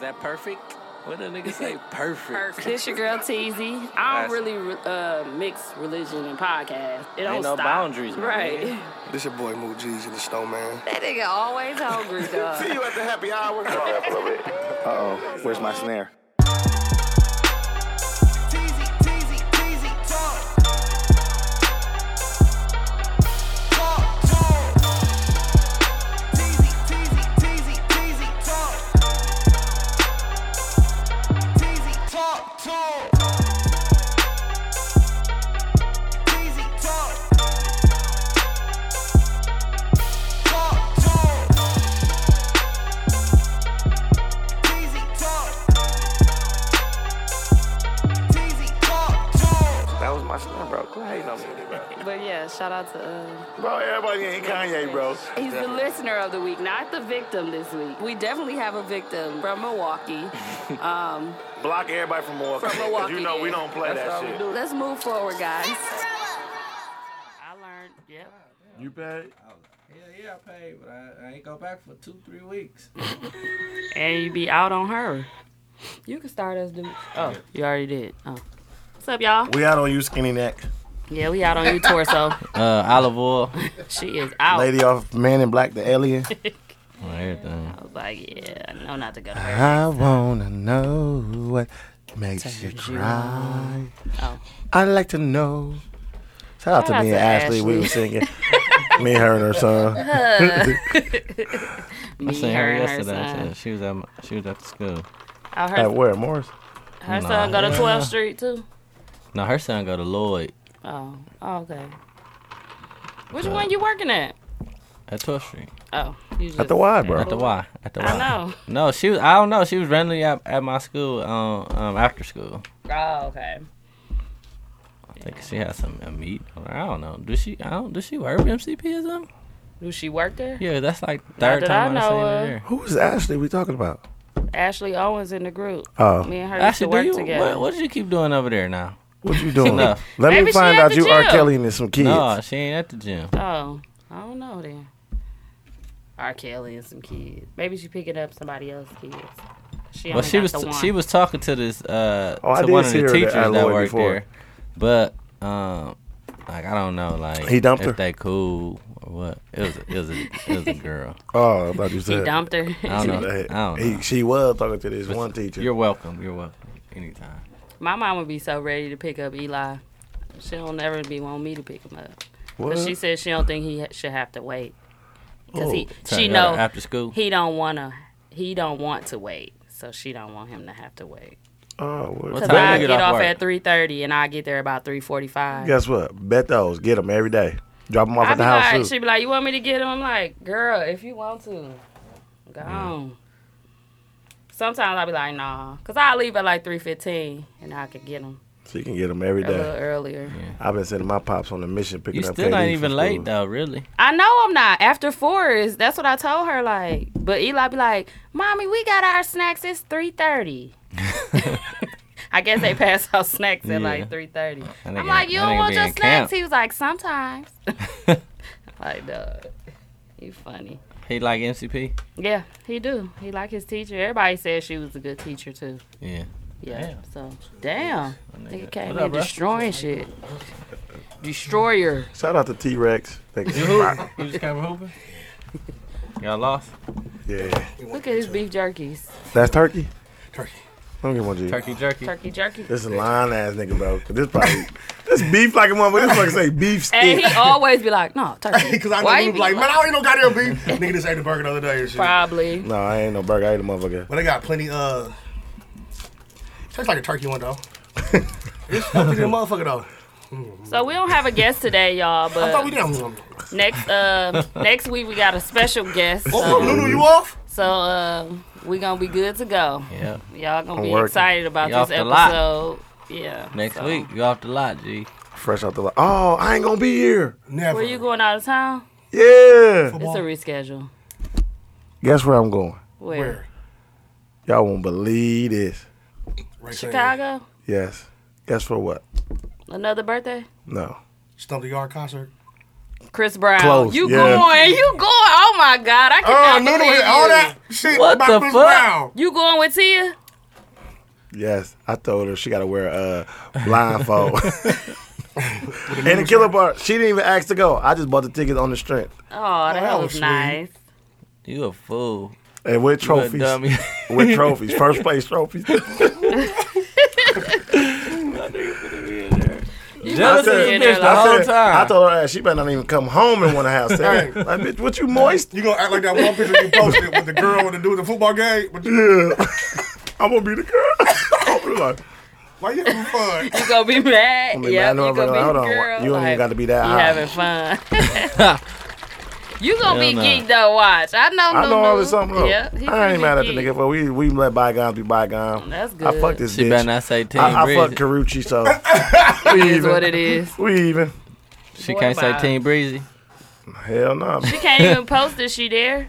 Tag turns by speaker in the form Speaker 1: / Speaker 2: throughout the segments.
Speaker 1: that perfect? What the nigga say? Perfect.
Speaker 2: Perfect.
Speaker 3: This your girl Teasy. I
Speaker 1: That's-
Speaker 3: don't really uh, mix religion and podcast. It don't
Speaker 1: Ain't no
Speaker 3: stop.
Speaker 1: boundaries, my
Speaker 3: right?
Speaker 1: nigga.
Speaker 4: This your boy Moot G's and the Snowman.
Speaker 2: That nigga always hungry, dog.
Speaker 5: See you at the happy hour.
Speaker 6: Uh oh, where's my snare?
Speaker 7: Teasy, teasy, teasy, talk. Talk, talk. Teasy, teasy, teasy, teasy, talk. Teasy, talk, talk. Teasy, talk. Talk, talk. Teasy, talk. Teasy, talk, talk.
Speaker 1: That was my son, bro. Quit hating on me, bro.
Speaker 3: But yeah, shout out to. Uh,
Speaker 5: Bro, everybody ain't Kanye, bro.
Speaker 3: he's the listener of the week, not the victim this week. We definitely have a victim from Milwaukee. Um,
Speaker 5: Block everybody from Milwaukee.
Speaker 3: From
Speaker 5: 'cause you
Speaker 3: Milwaukee,
Speaker 5: know we
Speaker 3: yeah.
Speaker 5: don't play
Speaker 1: That's all
Speaker 5: that
Speaker 1: we
Speaker 5: shit.
Speaker 1: do.
Speaker 3: Let's move forward, guys.
Speaker 2: I learned, yep.
Speaker 5: You paid?
Speaker 8: Hell yeah, I paid, but I, I ain't go back for two, three weeks.
Speaker 3: And you be out on her. You can start us, dude. Oh, you already did. Oh. What's up, y'all?
Speaker 5: We out on you, skinny neck.
Speaker 3: Yeah, we out on you, torso.
Speaker 1: Uh, olive oil.
Speaker 3: she is out.
Speaker 6: Lady off Man in Black, the alien.
Speaker 1: Everything.
Speaker 3: I was like, yeah, I know not to go to her.
Speaker 6: I wanna know what makes you cry.
Speaker 3: Oh.
Speaker 6: I'd like to know. Shout out
Speaker 3: Shout
Speaker 6: to me
Speaker 3: out
Speaker 6: and
Speaker 3: to
Speaker 6: Ashley.
Speaker 3: Ashley.
Speaker 6: We were singing. me and her and her son.
Speaker 3: Me,
Speaker 1: I seen
Speaker 3: her,
Speaker 1: her
Speaker 3: and her
Speaker 1: yesterday.
Speaker 3: son.
Speaker 1: She was at my, she was at the school.
Speaker 3: I heard
Speaker 6: At where? Morris?
Speaker 3: her son go to 12th Street too.
Speaker 1: No, her son go to Lloyd
Speaker 3: Oh, oh okay. Which one you working at?
Speaker 1: at 12th Street.
Speaker 3: Oh, you just,
Speaker 6: At the Y, bro.
Speaker 1: At the Y. At the Y.
Speaker 3: I know.
Speaker 1: No, she was. I don't know. She was randomly at, at my school um, um after school.
Speaker 3: Oh, okay.
Speaker 1: I think she had some a meet. or I don't know. Does she? I don't. Does she work with MCP or something?
Speaker 3: Do she work there?
Speaker 1: Yeah, that's like third
Speaker 3: that
Speaker 1: time I
Speaker 3: I know
Speaker 1: seen her
Speaker 3: of.
Speaker 1: here.
Speaker 6: Who is Ashley we talking about?
Speaker 3: Ashley Owens in the group.
Speaker 6: Oh,
Speaker 3: Me and her used to
Speaker 1: Actually, do
Speaker 3: work
Speaker 1: you?
Speaker 3: together.
Speaker 1: What, what did you keep doing over there now?
Speaker 6: what you doing?
Speaker 1: No.
Speaker 6: Let
Speaker 3: Maybe
Speaker 6: me
Speaker 3: she
Speaker 6: find
Speaker 3: at
Speaker 6: out
Speaker 3: the
Speaker 6: you are
Speaker 3: gym.
Speaker 6: Kelly and some kids.
Speaker 1: No, she ain't at the gym.
Speaker 3: Oh, I don't know then. R. Kelly and some kids. Maybe she picking up somebody else's kids. She
Speaker 1: Well,
Speaker 3: only
Speaker 1: she
Speaker 3: got
Speaker 1: was
Speaker 3: the one.
Speaker 1: she was talking to this uh
Speaker 6: Oh, I
Speaker 1: to
Speaker 6: did
Speaker 1: one of
Speaker 6: see
Speaker 1: the
Speaker 6: her at
Speaker 1: teachers that
Speaker 6: Lloyd
Speaker 1: worked
Speaker 6: before.
Speaker 1: there, but um like I don't know like
Speaker 6: He dumped
Speaker 1: if
Speaker 6: her?
Speaker 1: they cool or what. It was a, it was a, it was a girl.
Speaker 6: Oh, I thought you
Speaker 3: He
Speaker 6: said.
Speaker 3: dumped her.
Speaker 1: I don't know.
Speaker 6: Hey,
Speaker 1: I don't
Speaker 6: he-
Speaker 1: know.
Speaker 6: she was talking to this one teacher.
Speaker 1: You're welcome. You're welcome. Anytime.
Speaker 3: My mom would be so ready to pick up Eli. She'll never be want me to pick him up.
Speaker 6: What?
Speaker 3: Cause she said she don't think he ha- should have to wait. Cause he,
Speaker 1: So
Speaker 3: she
Speaker 1: I got
Speaker 3: know
Speaker 1: her after school.
Speaker 3: he don't wanna, he don't want to wait, so she don't want him to have to wait.
Speaker 6: oh, what?
Speaker 1: What's
Speaker 3: Cause
Speaker 1: Better
Speaker 3: I
Speaker 1: get
Speaker 3: get,
Speaker 1: off
Speaker 3: off,
Speaker 1: work.
Speaker 3: at three thirty and I get there about three forty five.
Speaker 6: Guess what? Bet those. Get them every day. Drop them off
Speaker 3: I
Speaker 6: at
Speaker 3: be
Speaker 6: the house
Speaker 3: like,
Speaker 6: too.
Speaker 3: she be like, you want me to get him? I'm like, girl, if you want to, go on. Sometimes I be like, nah, cause I leave at like three fifteen and I could get him
Speaker 6: So you can get them every
Speaker 3: a little
Speaker 6: day.
Speaker 3: earlier.
Speaker 6: I've been sending my pops on a mission picking
Speaker 1: You
Speaker 6: up.
Speaker 1: still
Speaker 6: KD
Speaker 1: ain't
Speaker 6: from
Speaker 1: even late
Speaker 6: school.
Speaker 1: though, really.
Speaker 3: I know I'm not. After four is that's what I told her. Like, but Eli be like, "Mommy, we got our snacks. It's 3.30. I guess they pass out snacks at
Speaker 1: Yeah.
Speaker 3: like three thirty.
Speaker 1: That
Speaker 3: I'm
Speaker 1: nigga-
Speaker 3: like, "You
Speaker 1: that
Speaker 3: don't
Speaker 1: nigga
Speaker 3: want
Speaker 1: be
Speaker 3: your
Speaker 1: in camp.
Speaker 3: snacks?" He was like, "Sometimes." like, duh, you funny.
Speaker 1: He like MCP.
Speaker 3: Yeah, he do. He like his teacher. Everybody said she was a good teacher too.
Speaker 1: Yeah.
Speaker 3: Yeah.
Speaker 1: Damn.
Speaker 3: So damn, nigga came
Speaker 1: What up,
Speaker 3: in
Speaker 1: bro?
Speaker 3: destroying shit. Destroyer.
Speaker 6: Shout out to T Rex. Thank you. Bye.
Speaker 1: You just came hooping. Y'all lost.
Speaker 6: yeah.
Speaker 3: Look at his beef jerkies.
Speaker 6: That's turkey. Turkey. Don't get one G.
Speaker 1: Turkey jerky.
Speaker 3: Turkey jerky.
Speaker 6: This is a lying ass nigga, bro. 'Cause This probably this beef like a motherfucker. This fucking say beef
Speaker 3: And
Speaker 6: stick.
Speaker 3: he always be like, no, turkey.
Speaker 5: Because I
Speaker 3: Why
Speaker 5: know
Speaker 3: you
Speaker 5: you
Speaker 3: be-
Speaker 5: be like, man, I don't eat no goddamn beef. Nigga just ate the burger the other day and shit.
Speaker 3: Probably.
Speaker 6: no, I ain't no burger. I ain't a motherfucker.
Speaker 5: But they got plenty. Uh, tastes like a turkey one though. it's healthy than a motherfucker though.
Speaker 3: So we don't have a guest today,
Speaker 5: I
Speaker 3: y'all,
Speaker 5: thought we
Speaker 3: but
Speaker 5: did. Um,
Speaker 3: next uh next week we got a special guest.
Speaker 5: oh,
Speaker 3: So,
Speaker 5: Lulu, you off?
Speaker 3: so uh we gonna be good to go.
Speaker 1: Yeah.
Speaker 3: Y'all gonna
Speaker 6: I'm
Speaker 3: be
Speaker 6: working.
Speaker 3: excited about
Speaker 1: Y'all
Speaker 3: this
Speaker 1: off the lot.
Speaker 3: episode. Yeah.
Speaker 1: Next
Speaker 3: so.
Speaker 1: week, you off the lot, G.
Speaker 6: Fresh out the lot. Oh, I ain't gonna be here.
Speaker 5: Never.
Speaker 3: Were you going out of town?
Speaker 6: Yeah.
Speaker 3: It's a reschedule.
Speaker 6: Guess where I'm going?
Speaker 3: Where?
Speaker 5: Where?
Speaker 6: Y'all won't believe this.
Speaker 5: Right
Speaker 3: Chicago?
Speaker 6: Yes. Guess for what?
Speaker 3: Another birthday?
Speaker 6: No.
Speaker 5: Stump the Yard concert.
Speaker 3: Chris Brown.
Speaker 6: Close,
Speaker 3: You
Speaker 6: yeah.
Speaker 3: going? You going? Oh my God! I
Speaker 5: Oh,
Speaker 3: cannot
Speaker 5: no, no,
Speaker 3: believe
Speaker 5: all
Speaker 3: you.
Speaker 5: that shit
Speaker 9: What
Speaker 5: about
Speaker 9: the
Speaker 5: Chris
Speaker 9: fuck?
Speaker 5: Brown.
Speaker 3: You going with Tia?
Speaker 6: Yes, I told her she got to wear a uh, blindfold. and the killer part, she didn't even ask to go. I just bought the ticket on the strength.
Speaker 3: Oh, that,
Speaker 5: that was
Speaker 3: was,
Speaker 5: sweet.
Speaker 3: nice.
Speaker 9: You a fool.
Speaker 6: And with
Speaker 9: You a
Speaker 6: trophies.
Speaker 9: dummy.
Speaker 6: with trophies. First place trophies.
Speaker 9: Jealous of
Speaker 6: said-
Speaker 9: the
Speaker 3: Yeah,
Speaker 9: bitch
Speaker 3: they're
Speaker 9: the
Speaker 3: like-
Speaker 9: whole
Speaker 6: said- I
Speaker 9: time.
Speaker 6: told her "Hey, she better not even come home and want to have sex.
Speaker 5: Right.
Speaker 6: like, bitch, what you moist?
Speaker 5: You gonna act like that one picture you posted with the girl and the dude in the football game? But you,
Speaker 6: Yeah. I'm gonna be the girl. like,
Speaker 5: why you having fun?
Speaker 3: You gonna be mad?
Speaker 6: I'm
Speaker 3: Yeah,
Speaker 6: gonna be mad
Speaker 3: you
Speaker 6: over there.
Speaker 3: gonna be
Speaker 6: Hold on,
Speaker 3: girl.
Speaker 6: you don't
Speaker 3: like,
Speaker 6: even got to be that
Speaker 3: You
Speaker 6: high.
Speaker 3: having fun? you gonna be
Speaker 9: Hell no.
Speaker 3: geeked though. Watch. I know.
Speaker 6: I know all
Speaker 3: Lulu.
Speaker 6: this something. Up.
Speaker 3: Yeah, he
Speaker 6: I ain't
Speaker 3: finna
Speaker 6: mad at the
Speaker 3: be geeked.
Speaker 6: nigga, but we we let bygones be bygones.
Speaker 3: That's
Speaker 6: I
Speaker 3: good.
Speaker 6: fucked this
Speaker 9: She
Speaker 6: bitch.
Speaker 9: better not say Team
Speaker 6: I, I fucked
Speaker 9: Breezy.
Speaker 6: Karuchi, so we
Speaker 3: Is
Speaker 6: even.
Speaker 3: what it is.
Speaker 6: We even.
Speaker 9: She
Speaker 3: Boy,
Speaker 9: can't say
Speaker 3: bye.
Speaker 9: Team Breezy.
Speaker 6: Hell no.
Speaker 3: She can't even post it. She there.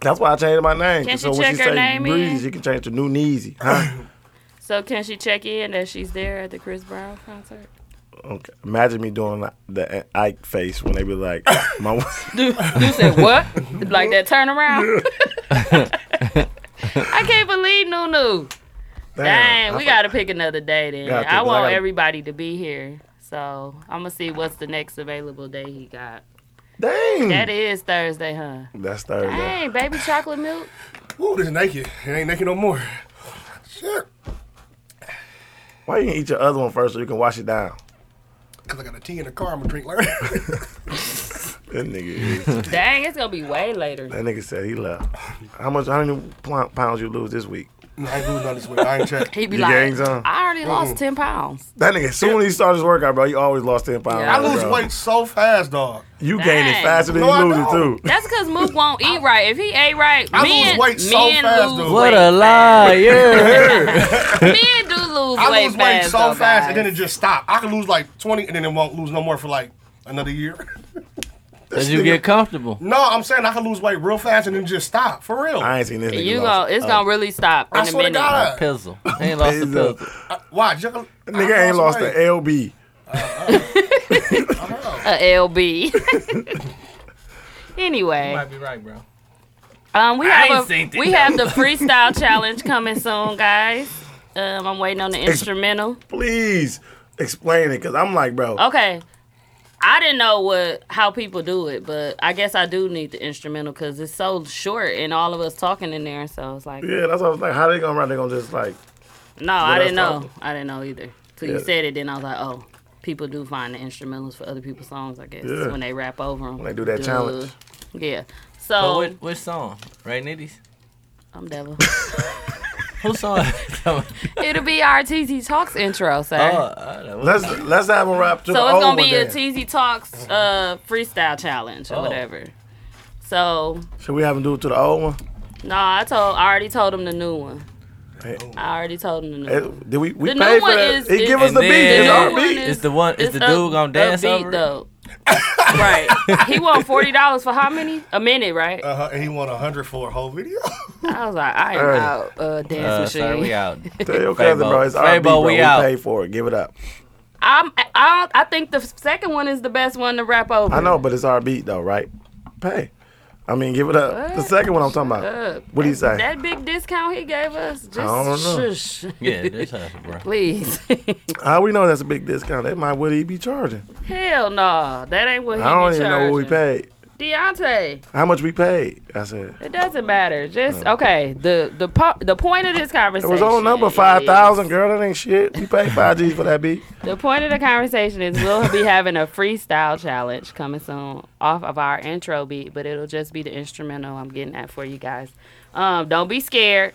Speaker 6: That's why I changed my name.
Speaker 3: Can't
Speaker 6: so
Speaker 3: you
Speaker 6: when
Speaker 3: check
Speaker 6: she
Speaker 3: her
Speaker 6: say
Speaker 3: name in?
Speaker 6: Breeze, you can change to New Neasy. Huh?
Speaker 3: So can she check in that she's there at the Chris Brown concert?
Speaker 6: okay. Imagine me doing the Ike face when they be like, my.
Speaker 3: Dude, dude said what? like that turnaround? I can't believe Nunu. Dang, we gotta pick another day then.
Speaker 6: Got to,
Speaker 3: I
Speaker 6: but I
Speaker 3: want
Speaker 6: gotta-
Speaker 3: everybody to be here. So I'm gonna see what's the next available day he got.
Speaker 6: Dang.
Speaker 3: That is Thursday, huh?
Speaker 6: That's Thursday.
Speaker 3: Dang, baby chocolate milk.
Speaker 5: Ooh, this is naked. It ain't naked no more. Shit.
Speaker 6: Why you eat your other one first so you can wash it down?
Speaker 5: Cause I got a tea in the car. I'm gonna drink later.
Speaker 6: That nigga, is-
Speaker 3: Dang, it's gonna be way later.
Speaker 6: that nigga said he left. How much? How many pl- pounds you lose this week?
Speaker 5: no, I ain't losing none this way. I ain't check. Mm.
Speaker 3: He be
Speaker 6: You
Speaker 3: like,
Speaker 6: gains on?
Speaker 3: I already lost ten pounds.
Speaker 6: That nigga, soon as he started his workout, bro, you always lost ten pounds.
Speaker 3: Yeah.
Speaker 5: I lose
Speaker 6: bro.
Speaker 5: weight so fast, dog.
Speaker 6: You gain it
Speaker 3: Dang.
Speaker 6: faster than
Speaker 5: No, I
Speaker 6: you lose it
Speaker 5: don't.
Speaker 6: too.
Speaker 3: That's because Mook won't eat right. If he ate right,
Speaker 5: I lose
Speaker 3: men,
Speaker 5: weight so
Speaker 3: men
Speaker 5: fast,
Speaker 3: lose
Speaker 5: dude.
Speaker 9: What
Speaker 3: weight
Speaker 9: a lie. Yeah.
Speaker 3: fast. men do lose
Speaker 5: I
Speaker 3: weight
Speaker 5: lose weight
Speaker 3: fast,
Speaker 5: so
Speaker 3: though,
Speaker 5: fast, and then it
Speaker 3: guys.
Speaker 5: just stop. I can lose like 20, and then it won't lose no more for like another year.
Speaker 9: As you get comfortable.
Speaker 5: No, I'm saying I can lose weight real fast and then just stop for real.
Speaker 6: I ain't seen this nigga.
Speaker 3: you
Speaker 6: lost.
Speaker 3: gonna it's gonna really stop in
Speaker 5: I
Speaker 3: a
Speaker 5: swear to
Speaker 3: minute.
Speaker 5: God.
Speaker 9: Pizzle. He ain't lost a
Speaker 6: Pizzle.
Speaker 9: pizzle.
Speaker 5: Why? Nigga
Speaker 6: nigga ain't lost the LB.
Speaker 3: A LB.
Speaker 1: You
Speaker 3: anyway,
Speaker 1: might be right, bro.
Speaker 3: um, we
Speaker 1: ain't
Speaker 3: have
Speaker 1: seen
Speaker 3: a,
Speaker 1: it.
Speaker 3: we have the freestyle challenge coming soon, guys. Um, I'm waiting on the instrumental.
Speaker 6: Please explain it, cause I'm like, bro,
Speaker 3: Okay. I didn't know what how people do it, but I guess I do need the instrumental because it's so short and all of us talking in there. So it's like,
Speaker 6: yeah, that's what I was like. How they gonna run? They gonna just like,
Speaker 3: no, I didn't
Speaker 6: that's
Speaker 3: know.
Speaker 6: awesome.
Speaker 3: I didn't know either. So
Speaker 6: Yeah.
Speaker 3: you said it, then I was like, oh, people do find the instrumentals for other people's songs, I guess,
Speaker 6: Yeah.
Speaker 3: when they rap over them.
Speaker 6: When they do that challenge.
Speaker 3: Yeah.
Speaker 9: But
Speaker 3: So
Speaker 9: which, which song? Ray Nitty's?
Speaker 3: I'm devil.
Speaker 9: Who song? oh,
Speaker 3: It'll be our TZ Talks intro, sir.
Speaker 9: Uh, I don't know.
Speaker 6: let's let's have them rap to the
Speaker 3: so it's
Speaker 6: old
Speaker 3: gonna
Speaker 6: one
Speaker 3: be a
Speaker 6: then.
Speaker 3: TZ Talks uh, freestyle challenge or
Speaker 9: Oh.
Speaker 3: whatever. So
Speaker 6: Should we have them do it to the old one?
Speaker 3: no, I told I already told him the new one.
Speaker 6: Hey.
Speaker 3: I already told him the new
Speaker 6: Eh,
Speaker 3: one.
Speaker 6: Did we we
Speaker 3: The new
Speaker 6: paid for
Speaker 3: one
Speaker 6: that?
Speaker 3: is-
Speaker 6: he
Speaker 3: is-
Speaker 6: give us
Speaker 9: And
Speaker 6: the beat.
Speaker 9: then-
Speaker 6: It's
Speaker 9: The
Speaker 6: our
Speaker 9: new
Speaker 6: beat.
Speaker 9: It's the one- it's the
Speaker 3: up-
Speaker 9: dude gonna dance
Speaker 3: upbeat,
Speaker 9: over it?
Speaker 3: though. right. He won forty dollars for how many? A minute, right?
Speaker 5: Uh-huh, and he won 100 for a whole video.
Speaker 3: I was like, I am
Speaker 6: Ernie.
Speaker 3: out uh, dance
Speaker 9: Uh,
Speaker 3: machine.
Speaker 9: sorry, we out.
Speaker 6: Tell your cousin,
Speaker 9: Fabo.
Speaker 6: bro, it's our
Speaker 9: Fabo,
Speaker 6: beat, bro.
Speaker 9: we
Speaker 6: We,
Speaker 9: out.
Speaker 6: paid for it. Give it up.
Speaker 3: I'm I, I think the second one is the best one to wrap over.
Speaker 6: I know, but it's our beat though, right? Pay. I mean, give it up. The
Speaker 3: What?
Speaker 6: second one I'm talking about.
Speaker 3: Up.
Speaker 6: What do you say?
Speaker 3: That big discount he gave us, just
Speaker 6: don't know.
Speaker 3: shush,
Speaker 9: Yeah, this hustle, bro.
Speaker 3: please.
Speaker 6: How we know that's a big discount? That might what he be charging.
Speaker 3: Hell no, that ain't what he
Speaker 6: I don't
Speaker 3: be
Speaker 6: even know what we
Speaker 3: charging.
Speaker 6: paid.
Speaker 3: Deontay,
Speaker 6: How much we paid? I said
Speaker 3: it doesn't matter. Just okay. The the po- the point of this
Speaker 6: it
Speaker 3: conversation.
Speaker 6: was on number five thousand, girl. That ain't shit. We paid five G's for that beat.
Speaker 3: is- The point of the conversation is we'll be having a freestyle challenge coming soon off of our intro beat, but it'll just be the instrumental I'm getting at for you guys. Um, don't be scared.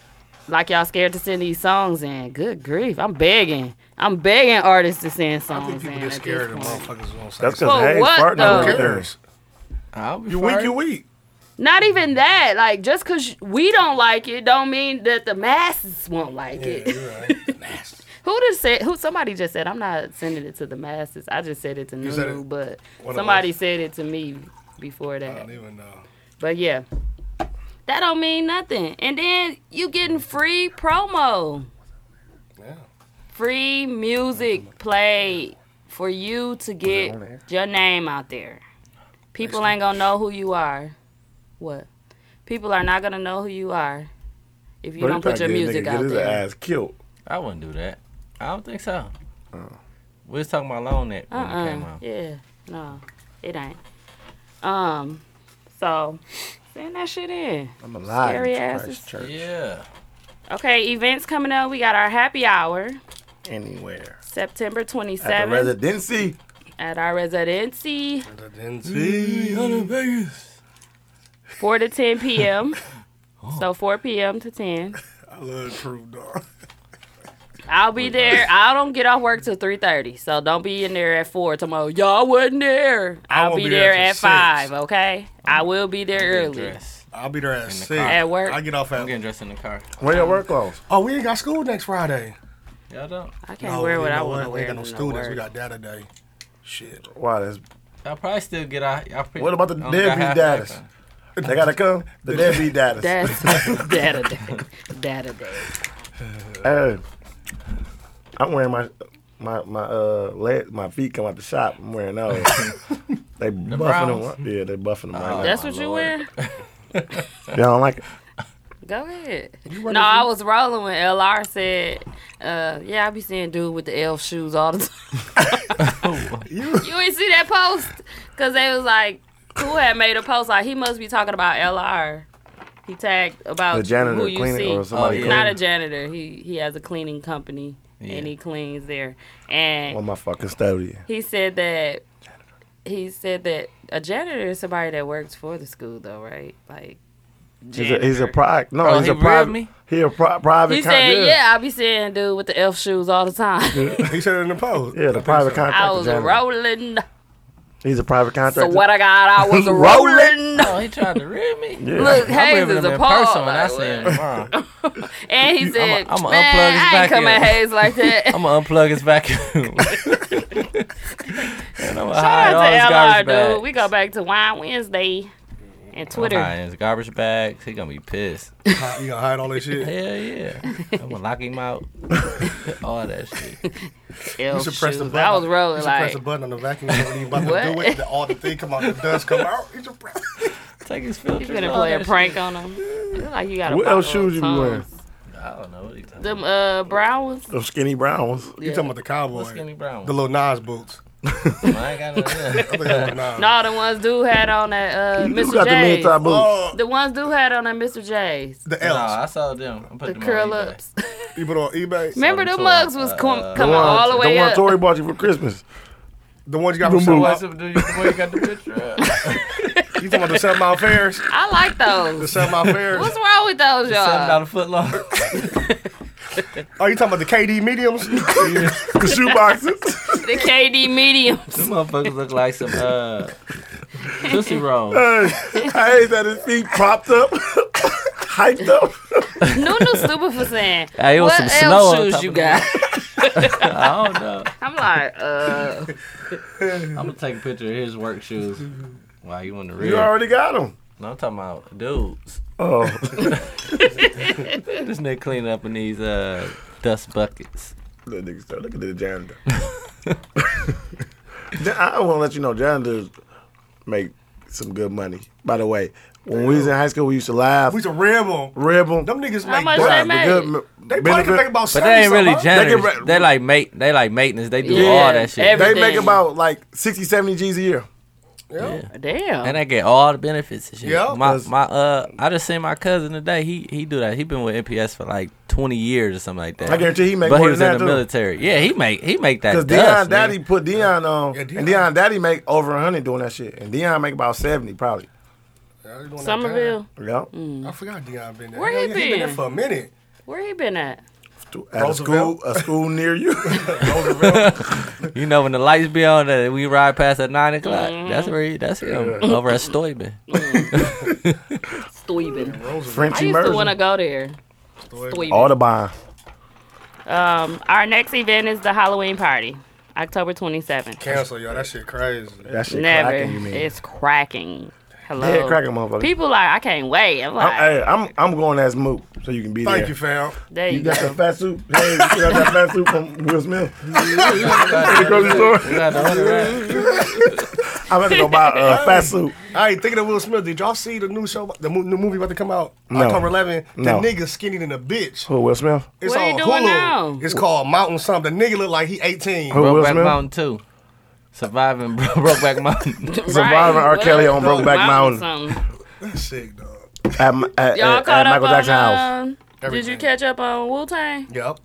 Speaker 3: Like y'all scared to send these songs in. Good grief, I'm begging. I'm begging artists to send
Speaker 5: I think
Speaker 3: songs in.
Speaker 5: people get
Speaker 3: at
Speaker 5: scared
Speaker 3: this
Speaker 5: of
Speaker 3: point.
Speaker 5: motherfuckers on
Speaker 6: That's
Speaker 5: sex.
Speaker 6: because
Speaker 3: For
Speaker 6: Hayes
Speaker 3: what,
Speaker 6: farting over
Speaker 3: though?
Speaker 6: there.
Speaker 9: I'll be
Speaker 6: You weak,
Speaker 9: fine.
Speaker 6: you weak.
Speaker 3: Not even that. Like just cause we don't like it, don't mean that the masses won't like it. who just said? Who? Somebody just said. I'm not sending it to the masses. I just said it to
Speaker 5: said
Speaker 3: Nunu,
Speaker 5: it.
Speaker 3: but
Speaker 5: One of
Speaker 3: somebody
Speaker 5: us.
Speaker 3: said it to me before
Speaker 5: I
Speaker 3: that.
Speaker 5: don't even know.
Speaker 3: But yeah, that don't mean nothing. And then you getting free promo,
Speaker 5: Yeah.
Speaker 3: free music played for you to get your name out there. People ain't gonna know who you are. What? People are not gonna know who you are if you
Speaker 6: Bro,
Speaker 3: don't put your
Speaker 6: probably get a
Speaker 3: music
Speaker 6: nigga, get
Speaker 3: out
Speaker 6: his
Speaker 3: there.
Speaker 6: ass killed. Uh.
Speaker 1: I wouldn't do that. I don't think so. We was talking about Long Neck
Speaker 3: Uh
Speaker 1: when it came
Speaker 3: uh.
Speaker 1: out.
Speaker 3: Yeah. No, it ain't. Um. So send that shit in.
Speaker 6: I'm alive.
Speaker 3: Scary
Speaker 6: in
Speaker 3: asses.
Speaker 6: Christ Church.
Speaker 1: Yeah.
Speaker 3: Okay, events coming up. We got our happy hour
Speaker 6: Anywhere.
Speaker 3: September
Speaker 6: At the
Speaker 3: 27th
Speaker 6: residency.
Speaker 3: at our residency,
Speaker 1: Vegas.
Speaker 3: 4 to 10 p.m. So 4 p.m. to 10.
Speaker 5: I love Truth, dog.
Speaker 3: I'll be there. I don't get off work till three thirty, so don't be in there at four tomorrow. Y'all wasn't there.
Speaker 5: I
Speaker 3: I'll
Speaker 5: won't
Speaker 3: be,
Speaker 5: be there
Speaker 3: there, at
Speaker 5: till
Speaker 3: five.
Speaker 5: six.
Speaker 3: Okay, I will be there early.
Speaker 5: I'll be there at
Speaker 1: the
Speaker 5: six.
Speaker 1: car.
Speaker 3: At work.
Speaker 5: I get off
Speaker 1: I'm
Speaker 5: at.
Speaker 1: getting dressed in the car.
Speaker 6: When your work close?
Speaker 5: Oh, we ain't got school next Friday.
Speaker 1: Y'all don't?
Speaker 3: I can't wear what
Speaker 5: you
Speaker 3: I
Speaker 5: know
Speaker 3: want to
Speaker 5: We
Speaker 3: wear.
Speaker 5: ain't got no
Speaker 3: to
Speaker 5: students. We got
Speaker 3: work.
Speaker 5: data day. Shit.
Speaker 6: Wow, that's,
Speaker 1: I'll probably still get out. Y'all pre-
Speaker 6: what about the
Speaker 1: I only got
Speaker 6: deadbeat
Speaker 1: half
Speaker 6: daddies?
Speaker 1: back on.
Speaker 6: They gotta come. The deadbeat daddies.
Speaker 3: That's data day. Data day.
Speaker 6: Hey, Uh, I'm wearing my my my uh leg, my feet come out the shop. I'm wearing those. they buffing
Speaker 1: Browns?
Speaker 6: them. Yeah, they buffing them. right now.
Speaker 3: Oh, That's what you wear.
Speaker 6: Y'all don't like it.
Speaker 3: Go ahead. No, I was rolling when LR said, uh, "Yeah, I be seeing dude with the elf shoes all the time." you ain't see that post because they was like, "Who had made a post? Like he must be talking about LR." He tagged about
Speaker 6: The janitor
Speaker 3: who you
Speaker 6: cleaning
Speaker 3: see.
Speaker 6: or somebody
Speaker 1: yeah.
Speaker 6: cleaning.
Speaker 3: Not a janitor. He he has a cleaning company and he cleans there.
Speaker 6: One of
Speaker 3: And
Speaker 6: my fucking custodian.
Speaker 3: he said that he said that a janitor is somebody that works for the school, though, right? Like.
Speaker 6: He's a, he's a
Speaker 3: janitor.
Speaker 6: private. No,
Speaker 1: Oh,
Speaker 6: he's
Speaker 1: he
Speaker 6: a
Speaker 1: read
Speaker 6: private.
Speaker 1: me?
Speaker 6: He a pri- private.
Speaker 3: He
Speaker 6: con-
Speaker 3: said, "Yeah, I be seeing dude with the elf shoes all the time."
Speaker 5: he said it in the post.
Speaker 6: Yeah, the private contractor.
Speaker 3: I was
Speaker 6: janitor.
Speaker 3: rolling,
Speaker 6: He's a private
Speaker 3: so
Speaker 6: contractor.
Speaker 3: what I got, I was
Speaker 6: Rolling.
Speaker 3: rolling.
Speaker 1: Oh, he tried to rib me?
Speaker 6: Yeah.
Speaker 3: Look,
Speaker 1: I'm
Speaker 3: Hayes
Speaker 1: ribbing
Speaker 3: is
Speaker 1: him in
Speaker 3: appalled.
Speaker 1: person when I
Speaker 3: like,
Speaker 1: see him
Speaker 3: what?
Speaker 1: tomorrow.
Speaker 3: and he said,
Speaker 1: I'ma- I'ma
Speaker 3: "Man,
Speaker 1: unplug his
Speaker 3: I ain't come at
Speaker 1: vacuum."
Speaker 3: Hayes like that."
Speaker 1: I'm going to unplug his vacuum. and I'm going to hide
Speaker 3: Shout
Speaker 1: all his
Speaker 3: out
Speaker 1: garbage
Speaker 3: to LR,
Speaker 1: bags.
Speaker 3: dude. We go back to Wine Wednesday and
Speaker 1: I'm
Speaker 3: Twitter.
Speaker 1: hiding his garbage bags. He going to be pissed.
Speaker 5: Hi- You gonna hide all that shit?
Speaker 1: Hell yeah. I'm going to lock him out. all that shit.
Speaker 3: Elf
Speaker 5: You should press the
Speaker 3: shoes.
Speaker 5: button.
Speaker 3: I was rolling
Speaker 5: you should
Speaker 3: like,
Speaker 5: press the button on the vacuum. You know what you about to do
Speaker 3: What?
Speaker 5: it. The, all the thing come out. The dust come out. You should press.
Speaker 1: Take his
Speaker 3: "You
Speaker 1: filter.
Speaker 3: gonna play a prank on him?" Look like you got a
Speaker 6: What
Speaker 3: bottle
Speaker 6: elf
Speaker 3: of
Speaker 6: shoes you be wearing?
Speaker 3: Tums.
Speaker 1: I don't know. What he talking
Speaker 3: Them uh, brown ones.
Speaker 6: Those skinny brown ones.
Speaker 5: You talking about the cowboy?
Speaker 1: about. Skinny brown.
Speaker 5: The little Nas boots.
Speaker 1: one. I ain't got none of
Speaker 5: I
Speaker 1: that.
Speaker 5: think that was Nas.
Speaker 3: No, the ones dude had on that uh,
Speaker 6: You
Speaker 3: Mr.
Speaker 6: got the mid
Speaker 3: J's.
Speaker 6: thigh boots.
Speaker 5: Oh,
Speaker 3: The ones dude had on that Mr. J's.
Speaker 5: the
Speaker 1: No,
Speaker 5: L's.
Speaker 1: I saw them. I put
Speaker 3: The
Speaker 1: them on
Speaker 3: curl
Speaker 1: eBay.
Speaker 3: ups.
Speaker 5: You put on eBay.
Speaker 3: Remember
Speaker 1: them
Speaker 3: the
Speaker 1: too,
Speaker 3: mugs was
Speaker 1: uh,
Speaker 3: com-
Speaker 1: the
Speaker 3: coming all the way
Speaker 6: one
Speaker 3: up.
Speaker 6: Tori bought you for Christmas.
Speaker 5: The ones you got
Speaker 6: Them
Speaker 5: from Seven
Speaker 1: What's up, dude?
Speaker 6: boots.
Speaker 5: Mile-
Speaker 1: You- Boy, you got the picture up.
Speaker 5: You talking about the Seven Mile Fairs?
Speaker 3: I like
Speaker 5: The
Speaker 3: those.
Speaker 5: Seven Mile Fairs.
Speaker 3: What's wrong with those,
Speaker 1: Seven
Speaker 3: y'all?
Speaker 1: dollar foot long.
Speaker 5: Oh, you talking about the KD mediums?
Speaker 6: The shoe boxes.
Speaker 3: The KD mediums.
Speaker 1: Them motherfuckers look like some uh, pussy rolls.
Speaker 6: Uh, Hey, I hate that his feet propped up, hyped up.
Speaker 3: Nunu stupid for saying.
Speaker 1: Hey, it was
Speaker 3: what
Speaker 1: some
Speaker 3: else
Speaker 1: snow on
Speaker 3: shoes
Speaker 1: top
Speaker 3: you
Speaker 1: of
Speaker 3: got?
Speaker 1: I don't know.
Speaker 3: I'm like, uh,
Speaker 1: I'm gonna take a picture of his work shoes. Wow, you on the
Speaker 6: You
Speaker 1: real?
Speaker 6: already got them.
Speaker 1: No, I'm talking about dudes.
Speaker 6: Oh,
Speaker 1: This nigga cleaning up in these uh dust buckets.
Speaker 6: Look, nigga, start looking at the janitor. Ja- I want to let you know, janitors make some good money. By the way, when we was in high school, we used to laugh,
Speaker 5: We used to rib them.
Speaker 6: rib them.
Speaker 5: Them niggas
Speaker 3: How
Speaker 5: make
Speaker 3: much
Speaker 5: bucks.
Speaker 3: they make?
Speaker 5: They probably can make about
Speaker 1: But they ain't really
Speaker 5: something.
Speaker 1: janitors.
Speaker 6: They get-
Speaker 1: They like mate. They like maintenance. They do
Speaker 3: Yeah,
Speaker 1: all that shit.
Speaker 3: every-
Speaker 6: They make
Speaker 3: everything.
Speaker 6: about like 60, 70 G's a year.
Speaker 1: And
Speaker 3: damn.
Speaker 1: I get all the benefits and shit.
Speaker 5: Yeah,
Speaker 1: my
Speaker 6: 'cause-
Speaker 1: my uh, I just seen my cousin today. He he do that. He been with NPS for like twenty years or something like that.
Speaker 6: I guarantee he make
Speaker 1: But
Speaker 6: more
Speaker 1: he was in
Speaker 6: than that,
Speaker 1: the
Speaker 6: too.
Speaker 1: military. Yeah, he make he make that.
Speaker 6: Because
Speaker 1: Because
Speaker 6: Dion Daddy put Dion on,
Speaker 5: Yeah,
Speaker 6: and
Speaker 5: Deion.
Speaker 6: Dion Daddy make over hundred doing that shit, and Dion make about seventy probably.
Speaker 5: Yeah, they doing that
Speaker 3: Somerville. Hmm.
Speaker 6: Yeah,
Speaker 5: time. I forgot Dion been there.
Speaker 3: Where
Speaker 5: Hell
Speaker 3: he
Speaker 5: yeah, He been there
Speaker 3: been?
Speaker 5: for a minute.
Speaker 3: Where he been at?
Speaker 6: at a
Speaker 5: Roosevelt.
Speaker 6: school, a school near you.
Speaker 1: You know when the lights be on and we ride past at nine o'clock.
Speaker 3: Mm-hmm.
Speaker 1: That's where he, that's him over at Stoyman.
Speaker 3: Mm-hmm. Steuben.
Speaker 6: French
Speaker 3: I used to
Speaker 6: immersion.
Speaker 3: want to go there. Steuben.
Speaker 6: Audubon.
Speaker 3: Um, our next event is the Halloween party, October 27th.
Speaker 5: Cancel, y'all. That shit crazy.
Speaker 6: That shit
Speaker 3: Never.
Speaker 6: cracking, you mean?
Speaker 3: It's cracking. Hello.
Speaker 6: Head cracking, motherfucker.
Speaker 3: People like, I can't wait. I'm
Speaker 6: I'm,
Speaker 3: like,
Speaker 6: hey, I'm I'm going as Mook, so you can be
Speaker 5: Thank
Speaker 6: there.
Speaker 5: you, fam.
Speaker 3: there you,
Speaker 6: You got
Speaker 3: go.
Speaker 6: that fat suit? Hey, you got that fat suit from Will Smith?
Speaker 1: We got
Speaker 6: Grocery store?
Speaker 1: the order right.
Speaker 6: I'm about to go buy uh, fast food.
Speaker 5: I ain't thinking of Will Smith. Did y'all see the new show, the mo- new movie about to come out
Speaker 6: No.
Speaker 5: October 11?
Speaker 6: No.
Speaker 5: The nigga skinny than a bitch.
Speaker 6: Who, Will Smith?
Speaker 5: It's
Speaker 3: What he
Speaker 5: on
Speaker 3: doing
Speaker 5: Hulu.
Speaker 3: now?
Speaker 5: It's called Mountain Something. The nigga look like he 18.
Speaker 6: Who, Will
Speaker 9: Brokeback
Speaker 6: Smith?
Speaker 9: Mountain Two, surviving Bro- Brokeback Mountain.
Speaker 6: Survivor R. Kelly on
Speaker 3: Well,
Speaker 6: Brokeback Mountain.
Speaker 3: something.
Speaker 5: That's sick, dog.
Speaker 6: At, m- at,
Speaker 3: Um, Y'all
Speaker 6: at, at
Speaker 3: caught up
Speaker 6: Michael
Speaker 3: on,
Speaker 6: Jackson's house.
Speaker 3: um, did you
Speaker 5: Everything.
Speaker 3: catch up on Wu Tang?
Speaker 5: Yep.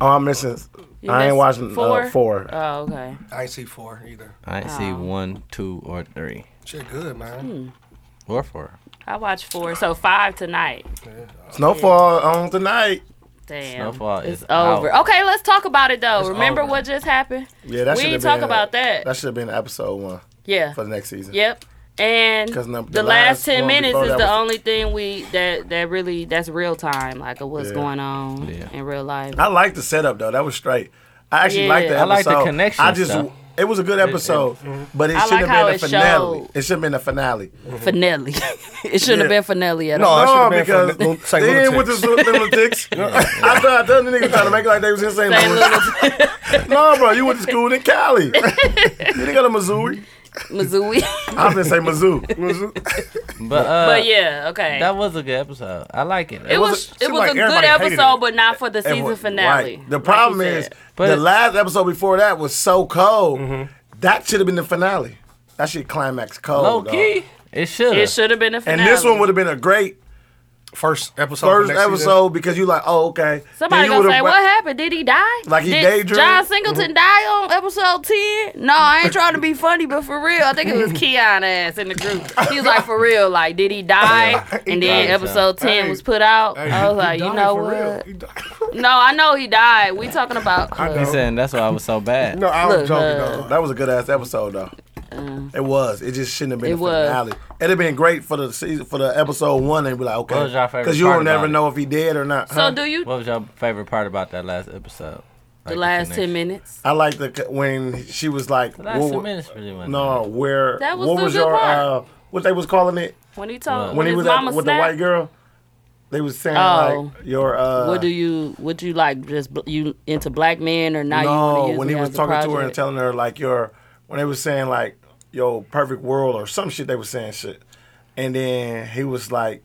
Speaker 6: Oh, I'm missing.
Speaker 3: You
Speaker 6: I ain't
Speaker 3: missed
Speaker 6: watching
Speaker 3: four?
Speaker 6: Uh, four.
Speaker 3: Oh, okay. Oh,
Speaker 5: I ain't see four either.
Speaker 9: I ain't see one, two, or three,
Speaker 5: Shit, good,
Speaker 3: Hmm.
Speaker 5: man.
Speaker 9: or four.
Speaker 3: I watched four, so five tonight.
Speaker 6: Snowfall on tonight.
Speaker 3: Damn,
Speaker 9: Snowfall
Speaker 3: it's
Speaker 9: is out.
Speaker 3: over. Okay, let's talk about it though.
Speaker 5: It's
Speaker 3: Remember
Speaker 5: over.
Speaker 3: what just happened?
Speaker 6: Yeah, that
Speaker 3: we
Speaker 6: should have
Speaker 3: ain't talk
Speaker 6: been.
Speaker 3: about that.
Speaker 6: That should have been episode one
Speaker 3: yeah.
Speaker 6: for the next season.
Speaker 3: Yep. And
Speaker 6: 'Cause num-
Speaker 3: the,
Speaker 6: the
Speaker 3: last
Speaker 6: last
Speaker 3: ten
Speaker 6: one
Speaker 3: minutes
Speaker 6: before
Speaker 3: is
Speaker 6: that
Speaker 3: the
Speaker 6: was-
Speaker 3: only thing we that that really that's real time, like of what's
Speaker 6: Yeah.
Speaker 3: going on
Speaker 9: Yeah.
Speaker 3: in real life.
Speaker 6: I like the setup though. That was straight. I actually
Speaker 3: Yeah.
Speaker 6: like the
Speaker 3: I
Speaker 6: episode.
Speaker 9: like the connection
Speaker 6: I just
Speaker 9: stuff.
Speaker 6: it mm-hmm. was a good episode, but it
Speaker 3: I
Speaker 6: should
Speaker 3: like
Speaker 6: have
Speaker 3: how
Speaker 6: been a
Speaker 3: it
Speaker 6: finale.
Speaker 3: showed. Mm-hmm.
Speaker 6: It should have been a finale.
Speaker 3: Finelli. it shouldn't
Speaker 6: Yeah.
Speaker 3: have been Finelli at
Speaker 5: No,
Speaker 3: all.
Speaker 5: it
Speaker 6: no, because
Speaker 5: should've been fin- Saint
Speaker 6: they didn't with
Speaker 5: Lunatics.
Speaker 6: the little lunatics. I thought the niggas trying to make it like they was in St.
Speaker 3: St.
Speaker 6: Louis.
Speaker 3: Louis,
Speaker 6: no, bro, you went to school in Cali. you didn't go to Missouri.
Speaker 3: Missouri.
Speaker 6: I'm gonna say Mizzou.
Speaker 9: But uh,
Speaker 3: but yeah, okay.
Speaker 9: that was a good episode. I like it.
Speaker 3: it
Speaker 6: was
Speaker 3: was
Speaker 6: a-
Speaker 3: it
Speaker 5: seemed
Speaker 3: was
Speaker 5: like
Speaker 3: a good
Speaker 5: everybody hated
Speaker 3: episode,
Speaker 5: it.
Speaker 3: but not for the
Speaker 6: And
Speaker 3: season
Speaker 6: what-
Speaker 3: finale.
Speaker 6: right. The
Speaker 3: like you
Speaker 6: problem
Speaker 3: said.
Speaker 6: is
Speaker 9: But
Speaker 6: the
Speaker 9: it-
Speaker 6: last episode before that was so cold.
Speaker 3: Mm-hmm.
Speaker 6: That should have been the finale. That shit climax cold.
Speaker 9: Low
Speaker 6: dog.
Speaker 9: key, it should.
Speaker 3: it should have been a
Speaker 6: Oh, And
Speaker 3: finale.
Speaker 6: this one would have been a great
Speaker 5: First episode.
Speaker 6: first
Speaker 5: for next
Speaker 6: episode
Speaker 5: season.
Speaker 6: because you like, oh okay. Then
Speaker 3: Somebody
Speaker 6: you
Speaker 3: gonna
Speaker 6: would've
Speaker 3: say,
Speaker 6: wa-
Speaker 3: "What happened? Did he die?
Speaker 6: Like he Mm-hmm.
Speaker 3: Did
Speaker 6: daydreamed?
Speaker 3: John Singleton die on episode ten? No, I ain't trying to be funny, but for real, I think it was Keon ass in the group. He was like, "For real, like, did he die?" And then
Speaker 9: died,
Speaker 3: episode ten
Speaker 5: Hey,
Speaker 3: was put out.
Speaker 5: Hey,
Speaker 3: I was
Speaker 5: he
Speaker 3: like, "You
Speaker 5: died
Speaker 3: know
Speaker 5: for real.
Speaker 3: what?
Speaker 5: He died.
Speaker 3: No, I know he died. We talking about
Speaker 9: He's saying that's why I was so bad.
Speaker 5: no, I was
Speaker 3: Look,
Speaker 5: joking,
Speaker 3: uh,
Speaker 5: dog.
Speaker 6: That was a good ass episode though. it was. It just shouldn't have been
Speaker 3: It
Speaker 6: the
Speaker 3: was.
Speaker 6: finale. It'd have been great for the season for the episode one. They'd be like,
Speaker 9: What was your
Speaker 6: okay,
Speaker 9: favorite
Speaker 6: because you
Speaker 9: part
Speaker 6: don't never
Speaker 9: about it?
Speaker 6: know if he did or not. huh?
Speaker 3: so. Do you
Speaker 9: What was your favorite part about that last episode?
Speaker 3: the last ten minutes?
Speaker 6: I like the when she was like,
Speaker 9: The last
Speaker 6: what-
Speaker 9: ten minutes really went.
Speaker 6: No, where
Speaker 3: That was
Speaker 6: what
Speaker 3: the
Speaker 6: was
Speaker 3: good
Speaker 6: your
Speaker 3: part.
Speaker 6: uh, what they was calling it
Speaker 3: When he told
Speaker 9: What?
Speaker 6: when he
Speaker 3: his
Speaker 6: was at,
Speaker 3: mama
Speaker 6: with the
Speaker 3: snapped?
Speaker 6: white girl? They was saying
Speaker 3: Oh.
Speaker 6: like your uh,
Speaker 3: What do you what you like? Just bl- you into black men or not? you
Speaker 6: no
Speaker 3: wanna use
Speaker 6: when
Speaker 3: me
Speaker 6: he was
Speaker 3: as a
Speaker 6: talking to her and
Speaker 3: project?
Speaker 6: telling her like your when they was saying like your perfect world or some shit they was saying shit, and then he was like,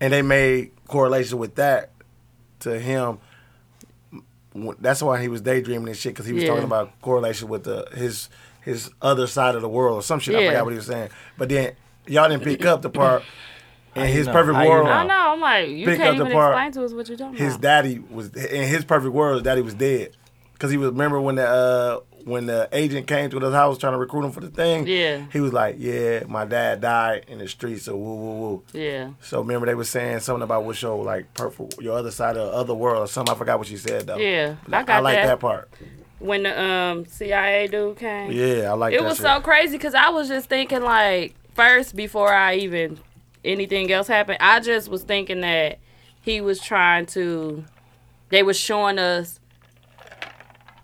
Speaker 6: and they made correlation with that to him. Wh- That's why he was daydreaming and shit because he was
Speaker 3: Yeah.
Speaker 6: talking about correlation with the his his other side of the world or some shit. I
Speaker 3: Yeah.
Speaker 6: forgot what he was saying, but then y'all didn't pick up the part in
Speaker 9: you
Speaker 6: his
Speaker 9: know?
Speaker 6: perfect
Speaker 9: How you
Speaker 6: world.
Speaker 9: know?
Speaker 3: I know. I'm like, you
Speaker 6: Pick up
Speaker 3: can't
Speaker 6: the
Speaker 3: even
Speaker 6: part-
Speaker 3: explain to us what you're talking
Speaker 6: his
Speaker 3: about.
Speaker 6: daddy was in his perfect world. His daddy was dead because he was remember when the uh, when the agent came to his house trying to recruit him for the thing.
Speaker 3: Yeah.
Speaker 6: he was like, "Yeah, my dad died in the streets of woo woo woo."
Speaker 3: yeah.
Speaker 6: So remember they were saying something about what's your like perfect your other side of the other world or something. I forgot what she said though.
Speaker 3: Yeah, I
Speaker 6: I,
Speaker 3: got
Speaker 6: like
Speaker 3: that.
Speaker 6: that. part.
Speaker 3: When the um CIA dude came,
Speaker 6: Yeah, I like
Speaker 3: it
Speaker 6: that.
Speaker 3: was
Speaker 6: shit.
Speaker 3: so crazy because I was just thinking like first before I even anything else happened, I just was thinking that he was trying to. They were showing us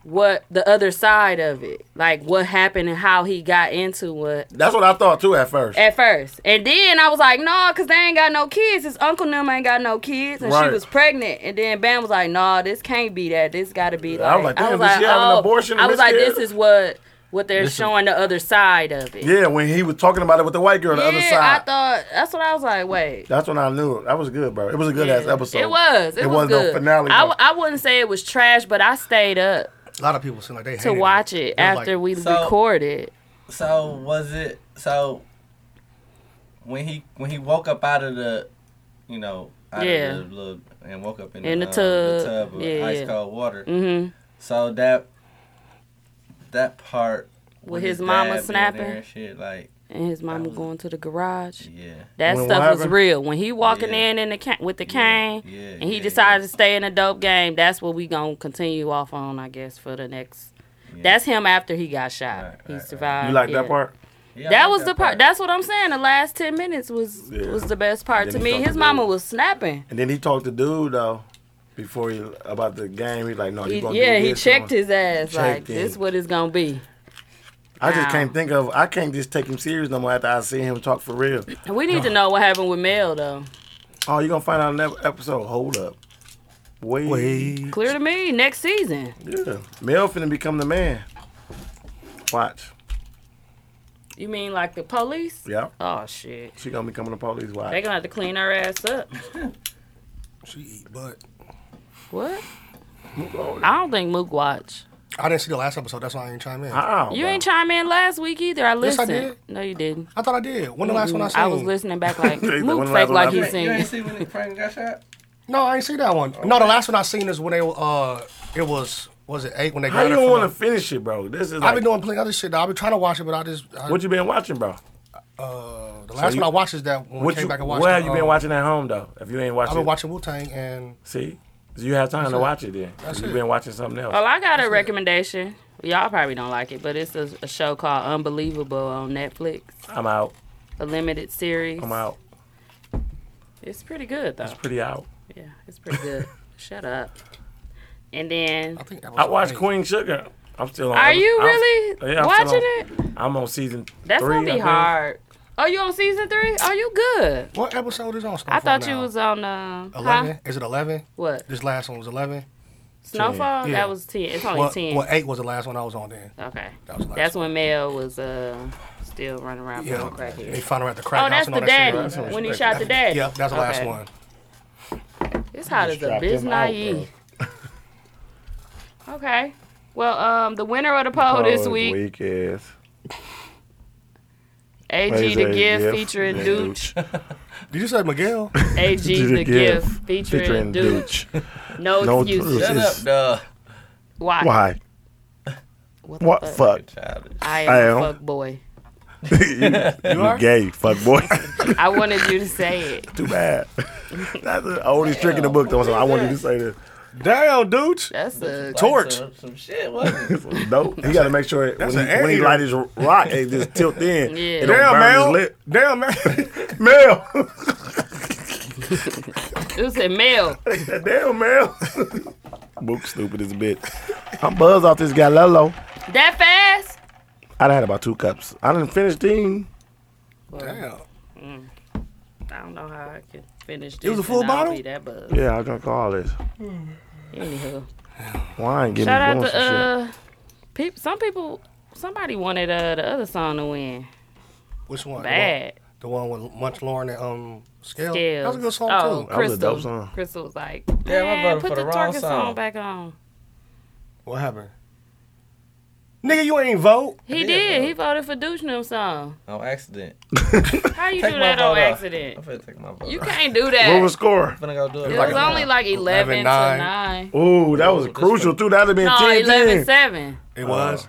Speaker 3: what the other side of it, like what happened and how he got into it
Speaker 6: That's what I thought too at first.
Speaker 3: at first. And then I was like, no, because they ain't got no kids. His uncle and them ain't got no kids. And she
Speaker 6: Right.
Speaker 3: was pregnant. And then Bam was like, no, this can't be that. This got to be like, "Oh."
Speaker 6: I was like, damn, did she have an abortion
Speaker 3: I
Speaker 6: and
Speaker 3: was like,
Speaker 6: miscarriage?
Speaker 3: this is what what they're
Speaker 9: This is-
Speaker 3: showing the other side of it.
Speaker 6: yeah, when he was talking about it with the white girl on the other
Speaker 3: Yeah,
Speaker 6: side.
Speaker 3: I thought, that's what I was like, wait.
Speaker 6: that's when I knew it. That was good, bro. It was a good ass
Speaker 3: Yeah.
Speaker 6: episode.
Speaker 3: It was. It,
Speaker 6: It
Speaker 3: was
Speaker 6: wasn't no
Speaker 3: good.
Speaker 6: finale,
Speaker 3: I,
Speaker 6: though.
Speaker 3: w- I wouldn't say it was trash, but I stayed up
Speaker 5: A lot of people seem like they
Speaker 3: to
Speaker 5: hated
Speaker 3: watch it,
Speaker 5: They was
Speaker 3: after
Speaker 5: like,
Speaker 3: we
Speaker 9: So-
Speaker 3: recorded.
Speaker 9: So was it? So when he when he woke up out of the, you know, out
Speaker 3: Yeah.
Speaker 9: of the little and woke up in,
Speaker 3: In
Speaker 9: the,
Speaker 3: the
Speaker 9: uh,
Speaker 3: tub.
Speaker 9: the tub of
Speaker 3: Yeah,
Speaker 9: ice
Speaker 3: yeah.
Speaker 9: cold water.
Speaker 3: Mm-hmm.
Speaker 9: So that that part
Speaker 3: With his mama
Speaker 9: dad being
Speaker 3: snapping?
Speaker 9: there and shit, like
Speaker 3: And his mama
Speaker 9: was-
Speaker 3: going to the garage.
Speaker 9: yeah.
Speaker 3: That
Speaker 6: When what
Speaker 3: stuff was
Speaker 6: happened?
Speaker 3: real. When he walking
Speaker 9: Yeah.
Speaker 3: in in the ca- with the cane,
Speaker 9: yeah,
Speaker 3: and he
Speaker 9: yeah,
Speaker 3: decided to stay in the dope game. That's what we gonna continue off on, I guess, for the next.
Speaker 9: Yeah.
Speaker 3: That's him after he got shot.
Speaker 9: Right,
Speaker 3: he
Speaker 9: right, right.
Speaker 3: survived.
Speaker 6: you like
Speaker 3: yeah.
Speaker 6: that part?
Speaker 9: Yeah, I
Speaker 3: That
Speaker 9: like
Speaker 3: was the part.
Speaker 9: That
Speaker 3: That's what I'm saying. The last ten minutes was
Speaker 6: Yeah.
Speaker 3: was the best part
Speaker 6: Then
Speaker 3: to
Speaker 6: he
Speaker 3: me.
Speaker 6: talked
Speaker 3: His
Speaker 6: to
Speaker 3: mama
Speaker 6: dude.
Speaker 3: was snapping.
Speaker 6: And then he talked to dude though before he about the game. He's like, no,
Speaker 3: He,
Speaker 6: you Oh, gonna
Speaker 3: yeah,
Speaker 6: do
Speaker 3: he
Speaker 6: this.
Speaker 3: checked his ass. like
Speaker 6: Checked
Speaker 3: this,
Speaker 6: it.
Speaker 3: what it's gonna be.
Speaker 6: I just
Speaker 3: out.
Speaker 6: can't think of. I can't just take him serious no more after I see him talk for real.
Speaker 3: We need to know what happened with Mel though.
Speaker 6: Oh, you gonna find out in that episode. Hold up, wait, wait.
Speaker 3: Clear to me. Next season.
Speaker 6: Yeah, Mel finna become the man. Watch.
Speaker 3: You mean like the police?
Speaker 10: Yeah,
Speaker 3: Oh shit.
Speaker 10: she gonna be coming to police.
Speaker 3: They
Speaker 10: Why?
Speaker 3: gonna have to clean her ass up.
Speaker 5: She eat butt.
Speaker 3: What?
Speaker 10: How?
Speaker 3: I don't think Mook watch.
Speaker 5: I didn't see the last episode. That's why I didn't chime in. I,
Speaker 10: How?
Speaker 3: You
Speaker 10: bro?
Speaker 3: ain't chime in last week either. I
Speaker 5: Yes, I
Speaker 3: listened.
Speaker 5: did.
Speaker 3: No, you didn't.
Speaker 5: thought I did. When the last one I seen?
Speaker 3: Mm-hmm. I was listening back like
Speaker 10: Yeah, the
Speaker 3: Mook
Speaker 10: one
Speaker 3: fake
Speaker 10: last one
Speaker 3: like
Speaker 10: I-
Speaker 3: he
Speaker 11: You ain't
Speaker 3: seen.
Speaker 11: see when Frank got shot?
Speaker 5: No, I ain't see that one. No, the last one I seen is when they uh, it was was it eight when they.
Speaker 10: How
Speaker 5: got
Speaker 10: you
Speaker 5: her
Speaker 10: don't
Speaker 5: from
Speaker 10: want
Speaker 5: the-
Speaker 10: to finish it, bro? This is
Speaker 5: I've
Speaker 10: like,
Speaker 5: been doing plenty other shit. Though. I've been trying to watch it, but I just I,
Speaker 10: what you been watching, bro.
Speaker 5: uh, the last
Speaker 10: you-
Speaker 5: one I watched is that when I
Speaker 10: What
Speaker 5: came
Speaker 10: you?
Speaker 5: back and watched.
Speaker 10: What have
Speaker 5: the,
Speaker 10: you been
Speaker 5: uh,
Speaker 10: watching at home though? If you ain't watching,
Speaker 5: I've been watching Wu Tang and
Speaker 10: See, you have time to
Speaker 5: it.
Speaker 10: watch it then.
Speaker 5: That's
Speaker 10: You've
Speaker 5: it.
Speaker 10: been watching something else.
Speaker 3: Well, I got a recommendation. Y'all probably don't like it, but it's a, a show called Unbelievable on Netflix.
Speaker 10: I'm out.
Speaker 3: A limited series.
Speaker 10: I'm out.
Speaker 3: It's pretty good though.
Speaker 10: It's pretty out.
Speaker 3: Yeah, it's pretty good. Shut up. And then,
Speaker 5: I think that was
Speaker 10: I watched
Speaker 5: eight.
Speaker 10: Queen Sugar. I'm still on.
Speaker 3: are
Speaker 10: episode-
Speaker 3: you
Speaker 10: I'm-
Speaker 3: really
Speaker 10: yeah, I'm
Speaker 3: watching
Speaker 10: still
Speaker 3: it?
Speaker 10: on- I'm on season.
Speaker 3: That's
Speaker 10: three,
Speaker 3: gonna
Speaker 10: I
Speaker 3: be
Speaker 10: think.
Speaker 3: hard. Oh, you on season three? Oh, you good?
Speaker 5: What episode is on? Snowfall
Speaker 3: I thought
Speaker 5: now?
Speaker 3: you was on um,
Speaker 5: eleven.
Speaker 3: Huh?
Speaker 5: Is it eleven?
Speaker 3: What?
Speaker 5: This last one was eleven.
Speaker 3: Snowfall?
Speaker 5: Yeah.
Speaker 3: That was ten. It's only
Speaker 5: Well,
Speaker 3: ten.
Speaker 5: well, eight was the last one I was on then.
Speaker 3: Okay.
Speaker 5: That was the last
Speaker 3: That's
Speaker 5: one.
Speaker 3: when Mel was uh still running around
Speaker 5: Yeah,
Speaker 3: yeah. crackhead.
Speaker 5: they found her at the crack
Speaker 3: Oh,
Speaker 5: house
Speaker 3: that's
Speaker 5: and
Speaker 3: the
Speaker 5: all that
Speaker 3: daddy.
Speaker 5: shit.
Speaker 3: when he shot the daddy.
Speaker 5: Yep, that's the last
Speaker 3: Okay.
Speaker 5: one.
Speaker 3: It's hot as a
Speaker 10: Strap
Speaker 3: biz
Speaker 10: them out,
Speaker 3: naive. Okay. Well, um, the winner of the
Speaker 6: Oh,
Speaker 3: poll this week,
Speaker 10: Weak is.
Speaker 3: AG the Gift featuring Dooch.
Speaker 5: Did you say Miguel?
Speaker 3: AG the, Gift featuring, Dooch. No,
Speaker 10: No
Speaker 3: excuses.
Speaker 10: truth.
Speaker 1: Shut up,
Speaker 10: It's-
Speaker 1: duh.
Speaker 3: Why?
Speaker 10: Why?
Speaker 3: What, the
Speaker 6: What fuck?
Speaker 1: Childish.
Speaker 3: I am,
Speaker 6: I
Speaker 3: a
Speaker 6: am.
Speaker 3: fuck boy.
Speaker 6: you you gay, fuck boy.
Speaker 3: I wanted you to say it.
Speaker 6: Too bad. That's the oldest trick in the book. Though, so I want you to say this.
Speaker 10: Damn, dude.
Speaker 3: That's a
Speaker 1: Like
Speaker 10: Torch.
Speaker 1: Some, some shit, wasn't it?
Speaker 6: Nope.
Speaker 10: He got to make sure when he, when
Speaker 6: an
Speaker 10: he
Speaker 6: anteater.
Speaker 10: light his rock, it just tilt in.
Speaker 3: Yeah.
Speaker 10: It don't burn his lip.
Speaker 6: Damn, man. Mel.
Speaker 3: it was a male.
Speaker 6: Damn, Mel. Book stupid as a bitch. I'm buzzed off this guy Lolo.
Speaker 3: That fast?
Speaker 6: I done had about two cups. I didn't finish Dean.
Speaker 5: Damn.
Speaker 3: Mm. I don't know how I can finish this.
Speaker 5: was a full
Speaker 3: and I'll
Speaker 5: bottle?
Speaker 3: Be that buzz.
Speaker 6: Yeah, I drank all this.
Speaker 3: Anywho,
Speaker 6: Wine getting me
Speaker 3: shout out
Speaker 6: going
Speaker 3: to
Speaker 6: some shit.
Speaker 3: uh, peop- some people. Somebody wanted uh the other song to win.
Speaker 5: Which one? The one-
Speaker 3: Bad.
Speaker 5: The one with Munch Lauren and um Scale.
Speaker 3: Scales.
Speaker 5: That was a good song
Speaker 3: oh,
Speaker 5: too.
Speaker 6: That was
Speaker 3: Crystal.
Speaker 6: a dope song.
Speaker 3: Crystal was like,
Speaker 1: Yeah, I voted
Speaker 3: man, put
Speaker 1: for
Speaker 3: the,
Speaker 1: the wrong
Speaker 3: Target
Speaker 1: song."
Speaker 3: song back on.
Speaker 5: What happened? Nigga, you ain't vote.
Speaker 3: He
Speaker 1: did
Speaker 3: did.
Speaker 1: vote.
Speaker 3: He voted for Duchnum song.
Speaker 1: on accident.
Speaker 3: How you
Speaker 1: Take
Speaker 3: do
Speaker 1: my
Speaker 3: that on
Speaker 1: vote off.
Speaker 3: accident?
Speaker 1: I'm finna take my vote.
Speaker 3: You
Speaker 1: off.
Speaker 3: can't do
Speaker 6: What
Speaker 3: that.
Speaker 6: was score?
Speaker 1: I'm finna go do it.
Speaker 3: it
Speaker 1: right
Speaker 3: was
Speaker 1: now.
Speaker 3: only like 11 to
Speaker 5: 9.
Speaker 3: 9.
Speaker 6: Ooh, that was
Speaker 1: Ooh, this
Speaker 6: crucial
Speaker 1: one.
Speaker 6: too. That'd have been
Speaker 3: No,
Speaker 6: 10
Speaker 3: 11 7.
Speaker 5: It was.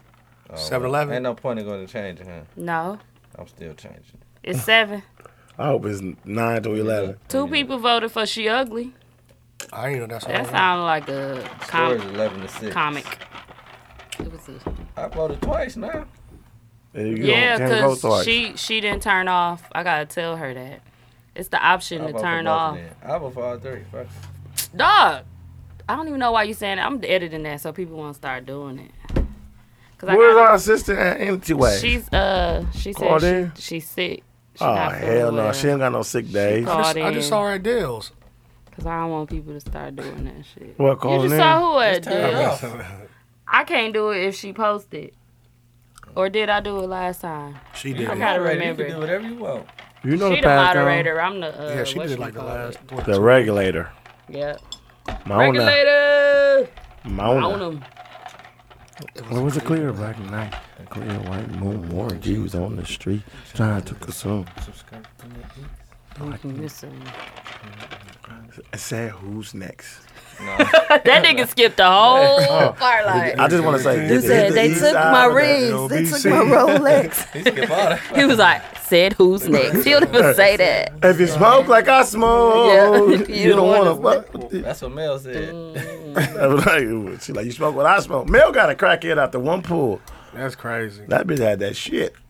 Speaker 1: Oh,
Speaker 5: 7-Eleven.
Speaker 1: Ain't no point in going to change it, huh?
Speaker 3: No,
Speaker 1: I'm still changing.
Speaker 3: it's 7.
Speaker 6: I hope it's 9 to 11.
Speaker 3: Two people voted for She Ugly.
Speaker 5: I ain't know that song.
Speaker 3: That sounded like a
Speaker 1: Score
Speaker 3: comic.
Speaker 1: is 11 to 6.
Speaker 3: comic. It was a,
Speaker 1: I voted twice now.
Speaker 6: And you
Speaker 3: yeah,
Speaker 6: don't- can't vote
Speaker 3: because
Speaker 6: twice.
Speaker 3: she, she didn't turn off. I got to tell her that. It's the option
Speaker 1: I
Speaker 3: to
Speaker 1: vote for
Speaker 3: turn
Speaker 1: both
Speaker 3: off.
Speaker 1: of them. I vote for all three. Fuck. it.
Speaker 3: Dog, I don't even know why you saying that. I'm editing that so people won't start doing it. 'Cause I
Speaker 6: Where's
Speaker 3: gotta-
Speaker 6: our assistant at Anyway?
Speaker 3: She's uh she said
Speaker 6: Claudine?
Speaker 3: she, she's sick. She
Speaker 6: oh
Speaker 3: not feeling
Speaker 6: hell no,
Speaker 3: well.
Speaker 6: she ain't got no sick days.
Speaker 5: I
Speaker 3: Called
Speaker 5: just, I
Speaker 3: in
Speaker 5: just saw her at Dale's.
Speaker 3: Cause I don't want people to start doing that shit.
Speaker 6: What
Speaker 3: You
Speaker 6: calling
Speaker 3: just
Speaker 6: in?
Speaker 3: saw who it
Speaker 1: turn it
Speaker 3: did.
Speaker 1: off.
Speaker 3: I can't do it if she posted. Or did I do it last time?
Speaker 5: She did.
Speaker 3: I
Speaker 5: it.
Speaker 3: gotta
Speaker 1: Moderator, You
Speaker 3: remember.
Speaker 1: can do whatever you want.
Speaker 6: you know
Speaker 3: She
Speaker 6: the,
Speaker 3: the
Speaker 6: past
Speaker 3: moderator. I'm the uh,
Speaker 5: Yeah, she
Speaker 3: what
Speaker 5: did
Speaker 3: you
Speaker 5: like the
Speaker 3: call
Speaker 5: last.
Speaker 3: it.
Speaker 5: what,
Speaker 6: The regulator.
Speaker 3: Yep.
Speaker 6: Mona.
Speaker 3: Regulator. On
Speaker 6: Mona.
Speaker 3: 'em.
Speaker 6: Where was the clear black night? Clear white moon. More Jews on the street trying to consume.
Speaker 1: Subscribe to me.
Speaker 3: Oh, Listen.
Speaker 6: I said, who's next?
Speaker 3: that nigga skipped the whole
Speaker 1: Oh.
Speaker 3: part like
Speaker 6: I just want to say,
Speaker 10: You
Speaker 6: this is the east side of the LBC.
Speaker 3: Rolex.
Speaker 1: He skip all that.
Speaker 3: He was like, said who's next? He'll never say that.
Speaker 6: If you smoke like I smoke,
Speaker 3: Yeah.
Speaker 6: Oh, you, don't want to fuck. with it.
Speaker 1: That's what Mel
Speaker 3: Mm.
Speaker 1: said.
Speaker 6: I was like, she like, you smoke what I smoke. Mel got a crackhead after one pool.
Speaker 5: That's crazy.
Speaker 6: That bitch had that shit.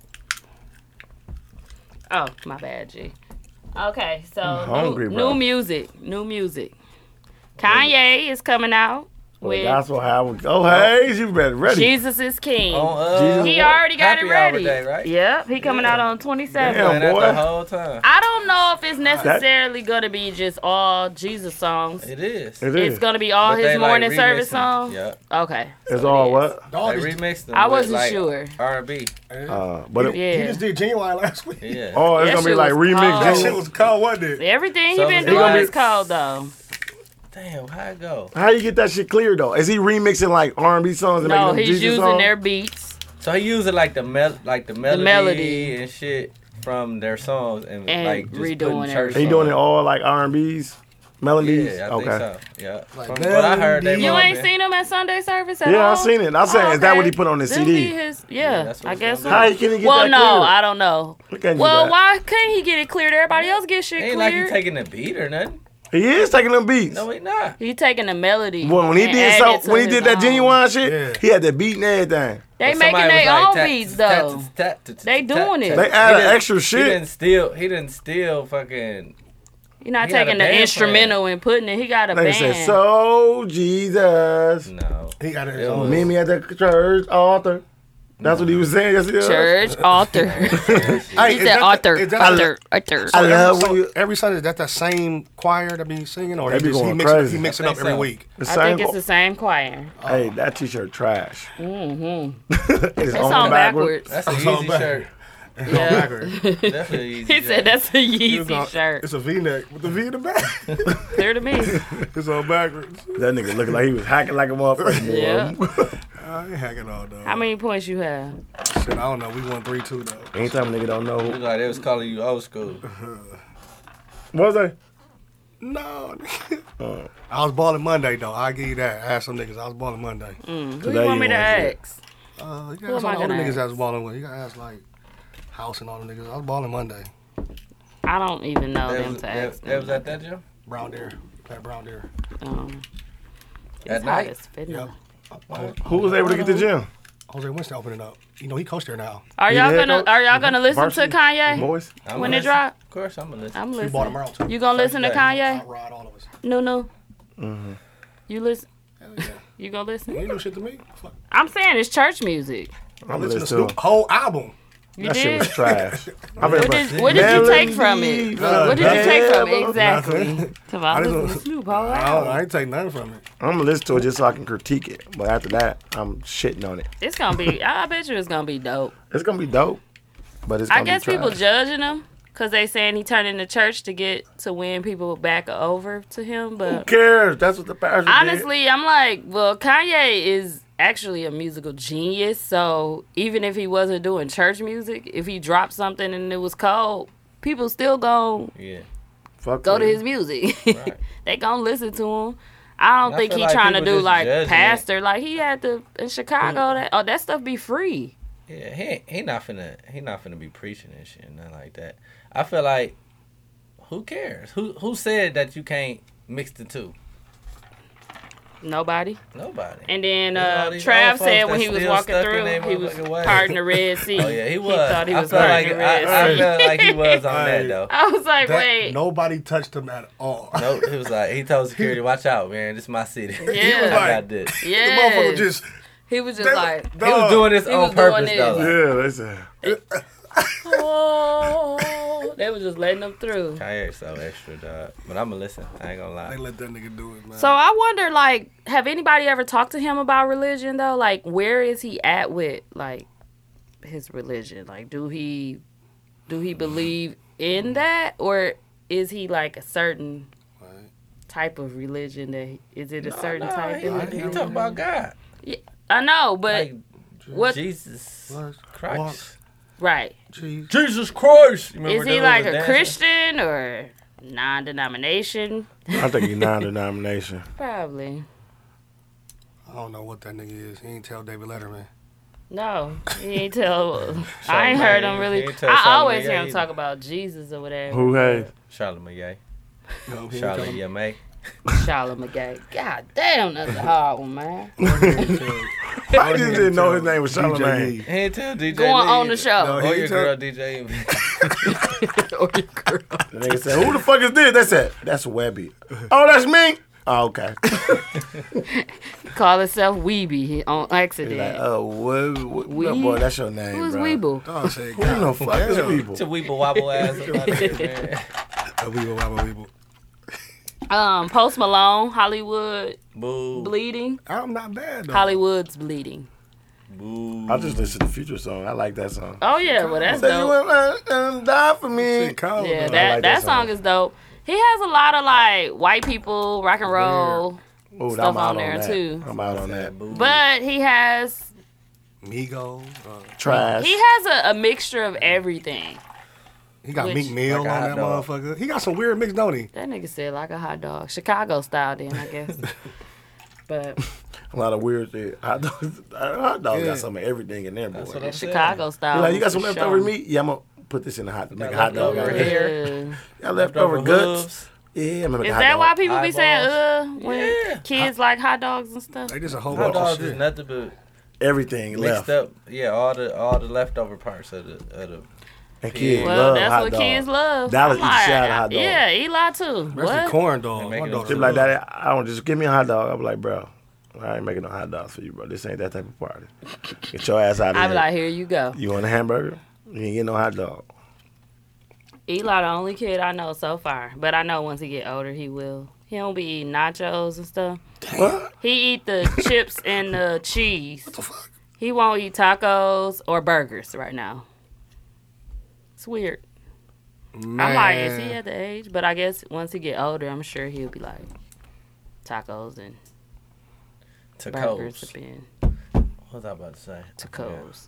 Speaker 3: Oh, my bad, G. Okay, so
Speaker 1: Oh,
Speaker 6: hungry,
Speaker 3: new,
Speaker 6: bro.
Speaker 3: new music, new music. Kanye is coming out.
Speaker 6: For the
Speaker 3: With-
Speaker 6: gospel, how we go. Hayes, you better ready.
Speaker 3: Jesus is King.
Speaker 1: On, uh,
Speaker 3: he already got
Speaker 1: happy
Speaker 3: it ready.
Speaker 1: Hour day, right?
Speaker 3: Yep, he coming out on 27.
Speaker 6: Damn.
Speaker 1: Playing that
Speaker 6: boy.
Speaker 1: the whole time.
Speaker 3: I don't know if it's necessarily gonna be just all Jesus songs.
Speaker 1: It is.
Speaker 6: It is.
Speaker 3: It's gonna be all
Speaker 1: But they,
Speaker 3: his
Speaker 1: like,
Speaker 3: morning service
Speaker 1: remixing.
Speaker 3: songs.
Speaker 1: Yeah.
Speaker 3: Okay.
Speaker 6: it's all what?
Speaker 5: Dog
Speaker 1: They
Speaker 5: is,
Speaker 1: remixed them.
Speaker 3: I
Speaker 1: with,
Speaker 3: wasn't
Speaker 1: like,
Speaker 3: sure.
Speaker 1: R&B.
Speaker 6: Uh, but it,
Speaker 5: he
Speaker 3: Yeah.
Speaker 5: just did genuine last week.
Speaker 1: Yeah.
Speaker 6: oh, it's
Speaker 3: That
Speaker 6: gonna be
Speaker 3: shit
Speaker 6: like
Speaker 3: was
Speaker 6: remix.
Speaker 3: cold.
Speaker 5: That
Speaker 3: Oh.
Speaker 5: shit was cold, wasn't it?
Speaker 3: Everything
Speaker 1: So
Speaker 3: he been
Speaker 1: it's like-
Speaker 3: doing is cold though.
Speaker 1: Damn, how it go?
Speaker 6: How you get that shit clear though? Is he remixing like R and B songs and
Speaker 3: No,
Speaker 6: making them
Speaker 3: he's
Speaker 6: Jesus
Speaker 3: using
Speaker 6: songs?
Speaker 3: their beats
Speaker 1: So he using like the mel- like the melody,
Speaker 3: melody.
Speaker 1: and shit from their songs and,
Speaker 3: And
Speaker 1: like just
Speaker 3: redoing
Speaker 1: putting church
Speaker 3: everything.
Speaker 6: He
Speaker 1: songs.
Speaker 6: doing it all like R and B's melodies.
Speaker 1: Yeah, I
Speaker 6: okay.
Speaker 1: think so. Yeah.
Speaker 5: Like
Speaker 1: From what I heard, they
Speaker 5: melody.
Speaker 3: You
Speaker 1: might
Speaker 3: ain't
Speaker 1: be-
Speaker 3: seen him at Sunday service at all?
Speaker 6: Yeah, I seen it. I said,
Speaker 3: Oh,
Speaker 6: is that what
Speaker 3: okay.
Speaker 6: he put on his
Speaker 3: Them be
Speaker 6: CD?
Speaker 3: his-
Speaker 1: Yeah,
Speaker 3: yeah,
Speaker 1: that's what
Speaker 3: I
Speaker 1: it's
Speaker 3: guess so.
Speaker 1: gonna be.
Speaker 6: How he can he get
Speaker 3: Well,
Speaker 6: that
Speaker 3: no,
Speaker 6: clear?
Speaker 3: I don't know.
Speaker 6: Look at you
Speaker 3: Well,
Speaker 6: that.
Speaker 3: why couldn't he get it cleared? Everybody else get shit
Speaker 1: Ain't
Speaker 3: cleared.
Speaker 1: like he taking the beat or nothing.
Speaker 6: He is taking them beats.
Speaker 1: No, he not.
Speaker 3: He taking the melody.
Speaker 6: Well, when he
Speaker 3: and
Speaker 6: did
Speaker 3: added
Speaker 6: so,
Speaker 3: to
Speaker 6: when he
Speaker 3: his
Speaker 6: did that
Speaker 3: own.
Speaker 6: genuine shit,
Speaker 5: Yeah.
Speaker 6: he had that beat and everything.
Speaker 3: they
Speaker 1: But
Speaker 3: making
Speaker 1: somebody was
Speaker 3: their
Speaker 1: like,
Speaker 3: own
Speaker 1: tat-
Speaker 3: beats
Speaker 1: tat-
Speaker 3: though.
Speaker 1: tat- tat- tat-
Speaker 3: They
Speaker 1: tat-
Speaker 3: doing
Speaker 1: tat-
Speaker 3: it.
Speaker 1: tat.
Speaker 6: They added
Speaker 1: He didn't-
Speaker 6: extra shit.
Speaker 1: He didn't steal. He didn't steal. Fucking.
Speaker 3: You're not
Speaker 1: He got a
Speaker 3: taking the
Speaker 1: band
Speaker 3: instrumental and putting it. He got a
Speaker 6: They
Speaker 3: band.
Speaker 6: said, "So Jesus,
Speaker 1: No.
Speaker 5: He got it.
Speaker 1: It was-
Speaker 6: meet me at the church altar." That's what he was saying. Yes, he was.
Speaker 3: Church author.
Speaker 5: Hey,
Speaker 3: he
Speaker 5: is
Speaker 3: said
Speaker 5: that the-
Speaker 3: author.
Speaker 5: is that the-
Speaker 3: Author. Author.
Speaker 6: I love
Speaker 5: every,
Speaker 6: when you.
Speaker 5: so, every Sunday. Is that that same choir that be singing, or
Speaker 6: They
Speaker 5: he,
Speaker 6: be
Speaker 5: just, he
Speaker 6: going
Speaker 5: mix it,
Speaker 6: crazy.
Speaker 5: he mix it
Speaker 1: I
Speaker 5: up
Speaker 1: think
Speaker 5: every
Speaker 1: so.
Speaker 5: week?
Speaker 6: The
Speaker 3: I
Speaker 6: same
Speaker 3: think it's the same choir.
Speaker 6: hey, that t-shirt trash.
Speaker 3: Mm-hmm.
Speaker 6: It's,
Speaker 3: It's on backwards.
Speaker 1: That's an
Speaker 5: That's all
Speaker 1: easy
Speaker 5: bad.
Speaker 1: shirt.
Speaker 3: Yeah.
Speaker 1: That's an easy.
Speaker 3: He said
Speaker 1: shirt.
Speaker 3: that's a
Speaker 5: You know,
Speaker 3: Yeezy shirt.
Speaker 5: It's a V-neck with the V in the back.
Speaker 3: Clear to me.
Speaker 5: it's all backwards.
Speaker 6: That nigga looking like he was hacking like a motherfucker. boy.
Speaker 3: Yeah.
Speaker 5: I ain't hacking all though.
Speaker 3: How many points you have?
Speaker 5: Shit, I don't know. We won three two though.
Speaker 6: Anytime a nigga don't know,
Speaker 1: Look like they was calling you old school.
Speaker 6: what was that?
Speaker 5: No. Uh, I was balling Monday though. I give you that. I had some niggas. I was balling Monday.
Speaker 3: Mm. Who
Speaker 6: Today
Speaker 3: you want
Speaker 6: you
Speaker 3: me to
Speaker 6: wanna do it.
Speaker 3: ask?
Speaker 5: Uh, you
Speaker 3: Who
Speaker 5: got
Speaker 3: am I
Speaker 5: some older
Speaker 3: gonna
Speaker 5: niggas
Speaker 3: ask?
Speaker 5: that was balling with. You got to ask like House and all the niggas. I was balling Monday.
Speaker 3: I don't even know
Speaker 1: That
Speaker 3: them
Speaker 1: was,
Speaker 3: to
Speaker 1: that,
Speaker 3: ask.
Speaker 1: that was at that gym.
Speaker 5: Brown Deer. That Brown Deer.
Speaker 3: Um,
Speaker 1: At
Speaker 3: it's hot
Speaker 1: night.
Speaker 3: as fiddle.
Speaker 5: Yep.
Speaker 6: Who was able to get the gym?
Speaker 5: Jose Winston opening up. You know he coached there now.
Speaker 3: Are
Speaker 6: You
Speaker 3: y'all
Speaker 6: the head
Speaker 3: gonna
Speaker 6: coach?
Speaker 3: Are y'all gonna listen
Speaker 6: Varsity?
Speaker 3: to Kanye
Speaker 6: Boys,
Speaker 1: I'm
Speaker 3: when it
Speaker 1: listening.
Speaker 3: drop?
Speaker 1: Of course, I'm gonna listen.
Speaker 3: I'm
Speaker 5: He bought him
Speaker 3: listening.
Speaker 5: out too.
Speaker 3: You gonna listen to
Speaker 1: Thursday.
Speaker 5: I
Speaker 3: Kanye?
Speaker 5: ride all of us.
Speaker 3: No, no. You listen. You gonna
Speaker 5: He
Speaker 3: listen?
Speaker 5: ain't do shit to me. Fuck.
Speaker 3: I'm saying it's church music.
Speaker 6: I
Speaker 5: I listened to
Speaker 6: listened to
Speaker 5: Snoop
Speaker 6: him.
Speaker 5: whole album.
Speaker 3: You
Speaker 6: That shit
Speaker 3: did.
Speaker 6: was trash. I
Speaker 3: What did, what did you take from it?
Speaker 5: Melody,
Speaker 3: What did you take from it
Speaker 6: uh,
Speaker 3: exactly? Come on,
Speaker 5: I just
Speaker 3: listen to
Speaker 5: don't-
Speaker 3: Snoop.
Speaker 5: I, don't-
Speaker 3: All
Speaker 5: I ain't take nothing from it.
Speaker 6: I'm gonna listen to it just so I can critique it. But after that, I'm shitting on it.
Speaker 3: It's gonna be. I bet you it's gonna be dope.
Speaker 6: It's gonna be dope, but it's. Gonna
Speaker 3: I guess
Speaker 6: be trash.
Speaker 3: people judging him because they saying he turned into church to get to win people back over to him.
Speaker 6: Who
Speaker 3: But
Speaker 6: cares? That's what the pastor
Speaker 3: honestly, I'm like, well, Kanye is actually a musical genius. So even if he wasn't doing church music, if he dropped something and it was cold, people still gonna
Speaker 1: Yeah.
Speaker 6: did. Fuck
Speaker 3: go to
Speaker 6: him.
Speaker 3: his music.
Speaker 1: Right.
Speaker 3: they gonna listen to him. I don't
Speaker 1: And I
Speaker 3: think
Speaker 1: feel
Speaker 3: he
Speaker 1: like
Speaker 3: trying to
Speaker 1: people
Speaker 3: do
Speaker 1: just
Speaker 3: like
Speaker 1: judging it. Mm.
Speaker 3: pastor. Like he had to in Chicago. That oh, that stuff be free.
Speaker 1: Yeah, he ain't- he not finna he not finna be preaching and shit and nothing like that. I feel like who cares? Who who said that you can't mix the two?
Speaker 3: Nobody.
Speaker 1: Nobody.
Speaker 3: And then
Speaker 1: There's all
Speaker 3: uh,
Speaker 1: these
Speaker 3: Trav
Speaker 1: old
Speaker 3: said
Speaker 1: folks
Speaker 3: when
Speaker 1: that
Speaker 3: he was
Speaker 1: still
Speaker 3: walking
Speaker 1: stuck in
Speaker 3: through,
Speaker 1: their
Speaker 3: he was
Speaker 1: motherfucking way.
Speaker 3: parting the Red Sea.
Speaker 1: oh yeah, he was.
Speaker 3: thought he was
Speaker 1: I felt like
Speaker 3: parting the Red
Speaker 1: I, I
Speaker 3: Sea.
Speaker 1: felt like he was on that though.
Speaker 3: I was like,
Speaker 5: That-
Speaker 3: wait,
Speaker 5: Nobody touched him at all.
Speaker 1: Nope, he was like he told security, "Watch out, man, this is my city."
Speaker 3: Yeah.
Speaker 1: I got this.
Speaker 5: The motherfucker
Speaker 3: yeah,
Speaker 5: just
Speaker 3: he was just
Speaker 5: they-
Speaker 3: like,
Speaker 1: He was
Speaker 5: dog.
Speaker 1: doing this
Speaker 3: He was
Speaker 1: on
Speaker 3: doing
Speaker 1: purpose
Speaker 3: this.
Speaker 1: though. Like,
Speaker 6: Yeah, they said.
Speaker 3: oh, they was just letting them through.
Speaker 1: Kanye so extra, dog. But I'ma listen. I ain't gonna
Speaker 5: They
Speaker 1: lie.
Speaker 5: let that nigga do it, man.
Speaker 3: So I wonder, like, have anybody ever talked to him about religion though? Like, where is he at with like his religion? Like, do he do he believe in that, or is he like a certain
Speaker 5: Right.
Speaker 3: type of religion? That he- is it a certain
Speaker 1: No,
Speaker 3: type? of
Speaker 1: he, he
Speaker 3: religion?
Speaker 1: talking about God,
Speaker 3: I know, but
Speaker 1: like
Speaker 3: what?
Speaker 1: Jesus
Speaker 5: Let's walk,
Speaker 1: Christ.
Speaker 3: Right?
Speaker 5: Jesus.
Speaker 1: Jesus Christ. You
Speaker 3: Is
Speaker 1: remember
Speaker 3: he
Speaker 1: that
Speaker 3: like
Speaker 1: little
Speaker 3: a
Speaker 1: dancer?
Speaker 3: Christian or non-denomination?
Speaker 6: I think he's non-denomination.
Speaker 3: Probably.
Speaker 5: I don't know what that nigga is. He ain't tell David Letterman.
Speaker 3: No, he ain't tell. I ain't heard
Speaker 1: Charlamagne.
Speaker 3: him
Speaker 1: He
Speaker 3: really.
Speaker 1: ain't tell
Speaker 3: I always
Speaker 1: Charlamagne
Speaker 3: hear him
Speaker 1: either.
Speaker 3: talk about Jesus or whatever.
Speaker 6: Who hey?
Speaker 1: Charlamagne.
Speaker 5: No, he ain't tell him.
Speaker 1: Charlamagne.
Speaker 3: Charlamagne. God damn, that's a hard one, man.
Speaker 6: I just didn't know his name was
Speaker 5: DJ
Speaker 6: Charlamagne.
Speaker 5: Eve.
Speaker 1: He ain't tell DJ.
Speaker 3: Going on the
Speaker 1: Lee.
Speaker 3: show.
Speaker 5: No,
Speaker 1: Or
Speaker 5: he
Speaker 1: your
Speaker 5: tell-
Speaker 1: girl DJ.
Speaker 6: The nigga said, "Who the fuck is this?" They said, "That's Webby." oh, that's me. Oh, okay.
Speaker 3: call itself Weeby on accident.
Speaker 6: He's like, oh, what, what,
Speaker 3: Wee-
Speaker 6: no, boy, that's your name,
Speaker 3: Who's
Speaker 6: bro.
Speaker 3: Weeble?
Speaker 6: Dog said, Who the fuck is
Speaker 1: It's a
Speaker 6: Weeble?
Speaker 1: weeble wobble ass. up out there, man.
Speaker 5: Weeble, Weeble, Weeble.
Speaker 3: Um, Post Malone, Hollywood
Speaker 1: Boo.
Speaker 3: bleeding.
Speaker 5: I'm not bad though.
Speaker 3: Hollywood's bleeding.
Speaker 1: Boo.
Speaker 6: I just listened to the Future song. I like that song.
Speaker 3: Oh yeah, well that's
Speaker 6: Say you
Speaker 3: dope.
Speaker 6: went uh, and die for me.
Speaker 5: Shit, cold,
Speaker 3: Yeah,
Speaker 5: though.
Speaker 3: that
Speaker 6: Oh, like
Speaker 3: that
Speaker 6: that
Speaker 3: song
Speaker 6: song.
Speaker 3: is dope. He has a lot of like white people rock and roll,
Speaker 6: Ooh, I'm
Speaker 3: stuff
Speaker 6: out
Speaker 3: on there,
Speaker 6: that.
Speaker 3: too.
Speaker 6: I'm out on that.
Speaker 1: Boo.
Speaker 3: but he has
Speaker 5: Migo. Uh,
Speaker 6: Trash.
Speaker 3: he has a, a mixture of everything.
Speaker 5: he got
Speaker 3: Which-
Speaker 5: Meek Mill
Speaker 1: Like a
Speaker 5: on
Speaker 1: hot
Speaker 5: that
Speaker 1: dog.
Speaker 5: motherfucker. He got some weird mix, don't he?
Speaker 3: That nigga said like a hot dog, Chicago style. Then I guess, but
Speaker 6: a lot of weird shit. Hot dog, hot dog
Speaker 5: Yeah.
Speaker 6: got some of everything in there, boy.
Speaker 1: what I'm saying.
Speaker 3: Chicago style.
Speaker 6: You like, you got
Speaker 3: for
Speaker 6: some leftover
Speaker 3: sure.
Speaker 6: meat? Yeah, I'm gonna put this in the hot, make a hot dog out
Speaker 1: leftover
Speaker 6: of
Speaker 1: hair.
Speaker 6: it.
Speaker 3: Yeah.
Speaker 6: Got leftover guts.
Speaker 1: hooves.
Speaker 6: Yeah, I'm gonna make
Speaker 3: Is
Speaker 6: a hot
Speaker 3: that
Speaker 6: dog.
Speaker 3: why people be saying uh
Speaker 1: Eyeballs.
Speaker 3: when
Speaker 1: Yeah.
Speaker 3: kids like hot dogs and stuff?
Speaker 5: Like, there's a whole
Speaker 1: Hot
Speaker 5: bunch of
Speaker 1: dogs
Speaker 5: shit.
Speaker 1: is nothing but
Speaker 6: everything
Speaker 1: mixed
Speaker 6: left?
Speaker 1: up. Yeah, all the all the leftover parts of the of the.
Speaker 6: And kids
Speaker 3: Well,
Speaker 6: love
Speaker 3: that's
Speaker 6: hot
Speaker 3: what
Speaker 6: dog.
Speaker 3: kids love.
Speaker 6: Dallas
Speaker 3: I'm
Speaker 6: eat the shit out of
Speaker 3: like,
Speaker 6: hot dog.
Speaker 3: Yeah, Eli too.
Speaker 5: That's the
Speaker 3: What?
Speaker 5: corn dog.
Speaker 1: They
Speaker 5: My
Speaker 1: making
Speaker 5: dog
Speaker 1: them
Speaker 6: Shit like that, I don't just give me a hot dog. I'm like, bro, I ain't making no hot dogs for you, bro. This ain't that type of party. Get your ass out of
Speaker 3: I be
Speaker 6: here.
Speaker 3: like, here you go.
Speaker 6: you want a hamburger? You ain't getting no hot dog.
Speaker 3: Eli, the only kid I know so far, but I know once he get older, he will. He don't be eating nachos and stuff.
Speaker 6: What?
Speaker 3: He eat the chips and the cheese. What the fuck? He won't eat tacos or burgers right now. It's weird. I'm like, is he
Speaker 5: Man.
Speaker 3: at the age? But I guess once he get older, I'm sure he'll be like tacos and burgers
Speaker 1: Tacos.
Speaker 3: have been
Speaker 1: What was I about to say? Yeah.
Speaker 3: tacos.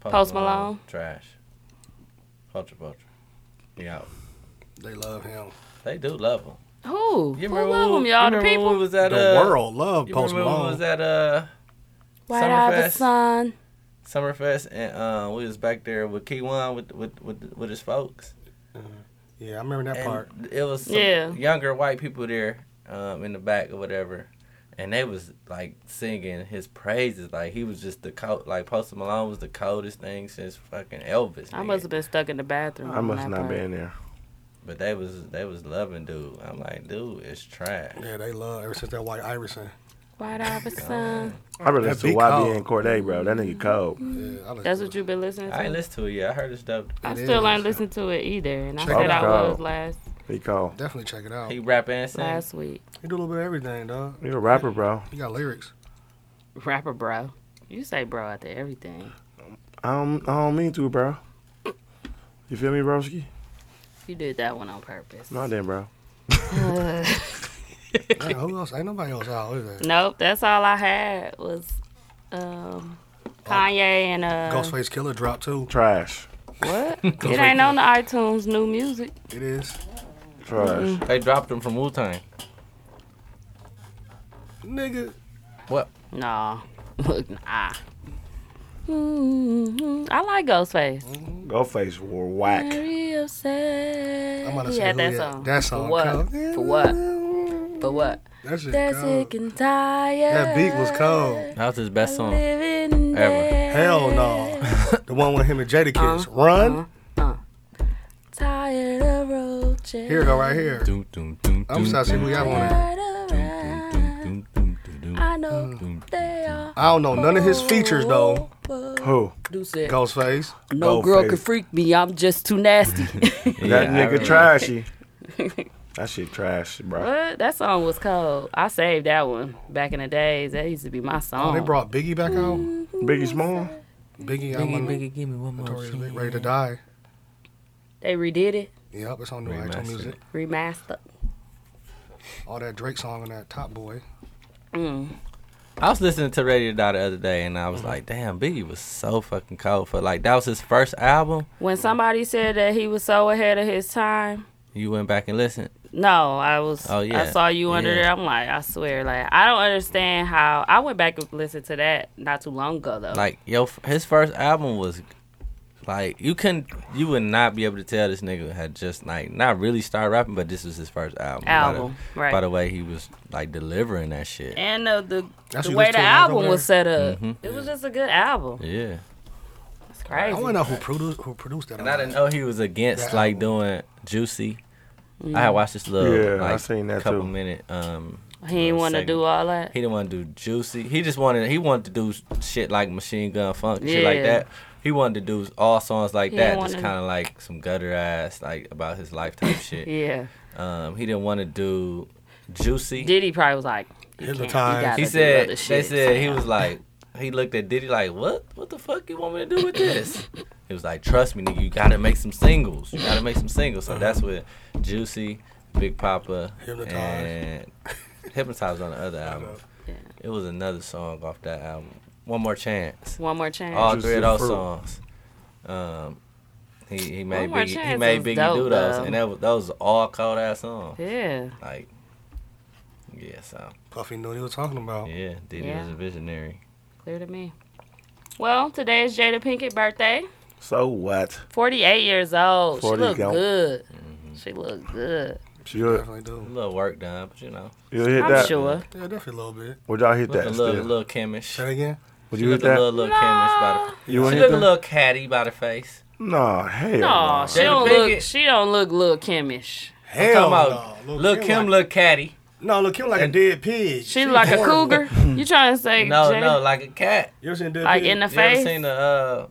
Speaker 3: Post Malone.
Speaker 1: Trash. Culture Vulture. Yeah.
Speaker 5: They love him.
Speaker 1: They do love him.
Speaker 3: Who? Who love them, y'all? The
Speaker 1: When
Speaker 3: people.
Speaker 1: we was at,
Speaker 5: The
Speaker 1: uh,
Speaker 5: world love
Speaker 1: You
Speaker 5: Post
Speaker 1: remember when we was
Speaker 5: Malone.
Speaker 1: at uh,
Speaker 3: White Eye of the
Speaker 1: Summerfest?
Speaker 3: Sun.
Speaker 1: Summerfest and uh, we was back there with Key One with with, with with his folks.
Speaker 5: Uh, Yeah, I remember that
Speaker 1: And
Speaker 5: part.
Speaker 1: It was some
Speaker 3: Yeah.
Speaker 1: younger white people there um, in the back or whatever. And they was like singing his praises, like he was just the cold, like Post Malone was the coldest thing since fucking Elvis.
Speaker 3: I
Speaker 1: nigga.
Speaker 3: must have been stuck in the bathroom.
Speaker 6: I
Speaker 3: on
Speaker 6: must
Speaker 3: that
Speaker 6: not
Speaker 3: part.
Speaker 6: be in there.
Speaker 1: But they was they was loving dude. I'm like, dude, it's trash.
Speaker 5: Yeah, they love ever since that White Iverson.
Speaker 3: White Eye of the Sun.
Speaker 6: I really
Speaker 5: That
Speaker 6: listen
Speaker 5: be
Speaker 6: to YB
Speaker 5: cold.
Speaker 6: and Corday, bro. That nigga cold.
Speaker 5: Yeah, I listen
Speaker 3: That's
Speaker 5: to
Speaker 3: what you've been listening to.
Speaker 1: I ain't listened to it yet. I heard his stuff.
Speaker 3: I
Speaker 5: It
Speaker 3: still
Speaker 5: is.
Speaker 3: ain't listened to it either, and I
Speaker 5: Check
Speaker 3: said
Speaker 5: it
Speaker 3: I
Speaker 6: out.
Speaker 3: was last
Speaker 6: He cold.
Speaker 5: Definitely check it out.
Speaker 1: He
Speaker 5: He
Speaker 1: rap and sing.
Speaker 3: last week.
Speaker 5: do a little bit of everything, dog.
Speaker 6: You a rapper, bro.
Speaker 5: He got lyrics.
Speaker 3: Rapper bro, you say bro after everything.
Speaker 6: I don't, I don't mean to, bro. You feel me, broski?
Speaker 3: You did that one on purpose.
Speaker 6: No, I didn't, bro.
Speaker 5: Man, who else? Ain't nobody else out, is there?
Speaker 3: Nope, that's all I had was um, Kanye and uh,
Speaker 5: Ghostface Killer dropped too.
Speaker 6: Trash.
Speaker 3: what? it ain't on the iTunes new music.
Speaker 5: It is.
Speaker 6: Trash.
Speaker 1: They dropped him from Wu Tang.
Speaker 5: Nigga.
Speaker 1: What?
Speaker 3: No, nah. Mm-hmm. I like Ghostface.
Speaker 6: Ghostface were whack.
Speaker 3: Very upset.
Speaker 5: I'm about to
Speaker 3: He
Speaker 5: say
Speaker 3: had
Speaker 5: who
Speaker 3: that
Speaker 5: he-
Speaker 3: song.
Speaker 5: that song
Speaker 3: For what?
Speaker 5: cold.
Speaker 3: For what? For what?
Speaker 5: That shit
Speaker 3: They're
Speaker 5: cold.
Speaker 3: sick and tired.
Speaker 5: That beat was cold.
Speaker 1: That was his best song.
Speaker 3: Living
Speaker 1: Ever.
Speaker 3: dead.
Speaker 5: Hell no. the one with him and Jada kiss. Run.
Speaker 3: Uh-huh. Tired of roaches.
Speaker 5: Here it go right here.
Speaker 1: Doom, doom, doom,
Speaker 5: I'm sorry, see who y'all want it.
Speaker 3: Tired of roaches.
Speaker 1: doom, doom, doom, doom.
Speaker 3: I know they are.
Speaker 5: I don't know none of his features though.
Speaker 6: Who?
Speaker 5: Ghostface.
Speaker 3: No
Speaker 6: Go
Speaker 3: girl
Speaker 6: face.
Speaker 3: can freak me. I'm just too nasty.
Speaker 6: That
Speaker 1: Yeah, I
Speaker 6: nigga
Speaker 1: remember.
Speaker 6: trashy. that shit trash, bro.
Speaker 3: what? That song was cold. I saved that one back in the days. That used to be my
Speaker 5: Oh,
Speaker 3: song.
Speaker 5: they brought Biggie back out.
Speaker 6: Biggie Small?
Speaker 5: Biggie, I'm Biggie,
Speaker 1: give me one
Speaker 5: Biggie, ready to die.
Speaker 3: They redid it,
Speaker 5: Yep, it's on new
Speaker 1: Remastered.
Speaker 5: iTunes music.
Speaker 3: remastered.
Speaker 5: All that Drake song on that Top Boy.
Speaker 3: Mm.
Speaker 1: I was listening to Radio Die the other day, and I was like, "Damn, Biggie was so fucking cold for like that was his first album."
Speaker 3: When somebody said that he was so ahead of his time,
Speaker 1: You went back and listened.
Speaker 3: No, I was.
Speaker 1: Oh, yeah.
Speaker 3: I saw you under
Speaker 1: Yeah.
Speaker 3: there. I'm like, I swear, like I don't understand how. I went back and listened to that not too long ago though.
Speaker 1: Like yo, f- his first album was like you couldn't, you would not be able to tell this nigga had just like not really started rapping, but this was his first album.
Speaker 3: Album,
Speaker 1: by the,
Speaker 3: right.
Speaker 1: By the way, he was like delivering that shit.
Speaker 3: and uh, the
Speaker 5: That's
Speaker 3: the
Speaker 5: you
Speaker 3: way
Speaker 5: listen
Speaker 3: the
Speaker 5: to it now,
Speaker 3: album
Speaker 5: over
Speaker 3: was set up,
Speaker 1: Mhm.
Speaker 3: it was just a good album.
Speaker 1: Yeah.
Speaker 3: It's crazy.
Speaker 5: I wanna know who produced who produced that.
Speaker 1: And I didn't know he was against
Speaker 5: That
Speaker 1: like
Speaker 5: album.
Speaker 1: doing Juicy. I had watched this little
Speaker 6: Yeah, I
Speaker 1: like
Speaker 6: seen that
Speaker 1: couple
Speaker 6: too.
Speaker 1: minute um
Speaker 3: He ain't
Speaker 1: little
Speaker 3: want to
Speaker 1: segment.
Speaker 3: do all that.
Speaker 1: He didn't want to do juicy. He just wanted he wanted to do shit like Machine Gun Funk, shit like
Speaker 3: Yeah.
Speaker 1: that. He wanted to do all songs like
Speaker 3: He
Speaker 1: that,
Speaker 3: didn't
Speaker 1: just
Speaker 3: wanna-
Speaker 1: kind of like some gutter ass, like about his lifetime shit.
Speaker 3: Yeah.
Speaker 1: Um, he didn't want to do juicy.
Speaker 3: Diddy probably was like, you
Speaker 5: Here's the
Speaker 3: can't- you
Speaker 5: time.
Speaker 3: gotta
Speaker 1: he
Speaker 3: do
Speaker 1: said
Speaker 3: other
Speaker 1: they
Speaker 3: shit.
Speaker 1: said he was like he looked at Diddy like what what the fuck you want me to do with this? He was like trust me nigga you gotta make some singles you gotta make some singles so that's what Juicy, Big Papa,
Speaker 5: Hypnotize.
Speaker 1: and Hypnotize on the other album.
Speaker 3: Yeah.
Speaker 1: It was another song off that album. One more chance.
Speaker 3: One more chance.
Speaker 1: All
Speaker 6: Juicy
Speaker 1: three of those
Speaker 6: Fruit.
Speaker 1: songs. Um, he he made
Speaker 3: More
Speaker 1: Biggie, he
Speaker 3: Chance
Speaker 1: made
Speaker 3: was
Speaker 1: Biggie
Speaker 3: dope,
Speaker 1: do those
Speaker 3: though.
Speaker 1: and that was, those was all cold ass songs.
Speaker 3: yeah.
Speaker 1: Like yeah so
Speaker 5: Puffy knew what he was talking about.
Speaker 1: yeah Diddy
Speaker 3: Yeah.
Speaker 1: was a visionary.
Speaker 3: Clear to me. Well, today is Jada Pinkett birthday.
Speaker 6: So what?
Speaker 3: 48 years old. She
Speaker 6: 40
Speaker 3: look
Speaker 6: gone.
Speaker 3: good. Mm-hmm. She look good.
Speaker 6: You'll,
Speaker 5: Definitely
Speaker 1: A
Speaker 5: do.
Speaker 1: little work done, but you know.
Speaker 6: you'll hit
Speaker 3: I'm
Speaker 6: that?
Speaker 3: sure.
Speaker 5: Yeah, definitely a little bit.
Speaker 6: Would y'all hit
Speaker 1: Look a
Speaker 6: that
Speaker 1: little,
Speaker 6: still?
Speaker 1: little chemish.
Speaker 5: Say it again.
Speaker 6: Would
Speaker 1: She
Speaker 6: you hit
Speaker 1: look a little,
Speaker 6: that?
Speaker 1: little chemish by
Speaker 6: You
Speaker 1: the.
Speaker 6: want
Speaker 1: She look
Speaker 6: to hit
Speaker 1: a
Speaker 6: that?
Speaker 1: little catty by the face.
Speaker 6: No, hell
Speaker 3: No,
Speaker 6: no.
Speaker 3: she
Speaker 1: Jada
Speaker 3: don't
Speaker 1: Pinkett.
Speaker 3: look. She don't look little Kimish.
Speaker 5: Hell
Speaker 1: I'm
Speaker 5: no.
Speaker 1: talking about
Speaker 5: Lil'
Speaker 1: Lil Kim
Speaker 5: like-
Speaker 1: look catty.
Speaker 5: No, look Kim like a dead pig.
Speaker 3: She like a
Speaker 5: horrible.
Speaker 3: cougar. You trying to say
Speaker 1: No,
Speaker 3: Jada-
Speaker 1: no, like a cat.
Speaker 5: You ever seen a dead
Speaker 3: Like
Speaker 5: pig?
Speaker 3: in the
Speaker 1: You ever
Speaker 3: face?
Speaker 1: seen the uh,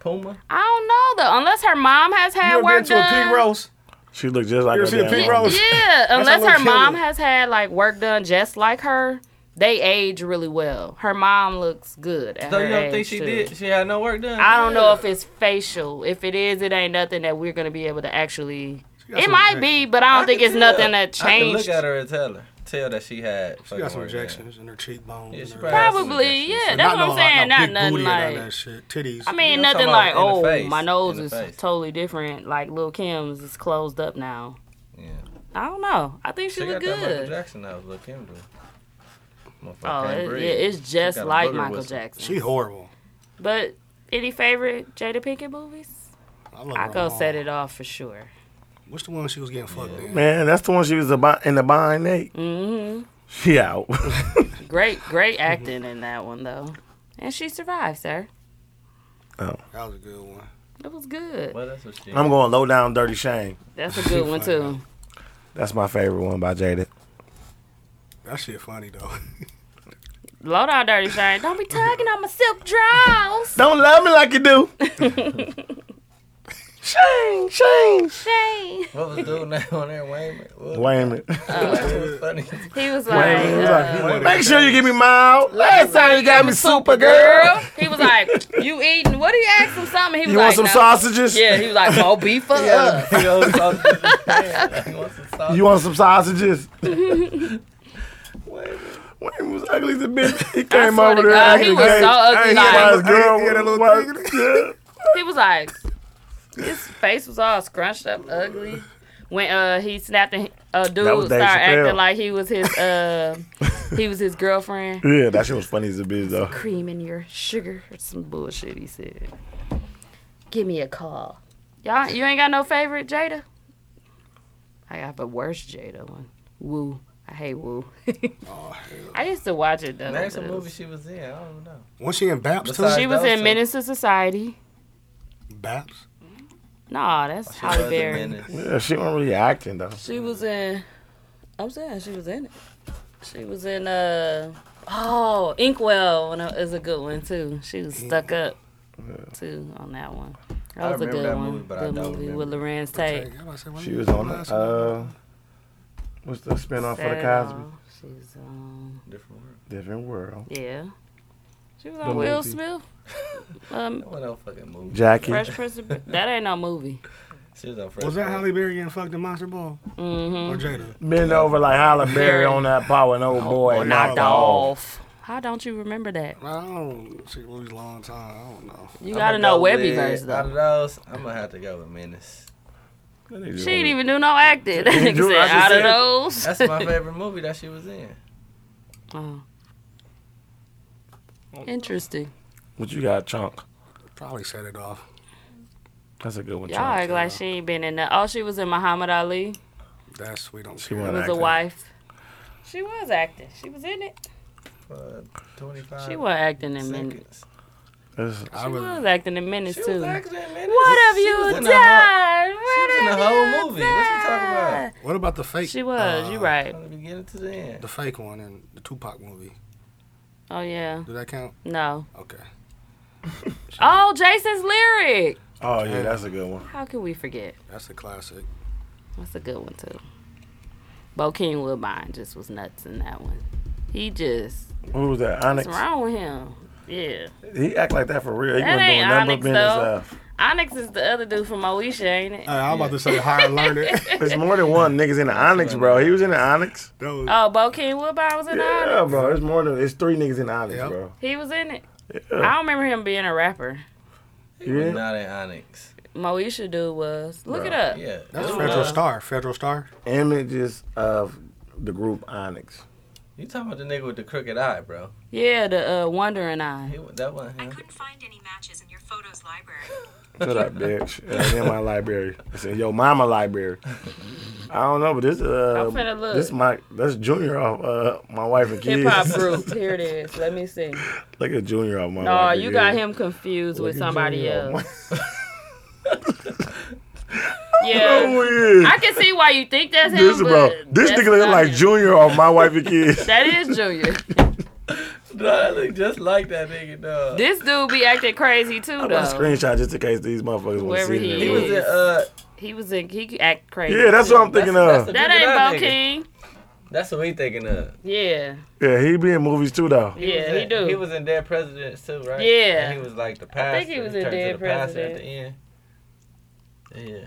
Speaker 1: puma?
Speaker 3: I don't know though. Unless her mom has
Speaker 5: You
Speaker 3: had
Speaker 5: ever been
Speaker 3: work
Speaker 5: to a
Speaker 3: done.
Speaker 5: pig roast?
Speaker 6: She looked just like
Speaker 5: You
Speaker 6: her
Speaker 5: ever seen a
Speaker 6: damn
Speaker 5: pig
Speaker 6: mama.
Speaker 5: roast?
Speaker 3: Yeah, unless
Speaker 5: how
Speaker 3: her
Speaker 5: Lil'
Speaker 3: mom
Speaker 5: Kim
Speaker 3: has had like work done just like her, they age really well. Her mom looks good at
Speaker 1: So
Speaker 3: her
Speaker 1: you don't
Speaker 3: age,
Speaker 1: think she
Speaker 3: too.
Speaker 1: did? She had no work done.
Speaker 3: I don't know if it's facial. If it is, it ain't nothing that we're gonna be able to actually. It might be, but I don't think
Speaker 1: can
Speaker 3: it's
Speaker 1: tell.
Speaker 3: nothing that
Speaker 1: I can look
Speaker 3: changed.
Speaker 1: at her and tell her, tell that she had.
Speaker 5: She got some
Speaker 1: work done.
Speaker 5: injections in her cheekbones.
Speaker 1: Yeah,
Speaker 5: and
Speaker 1: she
Speaker 5: her-
Speaker 1: probably had some
Speaker 3: Probably,
Speaker 1: injections.
Speaker 3: yeah.
Speaker 5: But
Speaker 3: That's
Speaker 5: not
Speaker 3: what I'm
Speaker 5: no- no
Speaker 3: saying. Not
Speaker 5: big
Speaker 3: nothing
Speaker 5: booty and all
Speaker 3: like.
Speaker 5: that shit. Titties.
Speaker 3: I mean,
Speaker 1: I'm
Speaker 3: nothing
Speaker 1: talking
Speaker 3: like,
Speaker 1: about in
Speaker 3: oh,
Speaker 1: the face,
Speaker 3: my
Speaker 1: in
Speaker 3: nose
Speaker 1: the
Speaker 3: is
Speaker 1: face.
Speaker 3: totally different. Like Lil Kim's is closed up now.
Speaker 1: Yeah.
Speaker 3: I don't know. I think she,
Speaker 1: She got
Speaker 3: look
Speaker 1: that Michael
Speaker 3: good.
Speaker 1: Jackson that was Lil Kim doing.
Speaker 3: Oh, it, yeah, it's just like Michael Jackson.
Speaker 5: she horrible.
Speaker 3: But any favorite Jada Pinkett movies?
Speaker 5: I love
Speaker 3: I
Speaker 5: her
Speaker 3: go
Speaker 5: mom.
Speaker 3: set it off for sure.
Speaker 5: What's the one she was getting fucked in?
Speaker 6: Man, that's the one she was about in the bind Nate.
Speaker 3: hmm
Speaker 6: She out.
Speaker 3: Great, great
Speaker 6: Mm-hmm.
Speaker 3: acting in that one though, and she survived, sir.
Speaker 5: That was a good one.
Speaker 3: It was good.
Speaker 1: Well, that's what she.
Speaker 6: Oh. I'm going low down dirty shame.
Speaker 3: That's a good one too.
Speaker 6: That's my favorite one by Jada.
Speaker 5: That shit funny though.
Speaker 3: Low down dirty shine. Don't be tugging on my silk drawers.
Speaker 6: Don't love me like you do. shame, shame.
Speaker 3: Shame.
Speaker 1: What was doing that on there, Wayman? What-
Speaker 6: Wait a
Speaker 3: Oh,
Speaker 6: minute.
Speaker 1: Wayman was funny.
Speaker 3: He was like,
Speaker 6: He was
Speaker 3: uh,
Speaker 6: like, Make sure you give me mild. Last time you got me Supergirl.
Speaker 3: girl. He was like, you eating? What do you ask him something? He was
Speaker 6: You
Speaker 3: like,
Speaker 6: want some
Speaker 3: no.
Speaker 6: sausages?
Speaker 3: Yeah, he was like, more beef for us.
Speaker 1: He goes off to the bed. He wants some sauce.
Speaker 6: You want some sausages? Wayne was ugly as a bitch. He came
Speaker 3: swear
Speaker 6: over
Speaker 3: to
Speaker 6: there.
Speaker 3: God,
Speaker 6: acting
Speaker 3: he was
Speaker 6: gay.
Speaker 3: so ugly,
Speaker 6: Ain't
Speaker 3: like-
Speaker 6: surprised, girl.
Speaker 5: Yeah, that little
Speaker 6: What? Yeah.
Speaker 3: He was like, his face was all scrunched up, ugly. When uh he snapped and uh, dude
Speaker 6: That was
Speaker 3: started
Speaker 6: Dave Chappelle.
Speaker 3: acting like he was his uh he was his girlfriend.
Speaker 6: Yeah, that shit was funny as a bitch though.
Speaker 3: Cream in your sugar or some bullshit. He said, "Give me a call." Y'all, you ain't got no favorite Jada. I got the worst Jada one. Woo. I hate Woo. I used to watch it though.
Speaker 1: Oh, Name some
Speaker 3: but it
Speaker 1: movie
Speaker 3: was-
Speaker 1: she was in. I don't know.
Speaker 5: Wasn't she in Baps too?
Speaker 1: Besides-
Speaker 3: She was
Speaker 1: Those
Speaker 3: in
Speaker 1: two.
Speaker 3: Menace to Society.
Speaker 5: Baps.
Speaker 3: Nah, that's
Speaker 1: She was a
Speaker 3: Holly Berry.
Speaker 1: menace.
Speaker 6: Yeah, she wasn't really acting though.
Speaker 3: She was in. I'm saying she was in it. She was in uh oh Inkwell when I- is a good one too. She was stuck up too on that one.
Speaker 1: I
Speaker 3: That was a
Speaker 1: remember
Speaker 3: good
Speaker 1: that
Speaker 3: one.
Speaker 1: movie, but I
Speaker 3: good
Speaker 1: don't
Speaker 3: movie
Speaker 1: remember.
Speaker 3: with Lorenz Tate.
Speaker 6: She was on the uh, what's the spinoff for the
Speaker 3: Sad,
Speaker 6: Cosby?
Speaker 3: uh, She's um
Speaker 1: Different world.
Speaker 6: Different world.
Speaker 3: yeah. She was on
Speaker 6: The
Speaker 3: Will
Speaker 6: movie.
Speaker 3: Smith. Um,
Speaker 1: That wasn't no fucking movie.
Speaker 6: Jackie.
Speaker 3: Fresh Prince. Of, that ain't no movie.
Speaker 1: She was on Fresh.
Speaker 5: Was that
Speaker 1: Prince.
Speaker 5: Halle Berry getting fucked in Monster Ball
Speaker 3: Mm-hmm.
Speaker 5: or Jada?
Speaker 6: Been over like Halle Berry on that power and old boy.
Speaker 5: boy,
Speaker 6: knocked
Speaker 5: knocked
Speaker 6: off.
Speaker 3: Dolph. How don't you remember that?
Speaker 5: I don't see movies a long time. I don't know.
Speaker 3: You
Speaker 1: I'ma
Speaker 3: gotta
Speaker 1: go
Speaker 3: know
Speaker 1: with-
Speaker 3: Webbyverse
Speaker 1: Out of
Speaker 3: though.
Speaker 1: those, I'm gonna have to go with Menace.
Speaker 3: She didn't even do no acting. That nigga
Speaker 6: do- I
Speaker 3: said,
Speaker 6: just
Speaker 3: out of
Speaker 6: said-
Speaker 3: those.
Speaker 1: That's my favorite movie that she was in.
Speaker 3: Oh. Interesting.
Speaker 6: What you got, Chunk?
Speaker 5: Probably set it off.
Speaker 6: That's a good one.
Speaker 3: Y'all act like she ain't been in that. Oh, she was in Muhammad Ali.
Speaker 5: That's we don't.
Speaker 6: She
Speaker 5: care.
Speaker 3: It
Speaker 6: wasn't
Speaker 3: was a
Speaker 6: acting.
Speaker 3: wife. She was acting. She was in it.
Speaker 1: Uh, 25
Speaker 3: She was acting in minutes.
Speaker 1: seconds.
Speaker 6: That's-
Speaker 5: I
Speaker 3: She
Speaker 5: was.
Speaker 3: was acting in minutes
Speaker 1: She was
Speaker 3: too.
Speaker 1: acting in Menace.
Speaker 3: What have
Speaker 1: She was
Speaker 3: you
Speaker 1: in
Speaker 3: done?
Speaker 1: a hot-
Speaker 3: What
Speaker 1: She in the whole movie. What you talking about?
Speaker 5: What about the fake?
Speaker 3: She was. you
Speaker 5: uh,
Speaker 3: right.
Speaker 1: From the beginning to the end.
Speaker 5: The fake one in the Tupac movie.
Speaker 3: Oh yeah.
Speaker 5: Did that count?
Speaker 3: No.
Speaker 5: Okay.
Speaker 3: Oh, Jason's lyric.
Speaker 6: Oh yeah, that's a good one.
Speaker 3: How can we forget?
Speaker 5: That's a classic.
Speaker 3: That's a good one too. Bo King Woodbine just was nuts in that one. He just
Speaker 6: Who was that?
Speaker 3: what's
Speaker 6: Mm, Onyx.
Speaker 3: wrong with him? Yeah.
Speaker 6: He act like that for real. He
Speaker 3: That
Speaker 6: wasn't doing
Speaker 3: ain't
Speaker 6: nothing
Speaker 3: Onyx,
Speaker 6: but being
Speaker 3: though.
Speaker 6: himself.
Speaker 3: Onyx is the other dude from Moesha, ain't it?
Speaker 5: Uh, I'm about to say higher learning. that
Speaker 6: There's more than one niggas in the Onyx, bro. He was in the Onyx.
Speaker 5: was,
Speaker 3: oh, Bo King Woodbine was in
Speaker 6: Yeah,
Speaker 3: Onyx.
Speaker 6: bro. There's more than it's three niggas in the Onyx,
Speaker 5: Yep.
Speaker 6: bro.
Speaker 3: He was in it. I
Speaker 6: Yeah.
Speaker 3: don't remember him being a rapper.
Speaker 1: He was
Speaker 6: Yeah.
Speaker 1: not in Onyx.
Speaker 3: Moesha dude was. Look it up.
Speaker 1: Yeah.
Speaker 5: that's
Speaker 1: It
Speaker 5: Federal
Speaker 1: was-
Speaker 5: Star. Federal Star.
Speaker 6: Images of the group Onyx.
Speaker 1: You talking about the nigga with the crooked eye, bro?
Speaker 3: Yeah, the uh, Wondering Eye.
Speaker 1: He, wa- that wasn't him.
Speaker 12: Couldn't find any matches in your photos library.
Speaker 6: Shut up, bitch. It's in my library. It's in your mama library. I don't know, but this uh,
Speaker 3: I'm finna look.
Speaker 6: this my that's Junior off uh my wife and kids.
Speaker 3: Hip hop group. Here it is. Let me see.
Speaker 6: Look at Junior off my.
Speaker 3: No,
Speaker 6: wife and
Speaker 3: you got
Speaker 6: kids.
Speaker 3: him confused
Speaker 6: Look
Speaker 3: with
Speaker 6: at
Speaker 3: somebody
Speaker 6: Junior off
Speaker 3: else.
Speaker 6: my-
Speaker 3: Yeah.
Speaker 6: Who is?
Speaker 3: I can see why you think that's him.
Speaker 6: This bro,
Speaker 3: but
Speaker 6: this
Speaker 3: that's
Speaker 6: nigga look
Speaker 3: not
Speaker 6: like
Speaker 3: him.
Speaker 6: Junior off my wife and kids.
Speaker 3: That is Junior.
Speaker 1: No, that look just like that nigga, dog.
Speaker 3: this dude be acting crazy too,
Speaker 6: I'm gonna
Speaker 3: though.
Speaker 6: screenshot just in case these motherfuckers want to
Speaker 3: Whoever
Speaker 6: see
Speaker 3: he
Speaker 1: He
Speaker 6: it.
Speaker 1: was in uh.
Speaker 3: He was in. He could act crazy.
Speaker 6: Yeah, that's what I'm thinking
Speaker 1: That's, that's
Speaker 6: of.
Speaker 1: the
Speaker 3: That
Speaker 1: dude
Speaker 3: ain't Bo
Speaker 1: nigga-
Speaker 3: King.
Speaker 1: That's what we thinking of.
Speaker 3: Yeah,
Speaker 6: Yeah, he be in movies too though.
Speaker 1: He
Speaker 3: yeah,
Speaker 1: was
Speaker 3: he
Speaker 1: in-
Speaker 3: do.
Speaker 1: He was in Dead Presidents too, right?
Speaker 3: Yeah.
Speaker 1: And he was like the pastor.
Speaker 3: he was in
Speaker 1: turned to
Speaker 3: Dead
Speaker 1: the pastor at the
Speaker 3: Presidents.
Speaker 1: end. Yeah.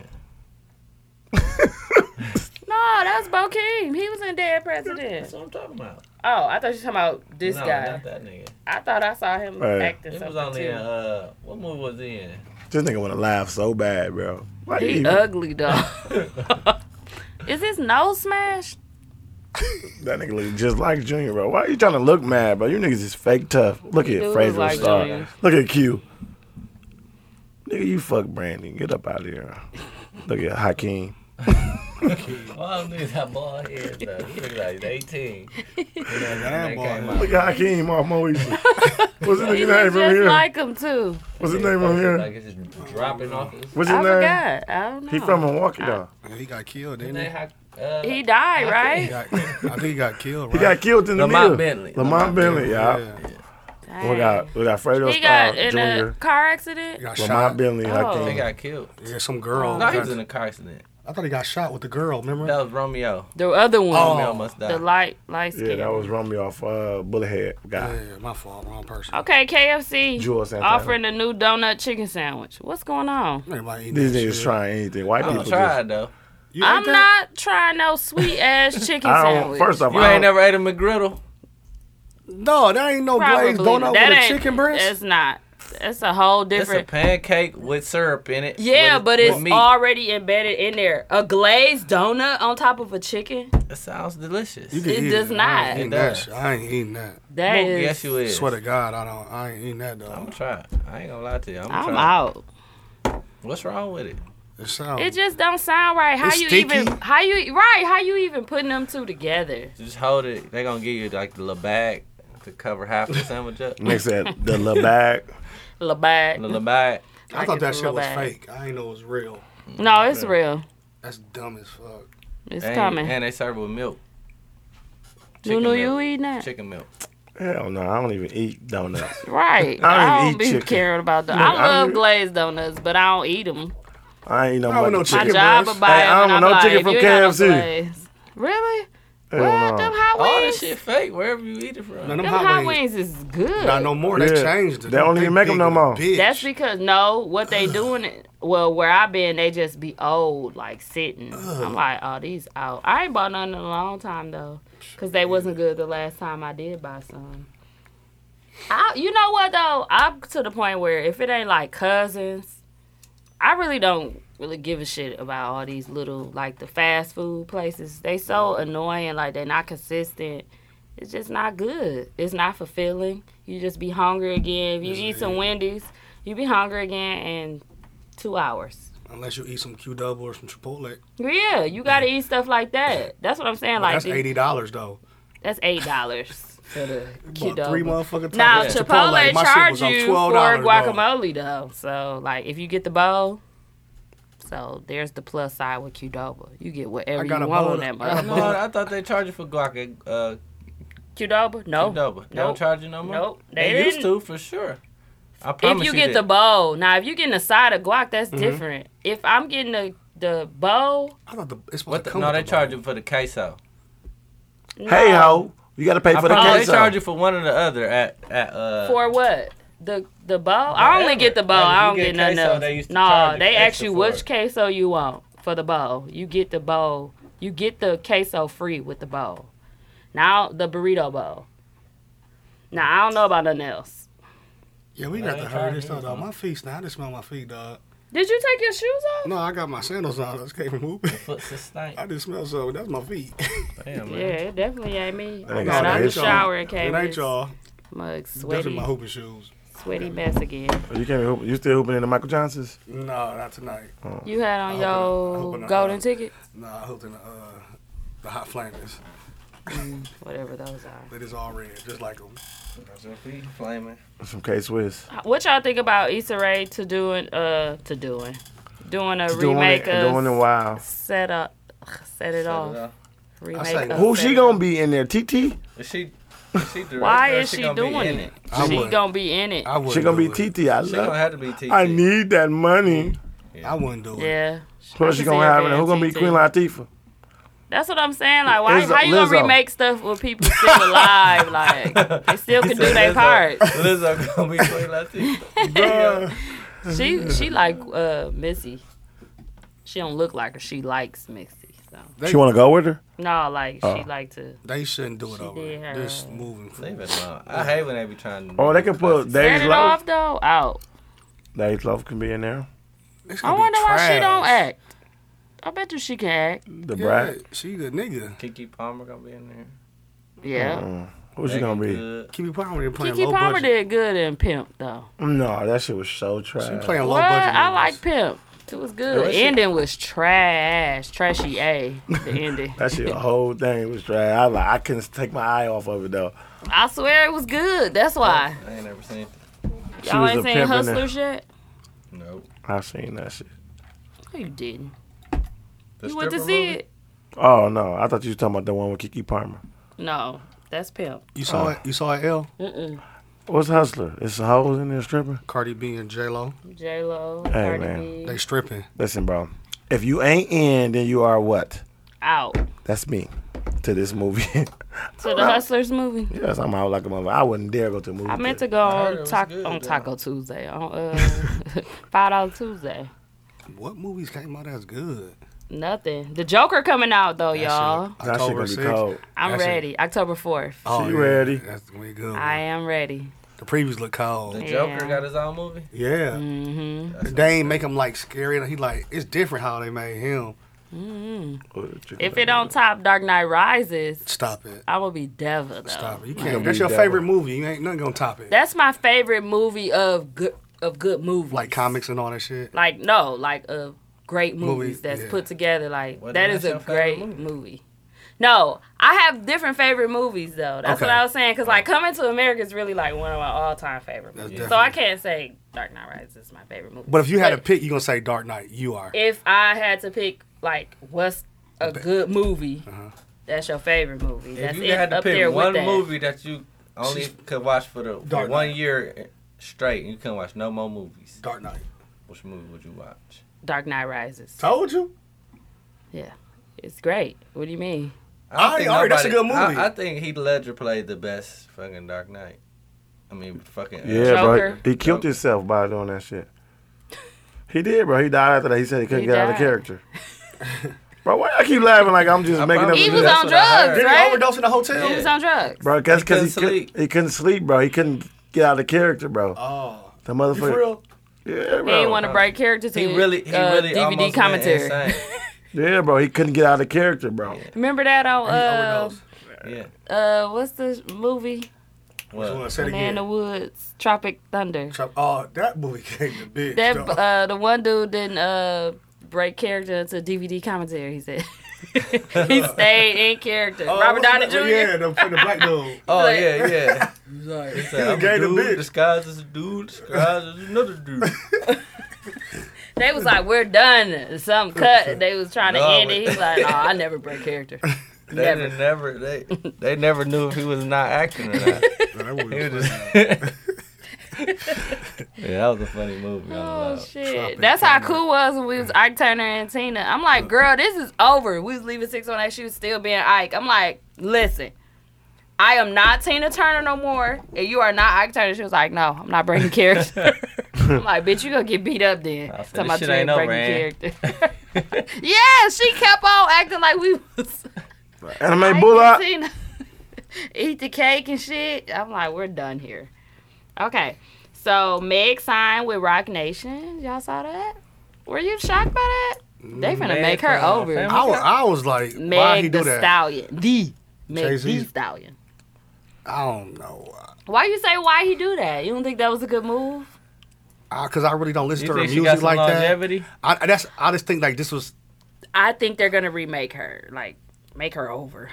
Speaker 3: no, that's Bo King. He was in Dead President.
Speaker 1: That's what I'm talking about.
Speaker 3: Oh, I thought you were talking about this
Speaker 1: no,
Speaker 3: guy.
Speaker 1: not that nigga.
Speaker 3: I thought I saw him
Speaker 6: Right.
Speaker 3: acting
Speaker 1: It was
Speaker 3: something
Speaker 1: only
Speaker 3: too.
Speaker 1: in uh, what movie was he in?
Speaker 6: This nigga want to laugh so bad, bro. Why you
Speaker 3: he
Speaker 6: even-
Speaker 3: ugly though. Is his nose smashed?
Speaker 6: That nigga look just like Junior, bro. Why are you trying to look mad, bro? You niggas is fake tough. Look
Speaker 3: He do
Speaker 6: at
Speaker 3: look
Speaker 6: Fraser
Speaker 3: like
Speaker 6: Star.
Speaker 3: Junior.
Speaker 6: Look at Q. Nigga, you fuck Brandon. Get up out of here. Look at Hakeem.
Speaker 1: All them niggas have bald heads though. He look like he's 18.
Speaker 5: Damn boy.
Speaker 6: Look at Hakeem off Moesha. What's his
Speaker 3: He
Speaker 6: nigga name
Speaker 3: looked
Speaker 6: from
Speaker 3: just
Speaker 6: here?
Speaker 3: like him too.
Speaker 6: What's his name from here?
Speaker 1: Like it's just dropping off. His
Speaker 6: What's
Speaker 3: I
Speaker 6: his name?
Speaker 3: forgot. I don't know.
Speaker 6: He from Milwaukee though.
Speaker 5: Yeah, he got killed,
Speaker 1: His
Speaker 5: didn't
Speaker 1: name
Speaker 5: he?
Speaker 1: Hak- uh,
Speaker 3: He died,
Speaker 5: He
Speaker 3: right?
Speaker 5: got, I think he got killed.
Speaker 6: He
Speaker 5: Right?
Speaker 6: got killed in the
Speaker 1: Lamont
Speaker 6: middle.
Speaker 1: Bentley.
Speaker 6: Lamont Bentley, y'all.
Speaker 5: Yeah.
Speaker 6: We got we got Fredo
Speaker 3: He got
Speaker 6: Star
Speaker 3: in a
Speaker 6: uh, Junior.
Speaker 3: car
Speaker 5: He
Speaker 3: accident.
Speaker 5: got
Speaker 6: Lamont
Speaker 5: shot.
Speaker 6: Bentley,
Speaker 3: Oh.
Speaker 1: They
Speaker 6: Hakeem.
Speaker 1: got killed.
Speaker 5: Yeah, some girl.
Speaker 1: No, he
Speaker 5: got-
Speaker 1: was in a car accident.
Speaker 5: I thought he got shot with the girl. Remember? Oh,
Speaker 1: That was Romeo.
Speaker 3: The other one,
Speaker 1: Romeo must die.
Speaker 3: the light, light skin.
Speaker 6: Yeah, that was Romeo off uh, Bullethead guy.
Speaker 5: Yeah, my fault. Wrong person.
Speaker 3: Okay, KFC
Speaker 6: Jewel Santana.
Speaker 3: offering a new donut chicken sandwich. What's going on?
Speaker 5: Everybody eat
Speaker 6: These
Speaker 5: that
Speaker 6: niggas
Speaker 5: shit.
Speaker 6: trying anything. White
Speaker 1: I
Speaker 6: people
Speaker 1: don't
Speaker 6: just.
Speaker 1: try it, though.
Speaker 5: You
Speaker 3: I'm
Speaker 5: ate that?
Speaker 3: not trying no sweet ass chicken
Speaker 6: I don't.
Speaker 3: sandwich.
Speaker 6: First off,
Speaker 1: You
Speaker 6: I
Speaker 1: ain't
Speaker 6: don't,
Speaker 1: never ate a McGriddle.
Speaker 5: No, there ain't no
Speaker 3: Probably
Speaker 5: glazed donut
Speaker 3: that
Speaker 5: with a
Speaker 3: ain't-
Speaker 5: chicken breast.
Speaker 3: It's not. It's a whole
Speaker 1: It's a
Speaker 3: different.
Speaker 1: pancake with syrup in it.
Speaker 3: yeah,
Speaker 1: with-
Speaker 3: but
Speaker 1: with
Speaker 3: it's
Speaker 1: meat.
Speaker 3: already embedded in there. A glazed donut on top of a chicken.
Speaker 1: It sounds delicious.
Speaker 5: You can
Speaker 3: It
Speaker 5: eat
Speaker 3: does
Speaker 5: I
Speaker 3: not.
Speaker 5: ain't eating
Speaker 1: It
Speaker 5: that
Speaker 1: does.
Speaker 5: shit. I ain't eating that.
Speaker 3: That is.
Speaker 1: yes, you is.
Speaker 5: Swear to God, I don't. I ain't eating that
Speaker 1: I'm
Speaker 5: though.
Speaker 1: gonna try. it. I ain't gonna lie to you. I'm,
Speaker 3: I'm
Speaker 1: gonna try. it.
Speaker 3: out.
Speaker 1: What's wrong with it?
Speaker 5: It sounds.
Speaker 3: It just don't sound right. How
Speaker 5: It's
Speaker 3: you
Speaker 5: sticky.
Speaker 3: even? How you right? How you even putting them two together?
Speaker 1: Just hold it. They gonna give you like the little bag to cover half the sandwich up. the
Speaker 6: Nick said the La bag.
Speaker 3: Labatt.
Speaker 1: little bag.
Speaker 5: I,
Speaker 3: I
Speaker 5: thought that
Speaker 3: get real
Speaker 5: shit was
Speaker 3: bad.
Speaker 5: fake. I ain't know it was real.
Speaker 3: No, it's real.
Speaker 5: That's dumb as fuck.
Speaker 3: It's
Speaker 1: and,
Speaker 3: coming.
Speaker 1: And they serve it with milk.
Speaker 3: you
Speaker 1: chicken
Speaker 3: know
Speaker 1: milk.
Speaker 3: you eating that?
Speaker 1: Chicken milk.
Speaker 6: Hell no, I don't even eat donuts. I
Speaker 3: Right.
Speaker 6: don't
Speaker 3: I
Speaker 6: even
Speaker 3: don't,
Speaker 6: eat
Speaker 3: be
Speaker 6: chicken.
Speaker 3: caring about donuts.
Speaker 6: Look,
Speaker 3: I
Speaker 6: I don't
Speaker 3: love
Speaker 6: even-
Speaker 3: glazed donuts, but I don't eat them.
Speaker 6: I ain't eat no
Speaker 5: I don't
Speaker 6: motherfucking
Speaker 5: know
Speaker 3: My
Speaker 5: Chicken
Speaker 3: job
Speaker 5: breast.
Speaker 3: about
Speaker 6: Hey, I
Speaker 3: it.
Speaker 6: don't
Speaker 3: and
Speaker 6: know
Speaker 3: I'm like,
Speaker 6: chicken
Speaker 3: if
Speaker 6: from
Speaker 3: you ain't got no
Speaker 6: KFC.
Speaker 3: glazed- Really?
Speaker 6: Hell
Speaker 3: What?
Speaker 6: no.
Speaker 3: Them hot
Speaker 5: Oh,
Speaker 1: All
Speaker 3: wings?
Speaker 1: this shit fake. Wherever you eat it from.
Speaker 5: Man, them
Speaker 3: Them
Speaker 5: hot, wings.
Speaker 3: wings is good.
Speaker 5: Not no more. They
Speaker 6: Yeah.
Speaker 5: changed it.
Speaker 6: They don't even make 'em no more.
Speaker 3: That's because no, what they doing it. Well, where I been, they just be old, like sitting. I'm like, oh, these out. I ain't bought none in a long time though, cause they wasn't good the last time I did buy some. I, you know what though? I'm to the point where if it ain't like cousins, I really don't really give a shit about all these little like the fast food places. They so annoying. Like they're not consistent it's just not good. It's not fulfilling. You just be hungry again. If you eat some Wendy's, you be hungry again in two hours.
Speaker 5: unless you eat some Q double or some Chipotle.
Speaker 3: Yeah, you gotta eat stuff like that. That's what I'm saying. Like
Speaker 5: That's
Speaker 3: the-
Speaker 5: eighty dollars though.
Speaker 3: That's eight dollars for the cute
Speaker 5: Bought three
Speaker 3: dog.
Speaker 5: motherfucking tacos.
Speaker 3: Now
Speaker 5: at
Speaker 3: Chipotle,
Speaker 5: My shit
Speaker 3: charge
Speaker 5: was on
Speaker 3: you for
Speaker 5: $12 though.
Speaker 3: guacamole though. So like, if you get the bowl, So there's the plus side with Qdoba. You get whatever
Speaker 1: I
Speaker 3: you
Speaker 1: got
Speaker 3: want
Speaker 1: a boner.
Speaker 3: on that
Speaker 1: I got a
Speaker 3: motherfucker.
Speaker 1: boner. I thought they charged you for Glock at uh,
Speaker 3: Qdoba? No.
Speaker 1: Qdoba. They
Speaker 3: Nope.
Speaker 1: don't charge you no more.
Speaker 3: Nope.
Speaker 1: They,
Speaker 3: They
Speaker 1: used
Speaker 3: didn't.
Speaker 1: to for sure. I
Speaker 3: If
Speaker 1: promise
Speaker 3: you get
Speaker 1: that.
Speaker 3: the bowl, now if you getting the side of guac, that's
Speaker 1: Mhm.
Speaker 3: different. If I'm getting the the bowl,
Speaker 5: I thought the it's
Speaker 1: what the, no, they charge you for the queso.
Speaker 6: Hey ho, you got to pay
Speaker 1: I
Speaker 6: for the
Speaker 1: promise
Speaker 6: queso.
Speaker 1: They charge you for one or the other at at uh.
Speaker 3: for what? The the bowl? I only
Speaker 1: Whatever.
Speaker 3: get the bowl.
Speaker 1: Like, if
Speaker 3: I
Speaker 1: you
Speaker 3: don't
Speaker 1: get
Speaker 3: get, nothing
Speaker 1: queso,
Speaker 3: else.
Speaker 1: they used to charge
Speaker 3: no,
Speaker 1: you
Speaker 3: they ask
Speaker 1: extra
Speaker 3: you
Speaker 1: for
Speaker 3: which queso you want for the bowl. You get the bowl. You get the queso free with the bowl. Now the burrito bowl. Now I don't know about nothing else.
Speaker 5: Yeah, we got to hurry this up, dog. My feet now. I just smell my feet, dog.
Speaker 3: Did you take your shoes off?
Speaker 5: No, I got my sandals on. I just came from hooping. I just smell so. That's my feet.
Speaker 1: Damn,
Speaker 3: Yeah, it definitely ain't me.
Speaker 5: That
Speaker 3: I
Speaker 5: ain't
Speaker 3: got
Speaker 5: y'all.
Speaker 3: out the
Speaker 5: That ain't
Speaker 3: shower
Speaker 5: y'all.
Speaker 3: and came.
Speaker 5: That ain't
Speaker 3: this
Speaker 5: y'all.
Speaker 3: Mug
Speaker 5: Those are
Speaker 3: sweaty.
Speaker 5: my hooping shoes.
Speaker 3: Sweaty mess again.
Speaker 6: Oh, You can't. hoop- You still hooping in the Michael Johnsons?
Speaker 5: No, not tonight.
Speaker 6: Oh.
Speaker 3: You had on your golden ticket.
Speaker 5: No, I hooped in the, uh, the hot flamers.
Speaker 3: Mm, Whatever those are.
Speaker 5: That is all red, just like them.
Speaker 1: That's your feet flaming.
Speaker 6: Some K Swiss.
Speaker 3: What y'all think about Issa Rae to doing uh to doing doing a
Speaker 6: Doing it-
Speaker 3: remake of
Speaker 6: doing it wild.
Speaker 3: set up set it off remake of
Speaker 6: Who
Speaker 3: Set
Speaker 6: she
Speaker 3: It
Speaker 6: gonna be in there? TT.
Speaker 1: Is she? uh, she direct,
Speaker 3: Why
Speaker 1: or
Speaker 3: is she,
Speaker 1: gonna be
Speaker 3: doing
Speaker 1: in
Speaker 3: it?
Speaker 6: I
Speaker 3: She
Speaker 6: wouldn't.
Speaker 3: gonna be in it.
Speaker 6: She gonna be TT. I
Speaker 1: She
Speaker 6: love.
Speaker 1: gonna have to be TT.
Speaker 6: I need that money.
Speaker 5: I wouldn't do
Speaker 3: Yeah.
Speaker 6: Plus,
Speaker 3: I
Speaker 6: she
Speaker 3: can see
Speaker 6: gonna
Speaker 3: her
Speaker 6: have it.
Speaker 3: being
Speaker 6: Who gonna be
Speaker 3: TT.
Speaker 6: Queen Latifah?
Speaker 3: That's what I'm saying. Like, why?
Speaker 6: Lizzo-
Speaker 3: how you gonna
Speaker 6: Lizzo.
Speaker 3: remake stuff with people still alive? Like, they still can do their part.
Speaker 1: Lizzo gonna be Queen Latifah.
Speaker 3: she she like uh, Missy. She don't look like her. She likes Missy. So
Speaker 6: She wanna go with her?
Speaker 3: No, like
Speaker 6: Oh.
Speaker 3: she like to.
Speaker 5: They shouldn't do it
Speaker 3: She
Speaker 5: over.
Speaker 3: did her-
Speaker 5: Just moving.
Speaker 1: Leave it alone. I hate when they be trying to.
Speaker 6: Or Oh, they can put
Speaker 3: Set
Speaker 6: Dave
Speaker 3: it
Speaker 6: Love.
Speaker 3: off though. Out.
Speaker 6: Dave Love can be in there.
Speaker 3: I
Speaker 5: be
Speaker 3: wonder why she don't
Speaker 5: trash.
Speaker 3: act. I bet you she can act.
Speaker 6: The brat.
Speaker 5: She the nigga.
Speaker 1: Kiki Palmer gonna be in there.
Speaker 3: Yeah.
Speaker 6: Mm. Who's she gonna be?
Speaker 5: Kiki Palmer did playing
Speaker 3: Kiki
Speaker 5: low
Speaker 3: Palmer
Speaker 5: budget.
Speaker 3: did good in Pimp though.
Speaker 6: No, Mm, that shit was so trash.
Speaker 5: She playing low
Speaker 3: What?
Speaker 5: budget.
Speaker 3: I like Pimp. It was good.
Speaker 6: Yeah, that
Speaker 3: the
Speaker 6: shit-
Speaker 3: ending was trash. Trashy A. The ending.
Speaker 6: That shit, the whole thing was trash. I like, I couldn't take my eye off of it though.
Speaker 3: I swear it was good. That's why.
Speaker 1: I ain't never seen it.
Speaker 6: She
Speaker 3: Y'all
Speaker 6: was a
Speaker 3: ain't seen
Speaker 6: pimp in
Speaker 3: Hustlers yet?
Speaker 1: Nope.
Speaker 6: I seen that shit.
Speaker 3: No, you didn't.
Speaker 1: The
Speaker 3: you went to
Speaker 1: stripper
Speaker 3: see
Speaker 1: movie?
Speaker 3: it?
Speaker 6: Oh no, I thought you was talking about the one with Kiki Palmer.
Speaker 3: No. That's Pimp.
Speaker 6: Oh.
Speaker 5: You saw it. You saw it. L.
Speaker 3: Mm-mm.
Speaker 6: What's Hustler? It's a hoes in there stripper.
Speaker 5: Cardi B and J Lo.
Speaker 3: J Lo,
Speaker 6: Hey,
Speaker 3: Cardi
Speaker 6: man.
Speaker 3: B.
Speaker 5: They stripping.
Speaker 6: Listen, bro, if you ain't in, then you are what?
Speaker 3: Out.
Speaker 6: That's me. To this movie.
Speaker 3: To the Hustlers movie.
Speaker 6: yes, I'm out like a mother. I wouldn't dare go to a movie.
Speaker 3: I meant
Speaker 6: theater.
Speaker 3: to go
Speaker 1: heard it
Speaker 3: on,
Speaker 1: was
Speaker 3: tac-
Speaker 1: good,
Speaker 3: on
Speaker 1: though.
Speaker 3: Taco Tuesday on uh, Five Dollar Tuesday.
Speaker 5: What movies came out that's good?
Speaker 3: Nothing. The Joker coming out though, y'all.
Speaker 6: That shit gonna be cold.
Speaker 3: I'm
Speaker 5: That's it.
Speaker 3: ready. October fourth.
Speaker 5: Oh,
Speaker 6: She
Speaker 5: yeah.
Speaker 6: ready.
Speaker 5: That's we good.
Speaker 3: I am ready.
Speaker 5: The previews look cold.
Speaker 1: The
Speaker 3: Yeah.
Speaker 1: Joker got his own movie.
Speaker 5: Yeah.
Speaker 3: Mm-hmm.
Speaker 5: They ain't make him like scary. Like, He like it's different how they made him.
Speaker 3: mm-hmm.
Speaker 6: What you-
Speaker 3: If it don't top Dark Knight Rises,
Speaker 5: Stop it.
Speaker 3: I'm gonna be devil though.
Speaker 5: Stop it. You
Speaker 6: gonna
Speaker 5: can't.
Speaker 6: be
Speaker 5: That's your
Speaker 6: devil.
Speaker 5: favorite movie. You ain't nothing gonna top it.
Speaker 3: That's my favorite movie of good of good movies.
Speaker 5: Like comics and all that shit.
Speaker 3: like no, like of great movies
Speaker 5: Movies,
Speaker 3: that's
Speaker 5: yeah.
Speaker 3: put together. Like
Speaker 1: Well,
Speaker 3: that
Speaker 1: then
Speaker 3: is a
Speaker 1: that's your favorite
Speaker 3: great movie. No, I have different favorite movies though. That's what
Speaker 5: Okay.
Speaker 3: I was saying. Cause like Coming to America is really like one of my all time favorite
Speaker 5: That's
Speaker 3: movies. So I
Speaker 5: definitely-
Speaker 3: can't say Dark Knight Rises is my favorite movie.
Speaker 5: But if you had to pick, you gonna say Dark Knight. You are.
Speaker 3: if I had to pick like what's a good movie,
Speaker 5: uh-huh.
Speaker 3: that's your favorite movie. that's
Speaker 1: If you
Speaker 3: it
Speaker 1: had to
Speaker 3: up
Speaker 1: pick
Speaker 3: there with
Speaker 1: one
Speaker 3: that.
Speaker 1: movie that you only could watch for the for
Speaker 5: Dark
Speaker 1: one
Speaker 5: Knight.
Speaker 1: year straight, and you couldn't watch no more movies.
Speaker 5: Dark Knight.
Speaker 1: Which movie would you watch?
Speaker 3: Dark Knight Rises.
Speaker 5: Told you.
Speaker 3: Yeah. It's great. What do you mean?
Speaker 5: Alright, alright, that's a good
Speaker 1: I-
Speaker 5: movie.
Speaker 1: I, think Heath Ledger played the best fucking Dark Knight. I mean, fucking. uh,
Speaker 6: Yeah,
Speaker 3: Joker.
Speaker 6: bro. He killed
Speaker 1: Joker.
Speaker 6: himself by doing that shit. He did, bro. He died after that. He said he couldn't
Speaker 3: He
Speaker 6: get out of
Speaker 3: died.
Speaker 6: character. bro, why y'all keep laughing like I'm just
Speaker 1: I
Speaker 6: making up?
Speaker 1: promise
Speaker 3: He
Speaker 1: you
Speaker 3: was
Speaker 6: shit?
Speaker 1: that's
Speaker 3: on
Speaker 1: what I heard.
Speaker 3: drugs,
Speaker 5: Did
Speaker 3: right?
Speaker 5: he overdose in the hotel?
Speaker 3: He was on drugs.
Speaker 6: bro, that's because he,
Speaker 1: couldn't
Speaker 6: could, he couldn't sleep, bro. He couldn't get out of character, bro.
Speaker 5: Oh.
Speaker 6: the
Speaker 5: You
Speaker 6: motherfucker.
Speaker 5: for real?
Speaker 6: Yeah,
Speaker 3: He didn't
Speaker 6: bro.
Speaker 3: want to break character to
Speaker 1: He really, he
Speaker 3: uh,
Speaker 1: really almost
Speaker 3: DVD
Speaker 1: went
Speaker 3: commentary.
Speaker 1: insane.
Speaker 6: yeah, bro. He couldn't get out of character, bro.
Speaker 3: Remember that on uh,
Speaker 5: overdosed.
Speaker 1: Yeah.
Speaker 3: uh what's the movie?
Speaker 5: You wanna
Speaker 1: Well,
Speaker 5: say it
Speaker 3: Man in
Speaker 5: again?
Speaker 3: the Woods, Tropic Thunder.
Speaker 5: Trump- Oh, that movie came to big.
Speaker 3: That
Speaker 5: dog.
Speaker 3: uh, the one dude didn't uh break character to DVD commentary. He said he stayed in character.
Speaker 5: Oh,
Speaker 3: Robert
Speaker 5: what's
Speaker 3: Downey
Speaker 5: that-
Speaker 3: Jr.
Speaker 5: Yeah, the, from the black dude.
Speaker 1: oh
Speaker 3: Like-
Speaker 1: yeah, yeah.
Speaker 5: He's like,
Speaker 1: He said, I'm a
Speaker 5: gay to
Speaker 1: dude
Speaker 5: bitch.
Speaker 1: disguised as a dude, disguised as another dude.
Speaker 3: They was like, we're done. Some cut. They was trying to
Speaker 1: No,
Speaker 3: end
Speaker 1: but-
Speaker 3: it. He was like, oh, I never break character.
Speaker 1: They never, never they they never knew if he was not acting or not. He was just- yeah, that was a funny movie. I
Speaker 3: Oh
Speaker 1: love.
Speaker 3: shit! That's how cool was when we was Ike Turner and Tina. I'm
Speaker 5: Uh,
Speaker 3: like, girl, this is over. We was leaving six on that. She was still being Ike. I'm like, listen, I am not Tina Turner no more, and you are not Ike Turner. She was like, no, I'm not breaking character. I'm like, bitch, you gonna get beat up then.
Speaker 1: I said,
Speaker 3: Talking
Speaker 1: "This
Speaker 3: about
Speaker 1: shit
Speaker 3: you
Speaker 1: ain't
Speaker 3: ain't
Speaker 1: over,
Speaker 3: breaking character. yeah, she kept on acting like we was
Speaker 6: Anime
Speaker 3: Ike
Speaker 6: Bullock.
Speaker 3: and Tina. Eat the cake and shit. I'm like, we're done here. Okay. So Meg signed with Rock Nation. Y'all saw that? Were you shocked by that? They finna
Speaker 1: Meg
Speaker 3: make her
Speaker 1: from
Speaker 3: over.
Speaker 1: Family
Speaker 5: I was, I was like, why he
Speaker 3: Meg
Speaker 5: do
Speaker 3: the
Speaker 5: that?
Speaker 3: Stallion. The Meg
Speaker 5: Jay-Z.
Speaker 3: the Stallion.
Speaker 5: I don't know.
Speaker 3: Why you say why he do that? You don't think that was a good move?
Speaker 5: Because I, really don't listen
Speaker 1: You
Speaker 5: to her
Speaker 1: think she got
Speaker 5: music
Speaker 1: some
Speaker 5: like that.
Speaker 1: longevity?
Speaker 5: I, I- that's, I just think like this was
Speaker 3: I think they're gonna remake her. Like, make her over.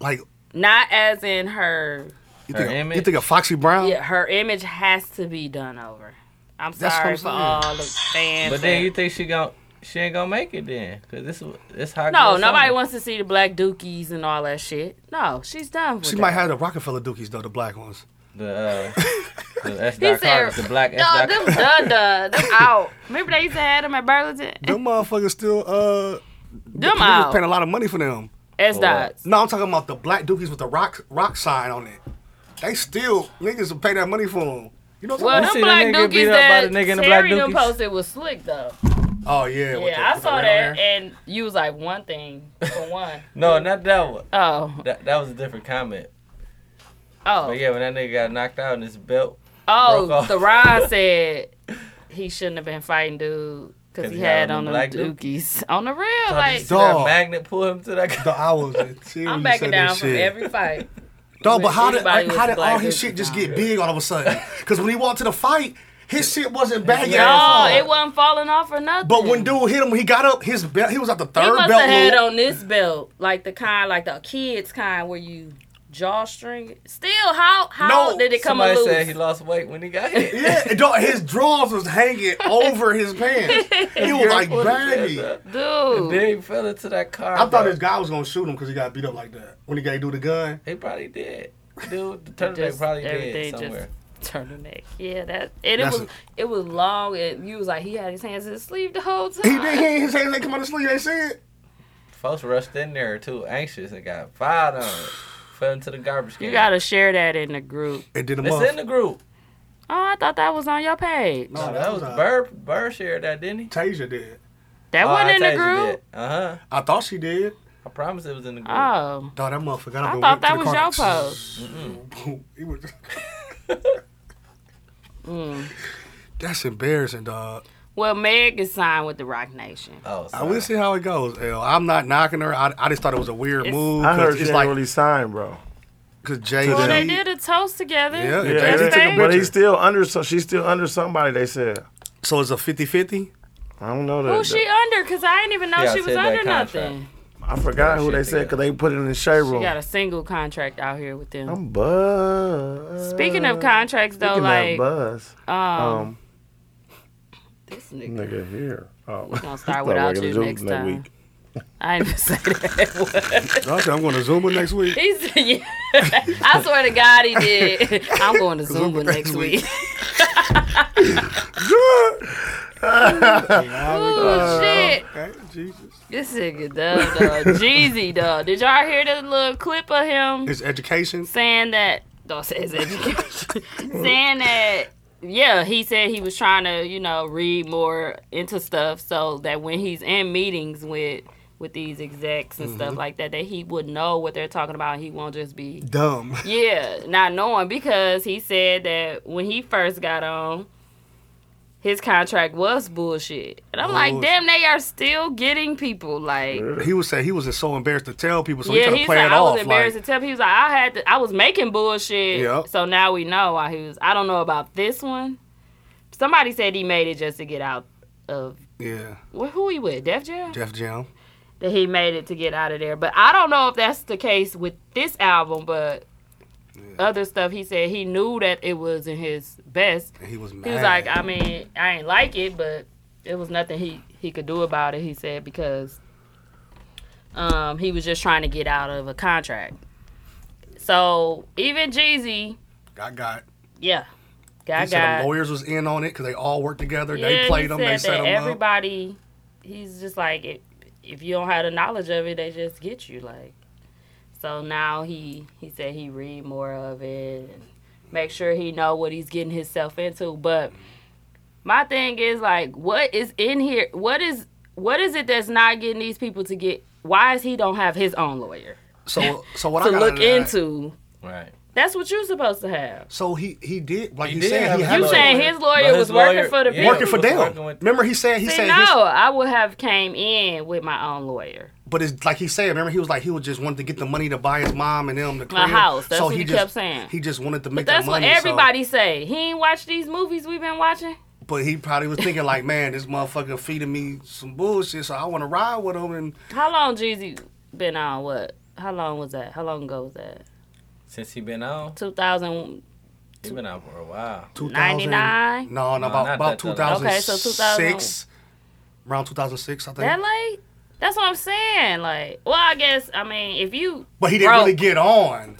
Speaker 5: like
Speaker 3: Not as in her
Speaker 5: you
Speaker 1: Her
Speaker 5: think, of, you
Speaker 1: image?
Speaker 5: think of Foxy Brown.
Speaker 3: yeah, her image has to be done over. I'm
Speaker 5: That's what
Speaker 3: sorry
Speaker 5: I'm
Speaker 3: for
Speaker 5: saying.
Speaker 3: all the fans.
Speaker 1: But then you think she gon' she ain't gonna make it then? Cause this this how
Speaker 3: No,
Speaker 1: girls
Speaker 3: nobody
Speaker 1: are.
Speaker 3: wants to see the black dookies and all that shit. No, she's done with
Speaker 5: She
Speaker 3: that.
Speaker 5: might have the Rockefeller Dookies though, the black ones.
Speaker 1: the uh, the S.
Speaker 3: He
Speaker 1: Dot
Speaker 3: said,
Speaker 1: Carter, the black S.
Speaker 3: no,
Speaker 1: Dot
Speaker 3: them
Speaker 1: Carter.
Speaker 3: done done, them out. Remember they used to have them at Burlington?
Speaker 5: Them motherfuckers still uh, people
Speaker 3: Them
Speaker 5: was paying
Speaker 3: out.
Speaker 5: a lot of money for them.
Speaker 3: S
Speaker 1: Oh,
Speaker 3: dots.
Speaker 5: No, I'm talking about the black Dookies with the rock rock sign on it. They still niggas will pay that money for them. You know what I'm talking
Speaker 3: Well, them
Speaker 1: see the
Speaker 3: black
Speaker 1: nigga get beat
Speaker 3: dookies
Speaker 1: up by
Speaker 3: that
Speaker 1: the nigga in the black
Speaker 3: Terry them
Speaker 1: dookies?
Speaker 3: posted was slick though.
Speaker 5: about? Oh yeah. with the-
Speaker 3: Yeah, I
Speaker 5: with the
Speaker 3: saw
Speaker 5: red on there.
Speaker 3: that, and you was like one thing for one.
Speaker 1: No, not that one.
Speaker 3: Oh,
Speaker 1: That that was a different comment.
Speaker 3: oh,
Speaker 1: But yeah, when that nigga got knocked out and his belt broke
Speaker 3: oh.
Speaker 1: off.
Speaker 3: The Ron said he shouldn't have been fighting dude because
Speaker 1: 'Cause
Speaker 3: he had on
Speaker 1: the black
Speaker 3: them dookies on the real. Like
Speaker 1: Like, see that
Speaker 5: Dog.
Speaker 1: magnet pull him to that.
Speaker 5: The hours. until
Speaker 3: I'm
Speaker 5: you
Speaker 3: backing
Speaker 5: said that
Speaker 3: down from
Speaker 5: shit.
Speaker 3: every fight.
Speaker 5: Dog, but
Speaker 3: When
Speaker 5: how did
Speaker 3: anybody was
Speaker 5: how did
Speaker 3: black,
Speaker 5: all his
Speaker 3: it
Speaker 5: shit
Speaker 3: was
Speaker 5: just
Speaker 3: down.
Speaker 5: get big all of a sudden? Because when he walked to the fight, his shit wasn't bad yet.
Speaker 3: No, it wasn't falling off or nothing.
Speaker 5: But when dude hit him, when he got up, his belt he was at the
Speaker 3: he
Speaker 5: third
Speaker 3: must
Speaker 5: belt.
Speaker 3: have had
Speaker 5: loop.
Speaker 3: on this belt, like the kind, like the kids kind, where you jawstring. it. Still, how how
Speaker 5: No,
Speaker 3: did it come
Speaker 1: Somebody
Speaker 3: loose?
Speaker 1: said he lost weight when he got hit.
Speaker 5: Yeah, and dog, his drawers was hanging over his pants. He was like, baby.
Speaker 3: Dude,
Speaker 1: Then he fell into that car.
Speaker 5: I thought
Speaker 1: bro.
Speaker 5: this guy was gonna shoot him because he got beat up like that. When he got do the gun,
Speaker 1: He probably did. Dude, the turtleneck
Speaker 3: Just
Speaker 1: probably
Speaker 3: everything
Speaker 1: did
Speaker 3: just-
Speaker 1: somewhere.
Speaker 3: turtleneck. Yeah, that and it
Speaker 5: That's
Speaker 3: was
Speaker 5: a-
Speaker 3: it was long, and you was like he had his hands in his sleeve the whole
Speaker 5: he
Speaker 3: time.
Speaker 5: did. He ain't his hands ain't come out of sleep. They said
Speaker 1: Folks rushed in there too, anxious, and got fired on it. Fell into the garbage can.
Speaker 3: You gotta share that in the group.
Speaker 5: it did a
Speaker 1: It's in
Speaker 5: month.
Speaker 1: the group.
Speaker 3: Oh, I thought that was on your page.
Speaker 1: No, that was Bird. Bird shared that, didn't he? Oh,
Speaker 5: Tasia did.
Speaker 3: That wasn't in the group.
Speaker 1: Uh huh.
Speaker 5: I thought she did.
Speaker 1: I promise it was in the group.
Speaker 3: Oh,
Speaker 5: Dog, that motherfucker. got up
Speaker 3: I
Speaker 5: and
Speaker 3: thought
Speaker 5: went to
Speaker 3: that
Speaker 5: the
Speaker 3: was
Speaker 5: car
Speaker 3: your
Speaker 5: like,
Speaker 3: post.
Speaker 5: He was-
Speaker 3: Mm.
Speaker 5: That's embarrassing, dog.
Speaker 3: Well, Meg is signed with the Rock Nation.
Speaker 1: oh,
Speaker 5: I
Speaker 1: sorry.
Speaker 5: will see how it goes. L. I'm not knocking her. I, I just thought it was a weird
Speaker 3: It's-
Speaker 5: move.
Speaker 6: I heard
Speaker 5: 'cause
Speaker 6: she
Speaker 5: it's
Speaker 6: ain't
Speaker 5: like
Speaker 6: really signed, bro.
Speaker 5: because Jay
Speaker 3: Well, they
Speaker 5: Z.
Speaker 3: did a toast together.
Speaker 6: Yeah,
Speaker 5: Yeah, Jay-Z
Speaker 6: they-
Speaker 5: took a
Speaker 3: Everything.
Speaker 6: but
Speaker 5: picture.
Speaker 6: he's still under. So she's still under somebody. They said.
Speaker 5: So it's a 50-50?
Speaker 6: I don't know that.
Speaker 3: Who's she under? Cause I didn't even know
Speaker 1: Yeah, I
Speaker 3: she was
Speaker 1: said that
Speaker 3: under
Speaker 1: contract.
Speaker 3: nothing.
Speaker 6: I forgot
Speaker 1: Yeah,
Speaker 6: who
Speaker 1: she
Speaker 6: they said
Speaker 1: together.
Speaker 6: because they put it in the shade
Speaker 3: She
Speaker 6: room.
Speaker 3: got a single contract out here with them.
Speaker 6: I'm buzz.
Speaker 3: Speaking of contracts, though,
Speaker 6: Speaking
Speaker 3: like
Speaker 6: of buzz,
Speaker 3: um,
Speaker 6: um,
Speaker 3: this nigga
Speaker 6: nigga here. Oh,
Speaker 3: we gonna start
Speaker 6: Thought
Speaker 3: without
Speaker 6: regular
Speaker 3: you
Speaker 6: jokes
Speaker 3: next
Speaker 6: that
Speaker 3: time.
Speaker 6: week.
Speaker 3: I didn't say that.
Speaker 5: Dog said, I'm going to Zumba next week.
Speaker 3: he said, yeah. I swear to God, he did. I'm going to Zumba next week. oh shit!
Speaker 5: Okay, Jesus.
Speaker 3: This nigga dub dog, Jeezy dog. Did y'all hear the little clip of him?
Speaker 5: It's education.
Speaker 3: saying that don't say it's education. saying that yeah, he said he was trying to, you know, read more into stuff so that when he's in meetings with with these execs and stuff like that, that he would know what they're talking about. He won't just be
Speaker 5: Dumb.
Speaker 3: yeah, not knowing because he said that when he first got on, his contract was bullshit, and I'm like,
Speaker 5: Bullshit.
Speaker 3: damn, they are still getting people like.
Speaker 5: He was saying he was so embarrassed to tell people, so he
Speaker 3: Yeah,
Speaker 5: tried
Speaker 3: he
Speaker 5: to
Speaker 3: was
Speaker 5: play
Speaker 3: like,
Speaker 5: it
Speaker 3: I
Speaker 5: off.
Speaker 3: was embarrassed
Speaker 5: like,
Speaker 3: to tell people. He was like, I had to, I was making bullshit.
Speaker 5: Yep.
Speaker 3: So now we know why he was. I don't know about this one. Somebody said he made it just to get out of.
Speaker 5: yeah,
Speaker 3: Well, who he with? Def Jam?
Speaker 5: Jeff Jam.
Speaker 3: That he made it to get out of there. But I don't know if that's the case with this album, but. Other stuff he said he knew that it wasn't his best.
Speaker 5: And he was mad.
Speaker 3: He was like, I mean, I ain't like it, but it was nothing he he could do about it. He said because um he was just trying to get out of a contract. So even Jeezy,
Speaker 5: I got.
Speaker 3: yeah,
Speaker 5: He
Speaker 3: got
Speaker 5: said
Speaker 3: got.
Speaker 5: the lawyers was in on it because they all worked together.
Speaker 3: Yeah,
Speaker 5: they
Speaker 3: he
Speaker 5: played them. They
Speaker 3: said
Speaker 5: set
Speaker 3: that
Speaker 5: them up.
Speaker 3: everybody. He's just like if, if you don't have the knowledge of it, they just get you like. So now he he said he read more of it and make sure he know what he's getting himself into. But my thing is like, what is in here? What is what is it that's not getting these people to get? Why is he don't have his own lawyer
Speaker 5: So, so what
Speaker 3: to
Speaker 5: I got out
Speaker 3: look
Speaker 5: of that-
Speaker 3: into?
Speaker 1: Right.
Speaker 3: That's what you're supposed to have.
Speaker 5: So he he did like
Speaker 1: He
Speaker 5: he,
Speaker 1: did
Speaker 5: said.
Speaker 1: have
Speaker 5: He
Speaker 1: a
Speaker 5: had
Speaker 3: You
Speaker 1: lawyer.
Speaker 5: a-
Speaker 3: saying his lawyer
Speaker 1: But
Speaker 3: was
Speaker 1: his
Speaker 3: working
Speaker 1: lawyer-
Speaker 3: for the
Speaker 1: yeah,
Speaker 3: people?
Speaker 5: working for
Speaker 1: was
Speaker 5: them.
Speaker 1: working with-
Speaker 5: remember he said he
Speaker 3: See,
Speaker 5: said
Speaker 3: no,
Speaker 5: his,
Speaker 3: I would have came in with my own lawyer.
Speaker 5: but it's like he said. Remember he was like he was just wanted to get the money to buy his mom and them the
Speaker 3: My
Speaker 5: crib.
Speaker 3: house. That's
Speaker 5: so
Speaker 3: what he
Speaker 5: just,
Speaker 3: kept saying.
Speaker 5: He just wanted to
Speaker 3: But
Speaker 5: make
Speaker 3: that's
Speaker 5: that
Speaker 3: what
Speaker 5: money. so-
Speaker 3: everybody say. He ain't watched these movies we've been watching.
Speaker 5: but he probably was thinking like, man, this motherfucker feeding me some bullshit, so I want to ride with him. And
Speaker 3: How long Jeezy been on? What? How long was that? How long ago was that?
Speaker 1: Since he been on,
Speaker 3: 2000.
Speaker 1: he been out for a while.
Speaker 5: 2000
Speaker 3: 99?
Speaker 5: No,
Speaker 1: No,
Speaker 5: no, about
Speaker 1: not that-
Speaker 5: about
Speaker 1: that-
Speaker 5: 2006.
Speaker 3: Okay, so 2000.
Speaker 5: Around 2006, I think.
Speaker 3: That late? That's what I'm saying. Like, well, I guess I mean if you.
Speaker 5: but he didn't
Speaker 3: broke-
Speaker 5: really get on.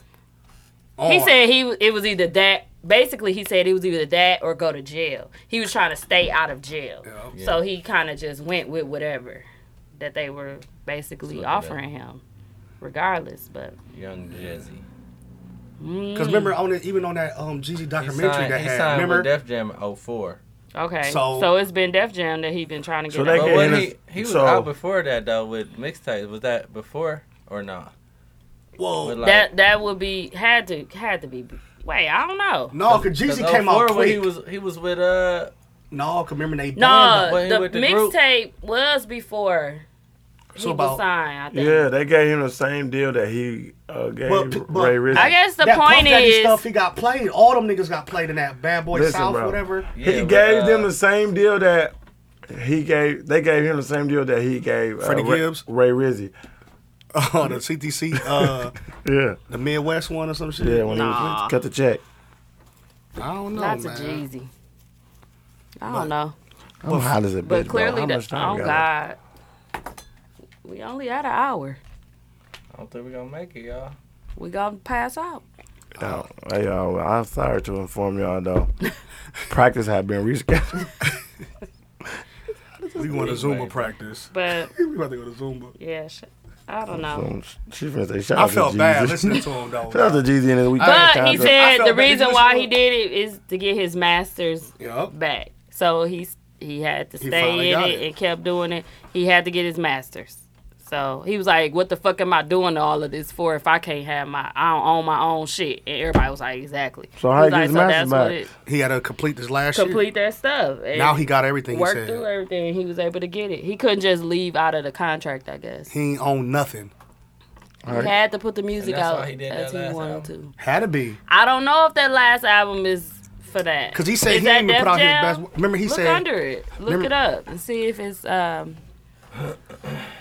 Speaker 5: on.
Speaker 3: He said he w- it was either that. Basically, he said it was either that or go to jail. He was trying to stay out of jail, so he kind of just went with whatever that they were basically
Speaker 1: Something like that.
Speaker 3: offering him, regardless. But
Speaker 1: Young Jazzy.
Speaker 5: because remember on the, even on that um Jeezy
Speaker 1: He
Speaker 5: documentary
Speaker 1: signed,
Speaker 5: that
Speaker 1: he
Speaker 5: had
Speaker 1: signed
Speaker 5: remember
Speaker 1: with Def Jam in 04.
Speaker 3: okay, so,
Speaker 5: So-
Speaker 3: it's been Def Jam that he been trying to get.
Speaker 6: So
Speaker 3: out.
Speaker 6: they
Speaker 1: But
Speaker 6: Okay,
Speaker 1: when
Speaker 6: and
Speaker 1: he,
Speaker 6: it's-
Speaker 1: he was
Speaker 6: so-
Speaker 1: out before that though with mixtapes. Was that before or not?
Speaker 5: whoa
Speaker 1: With,
Speaker 3: that that would be had to had to be. Wait, I don't know.
Speaker 5: no because Jeezy came
Speaker 1: 04
Speaker 5: out
Speaker 1: when he
Speaker 5: quick.
Speaker 1: was he was with uh
Speaker 5: no, because remember they banned
Speaker 3: No,
Speaker 5: him.
Speaker 1: when he
Speaker 3: the
Speaker 1: with the group.
Speaker 3: mixtape was before he
Speaker 5: So
Speaker 3: was
Speaker 5: about-
Speaker 3: signed. I think.
Speaker 6: Yeah, they gave him the same deal that he uh, gave
Speaker 5: But- but-
Speaker 6: Ray Rizzo.
Speaker 3: I guess the
Speaker 5: that Puff
Speaker 3: point
Speaker 5: Daddy
Speaker 3: is,
Speaker 5: stuff he got played. All them niggas got played in that Bad Boy
Speaker 6: Listen,
Speaker 5: South,
Speaker 6: bro.
Speaker 5: whatever.
Speaker 1: yeah,
Speaker 6: he
Speaker 1: with,
Speaker 6: gave them
Speaker 1: uh,
Speaker 6: the same deal that he gave. They gave him the same deal that he gave uh,
Speaker 5: Freddie
Speaker 6: Ray-
Speaker 5: Gibbs?
Speaker 6: Ray Rizzy.
Speaker 5: Oh, the CTC, uh,
Speaker 6: Yeah,
Speaker 5: the Midwest one or some shit.
Speaker 6: yeah. When he
Speaker 3: Nah.
Speaker 6: was, cut the check.
Speaker 5: I don't know,
Speaker 3: not to
Speaker 5: man.
Speaker 3: Jeezy. I don't know,
Speaker 6: How hot is it,
Speaker 3: but
Speaker 6: bitch, bro?
Speaker 3: clearly,
Speaker 6: How
Speaker 3: the,
Speaker 6: much time
Speaker 3: oh
Speaker 6: we got left?
Speaker 3: God, we only had an hour.
Speaker 1: I don't think we gonna make it, y'all.
Speaker 3: We gonna pass out.
Speaker 6: No, hey, y'all, I'm sorry to inform y'all though. Practice had been rescheduled.
Speaker 5: We going to Zumba practice.
Speaker 3: But
Speaker 5: We about to go to Zumba.
Speaker 3: yeah, sh- I don't know.
Speaker 6: Um, she finna say shout
Speaker 5: I
Speaker 6: out to
Speaker 5: felt bad
Speaker 6: Jeezy.
Speaker 5: listening to him though.
Speaker 6: Shout out to Jeezy and the weekend.
Speaker 3: But he
Speaker 6: contract.
Speaker 5: I
Speaker 3: said
Speaker 5: felt
Speaker 3: the
Speaker 5: bad. Did
Speaker 3: reason
Speaker 5: you
Speaker 3: why
Speaker 5: listen
Speaker 3: he
Speaker 5: to-
Speaker 3: did it is to get his master's
Speaker 5: Yup.
Speaker 3: back. So he's he had to
Speaker 5: He
Speaker 3: stay
Speaker 5: finally
Speaker 3: in
Speaker 5: got
Speaker 3: it,
Speaker 5: it.
Speaker 3: and kept doing it. He had to get his masters. So he was like, "What the fuck am I doing to all of this for if I can't have my I don't own my own shit?" And everybody was like, "Exactly."
Speaker 6: So how
Speaker 3: He was
Speaker 6: he get
Speaker 3: like,
Speaker 6: his master's
Speaker 3: that's what
Speaker 6: back?
Speaker 3: it-
Speaker 5: He had to complete this last
Speaker 3: complete that stuff. And
Speaker 5: year. Now he got everything he
Speaker 3: worked through
Speaker 5: said.
Speaker 3: everything. and He was able to get it. He couldn't just leave out of the contract, I guess.
Speaker 5: He ain't owned nothing.
Speaker 3: He had to put the music
Speaker 1: that's
Speaker 3: out
Speaker 1: why he did
Speaker 3: as
Speaker 1: that
Speaker 3: he
Speaker 1: last
Speaker 3: wanted to.
Speaker 1: album.
Speaker 5: Had to be.
Speaker 3: I don't know if that last album is for that.
Speaker 5: Because he said
Speaker 3: Is
Speaker 5: he
Speaker 3: that
Speaker 5: didn't even put
Speaker 3: Def
Speaker 5: out
Speaker 3: Jam?
Speaker 5: his best. Remember, he
Speaker 3: Look
Speaker 5: said,
Speaker 3: under it. Look
Speaker 5: Remember-
Speaker 3: it up and see if it's um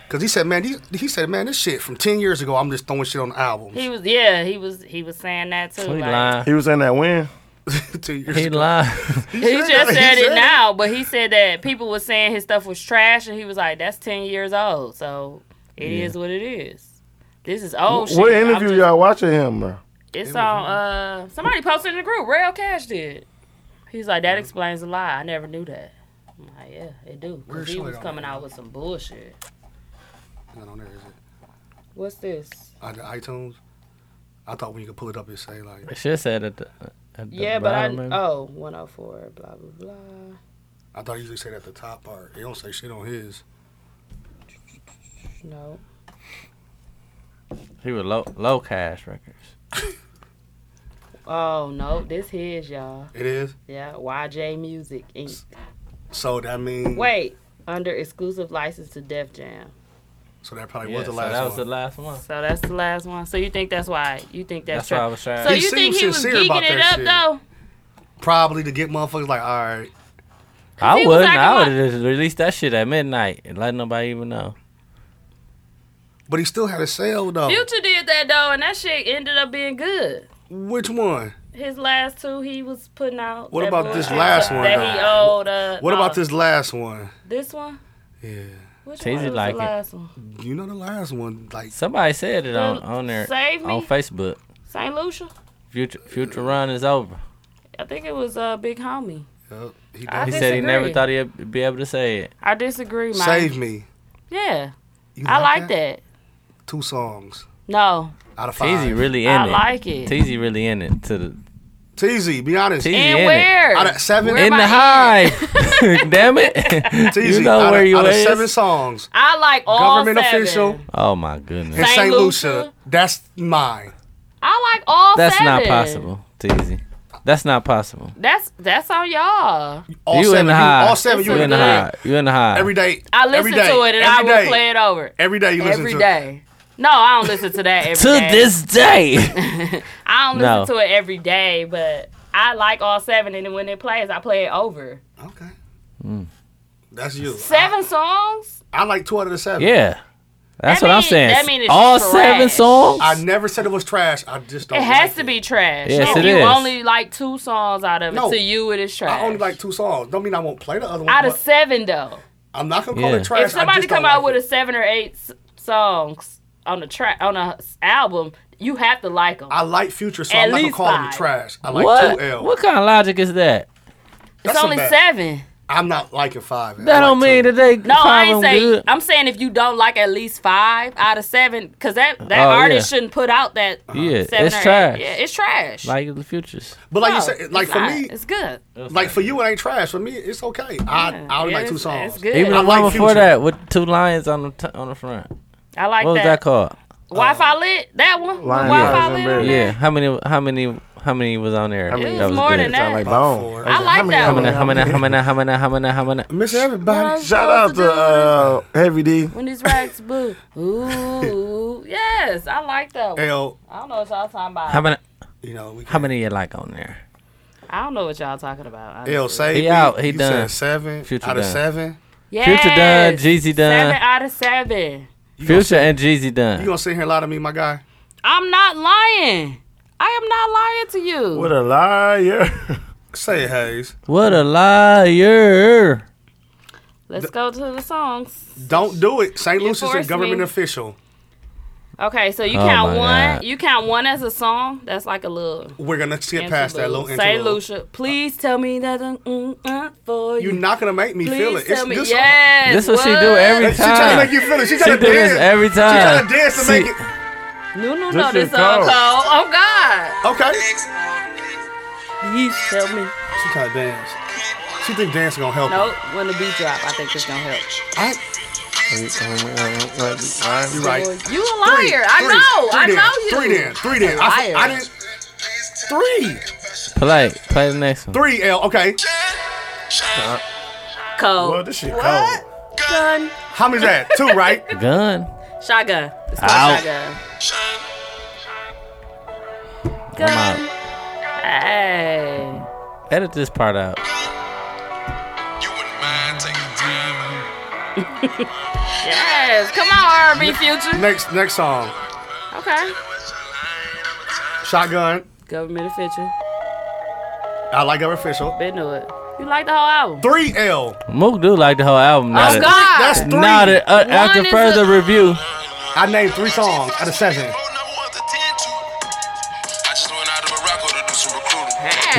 Speaker 5: because he said, man, these, he said, man, this shit from 10 years ago, I'm just throwing shit on albums.
Speaker 3: he was yeah, he was he was saying that too.
Speaker 1: He
Speaker 3: like,
Speaker 1: lying.
Speaker 6: he was in that win.
Speaker 5: 10 years
Speaker 1: He
Speaker 5: ago.
Speaker 1: lying.
Speaker 3: He
Speaker 5: said that.
Speaker 3: just
Speaker 5: He
Speaker 3: said it
Speaker 5: said it.
Speaker 3: now, but he said that people were saying his stuff was trash and he was like, That's ten years old, so it is what it is. This is old Oh, shit.
Speaker 6: what
Speaker 3: I'm
Speaker 6: interview
Speaker 3: just-
Speaker 6: y'all watching him, bro?
Speaker 3: It's on uh somebody posted in the group, Rail Cash did. He's like, That explains a lot. I never knew that. I'm like, yeah, it do. 'Cause
Speaker 5: Where's
Speaker 3: he
Speaker 5: Slick
Speaker 3: was
Speaker 5: on
Speaker 3: coming
Speaker 5: that?
Speaker 3: out with some bullshit.
Speaker 5: I don't know, is it?
Speaker 3: What's this?
Speaker 5: On the iTunes? I thought when you could pull it up, it say, like,
Speaker 1: It should said at the, at the
Speaker 3: Yeah, but I
Speaker 1: bottom, maybe.
Speaker 3: oh 104 blah blah blah.
Speaker 5: I thought it usually said at the top part. It don't say shit on his.
Speaker 3: No.
Speaker 1: he was low low cash records.
Speaker 3: Oh no, this his y'all.
Speaker 5: It is?
Speaker 3: Yeah, YJ Music Inc.
Speaker 5: So that means.
Speaker 3: Wait, under exclusive license to Def Jam.
Speaker 5: So that probably
Speaker 1: Yeah,
Speaker 5: was the
Speaker 1: so
Speaker 5: last
Speaker 1: that was
Speaker 5: one.
Speaker 1: the last one.
Speaker 3: So that's the last one. So you think that's why? You think that's,
Speaker 1: That's why I
Speaker 3: true?
Speaker 1: was trying.
Speaker 3: So
Speaker 5: He
Speaker 3: you think
Speaker 5: seems
Speaker 3: he was
Speaker 5: sincere about
Speaker 3: geeking it
Speaker 5: that
Speaker 3: up
Speaker 5: shit.
Speaker 3: though?
Speaker 5: probably to get motherfuckers like, all right.
Speaker 3: he
Speaker 1: I
Speaker 3: was
Speaker 1: wouldn't.
Speaker 3: acting
Speaker 1: I
Speaker 3: like-
Speaker 1: would have just released that shit at midnight and let nobody even know.
Speaker 5: But he still had a sale though.
Speaker 3: Future did that though, and that shit ended up being good.
Speaker 5: Which one?
Speaker 3: his last two he was putting out.
Speaker 5: What
Speaker 3: that
Speaker 5: about this
Speaker 3: bullshit
Speaker 5: last one,
Speaker 3: That he
Speaker 5: though?
Speaker 3: owed. Uh,
Speaker 5: What
Speaker 3: no,
Speaker 5: about this last one?
Speaker 3: This one.
Speaker 5: Yeah.
Speaker 3: Which
Speaker 1: Teasy
Speaker 3: one was
Speaker 1: like it.
Speaker 3: the last one?
Speaker 5: You know the last one, like
Speaker 1: Somebody said it on on there
Speaker 3: Save me?
Speaker 1: on Facebook.
Speaker 3: Saint Lucia.
Speaker 1: Future future run is over.
Speaker 3: I think it was uh, Big Homie.
Speaker 5: Yup, he
Speaker 3: I
Speaker 1: he said he never
Speaker 3: disagree.
Speaker 1: thought he'd be able to say it.
Speaker 3: I disagree, Mike.
Speaker 5: Save Me.
Speaker 3: Yeah,
Speaker 5: You
Speaker 3: I like that.
Speaker 5: Two songs
Speaker 3: No,
Speaker 5: out of five.
Speaker 1: Teasy really in
Speaker 3: I
Speaker 1: it.
Speaker 3: like it.
Speaker 1: Teasy really in it to the
Speaker 5: Teasy, be honest.
Speaker 1: Teasy in
Speaker 3: and
Speaker 1: it.
Speaker 3: where?
Speaker 5: Out of seven,
Speaker 3: Where e-
Speaker 1: in
Speaker 3: am
Speaker 1: the
Speaker 3: I
Speaker 1: hive. Damn it!
Speaker 5: Teasy,
Speaker 1: you know
Speaker 5: out
Speaker 1: where
Speaker 5: of,
Speaker 1: you
Speaker 5: out of
Speaker 1: is.
Speaker 5: seven songs.
Speaker 3: I like all
Speaker 5: Government
Speaker 3: seven.
Speaker 5: official
Speaker 1: Oh my goodness,
Speaker 5: and
Speaker 3: Saint
Speaker 5: Saint Lucia.
Speaker 3: Lucia.
Speaker 5: That's mine.
Speaker 3: I like all
Speaker 1: that's
Speaker 3: seven.
Speaker 1: not possible, Teasy. That's not possible.
Speaker 3: That's that's on y'all.
Speaker 5: All
Speaker 1: you
Speaker 5: seven.
Speaker 1: in the
Speaker 5: you-
Speaker 1: hive.
Speaker 5: all seven. You
Speaker 1: You in the
Speaker 5: hive.
Speaker 1: hive. You in the hive.
Speaker 5: Every day.
Speaker 3: I
Speaker 5: every
Speaker 3: listen
Speaker 5: day,
Speaker 3: to it and I
Speaker 5: every
Speaker 3: will
Speaker 5: day,
Speaker 3: play it over
Speaker 5: Every day you listen
Speaker 3: every
Speaker 5: to
Speaker 3: day. No, I don't listen to that every
Speaker 1: to
Speaker 3: day.
Speaker 1: this day.
Speaker 3: I don't
Speaker 1: No.
Speaker 3: listen to it every day, but I like all seven, and then when it plays, I play it over.
Speaker 5: it. Okay. That's you.
Speaker 3: Seven songs?
Speaker 5: I, I like two out of the seven.
Speaker 1: Yeah. That's
Speaker 3: That
Speaker 1: what I'm
Speaker 3: mean-
Speaker 1: saying.
Speaker 3: that mean it's
Speaker 1: All
Speaker 3: trash.
Speaker 1: seven songs?
Speaker 5: I never said it was trash. I just don't.
Speaker 3: It has
Speaker 5: like
Speaker 3: to be trash.
Speaker 1: Yes,
Speaker 3: if
Speaker 1: it
Speaker 3: you
Speaker 1: is.
Speaker 3: only like two songs out of it,
Speaker 5: No.
Speaker 3: to you it is trash.
Speaker 5: I only like two songs. Don't mean I won't play the other one.
Speaker 3: out of
Speaker 5: but
Speaker 3: seven though.
Speaker 5: I'm not gonna call
Speaker 1: Yeah.
Speaker 5: it trash.
Speaker 3: if somebody come out with
Speaker 5: a
Speaker 3: a seven or eight s- songs on a track on a s- album, you have to like them.
Speaker 5: I like Future, so
Speaker 3: At
Speaker 5: I'm not gonna
Speaker 3: least
Speaker 5: call him
Speaker 3: five.
Speaker 5: trash. I like
Speaker 1: what?
Speaker 5: two L.
Speaker 1: What kind of logic is that?
Speaker 3: it's
Speaker 5: that's
Speaker 3: only
Speaker 5: a bad-
Speaker 3: seven.
Speaker 5: I'm not liking five. L.
Speaker 1: That
Speaker 5: I
Speaker 1: don't
Speaker 5: like
Speaker 1: mean
Speaker 5: two.
Speaker 1: that they
Speaker 3: No, I
Speaker 1: them
Speaker 3: ain't saying.
Speaker 1: good.
Speaker 3: I'm saying if you don't like at least five out of seven, because that that
Speaker 1: Oh,
Speaker 3: artist
Speaker 1: yeah.
Speaker 3: shouldn't put out that
Speaker 1: Yeah,
Speaker 3: seven
Speaker 1: it's
Speaker 3: or
Speaker 1: trash.
Speaker 3: eight. Yeah, it's trash.
Speaker 1: Like the futures.
Speaker 5: But like you
Speaker 3: No,
Speaker 5: said, like
Speaker 3: it's
Speaker 5: for
Speaker 3: not.
Speaker 5: me,
Speaker 3: it's good.
Speaker 5: like for you, it ain't trash. For me, it's okay. I I only
Speaker 3: Yeah,
Speaker 5: like two
Speaker 3: it's-
Speaker 5: songs.
Speaker 3: It's good.
Speaker 1: Even
Speaker 5: I
Speaker 1: the one
Speaker 5: like
Speaker 1: before
Speaker 5: Future.
Speaker 1: that with two lions on the t- on the front.
Speaker 3: I like
Speaker 1: what was
Speaker 3: that.
Speaker 1: that, called?
Speaker 3: Oh. Wi-Fi lit. That one.
Speaker 13: Lion
Speaker 3: Wi-Fi
Speaker 13: Lion
Speaker 3: lit.
Speaker 13: Bear.
Speaker 3: on
Speaker 1: Yeah.
Speaker 3: there?
Speaker 1: How many? How many? How many was on there?
Speaker 13: How many
Speaker 3: It was more than that.
Speaker 13: Sound like
Speaker 5: About
Speaker 13: bone.
Speaker 5: four.
Speaker 3: I like that
Speaker 1: How
Speaker 3: one.
Speaker 1: many? How many? How many? How many? How many? How many?
Speaker 5: Miss everybody.
Speaker 13: Shout out to uh, Heavy D.
Speaker 3: When these racks boo. Ooh. yes, I like that one.
Speaker 5: L,
Speaker 3: I don't know what y'all talking about.
Speaker 1: How many?
Speaker 5: you know, we
Speaker 1: How many you like on there?
Speaker 3: I don't know what y'all talking about. honestly.
Speaker 5: L save
Speaker 1: He
Speaker 5: me.
Speaker 1: out, he
Speaker 5: you
Speaker 1: done.
Speaker 5: Said seven
Speaker 1: Future
Speaker 5: out of
Speaker 1: done.
Speaker 5: seven.
Speaker 3: Yes.
Speaker 1: Future done, Jeezy done.
Speaker 3: Seven out of seven.
Speaker 1: Future and Jeezy done.
Speaker 5: You gonna sit here and lie to me, my guy?
Speaker 3: I'm not lying. I am not lying to you.
Speaker 13: What a liar.
Speaker 5: Say it, Hayes.
Speaker 1: what a liar!
Speaker 3: Let's go to the songs.
Speaker 5: Don't do it. St. Louis is a
Speaker 3: Enforce
Speaker 5: government
Speaker 3: me.
Speaker 5: official.
Speaker 3: Okay, so you
Speaker 1: Oh
Speaker 3: count
Speaker 1: my
Speaker 3: one.
Speaker 1: God.
Speaker 3: You count one as a song. That's like a little.
Speaker 5: We're gonna skip past that little
Speaker 3: interlude. Say,
Speaker 5: interlude.
Speaker 3: Lucia, please tell me that I'm mm, uh, for you.
Speaker 5: You're not gonna make me
Speaker 3: please
Speaker 5: feel it. It's
Speaker 3: tell me.
Speaker 5: this
Speaker 3: Yes.
Speaker 1: This what she do every
Speaker 5: She trying to
Speaker 1: time.
Speaker 5: make you feel it. She
Speaker 1: She
Speaker 5: trying
Speaker 1: do
Speaker 5: to dance.
Speaker 1: this every
Speaker 5: She
Speaker 1: time.
Speaker 5: trying to dance to
Speaker 1: See,
Speaker 5: make it.
Speaker 3: No, no,
Speaker 13: This
Speaker 3: no. This
Speaker 13: is
Speaker 3: song
Speaker 13: cold.
Speaker 3: cold. Oh God.
Speaker 5: Okay.
Speaker 3: Please tell me.
Speaker 5: She trying to dance. She think dance gonna help. her.
Speaker 3: Nope. When the beat drop, I think it's gonna help.
Speaker 5: I, you right.
Speaker 3: Boy, you a liar. I know. I
Speaker 5: three
Speaker 3: know you.
Speaker 5: Three then. Three then. I,
Speaker 3: Liar.
Speaker 5: I didn't. Three.
Speaker 1: Play, play the next one.
Speaker 5: Three L. Okay.
Speaker 3: Cold.
Speaker 13: Well, this shit cold.
Speaker 3: Gun.
Speaker 5: How many's that? Two, right?
Speaker 1: Gun.
Speaker 3: Shotgun. It's called
Speaker 1: Out.
Speaker 3: shotgun.
Speaker 1: I'm out.
Speaker 3: Hey.
Speaker 1: Edit this part out.
Speaker 3: Yes. Come on, R&B future.
Speaker 5: Next next song.
Speaker 3: Okay.
Speaker 5: Shotgun.
Speaker 3: Government official.
Speaker 5: I like our official.
Speaker 3: Been to it. You like the whole album.
Speaker 5: Three L.
Speaker 1: Mook do like the whole album. Now
Speaker 3: Oh
Speaker 1: that-
Speaker 3: God.
Speaker 5: That's three.
Speaker 1: Now that uh, after
Speaker 3: is a-
Speaker 1: further review,
Speaker 5: I named three songs out of seven.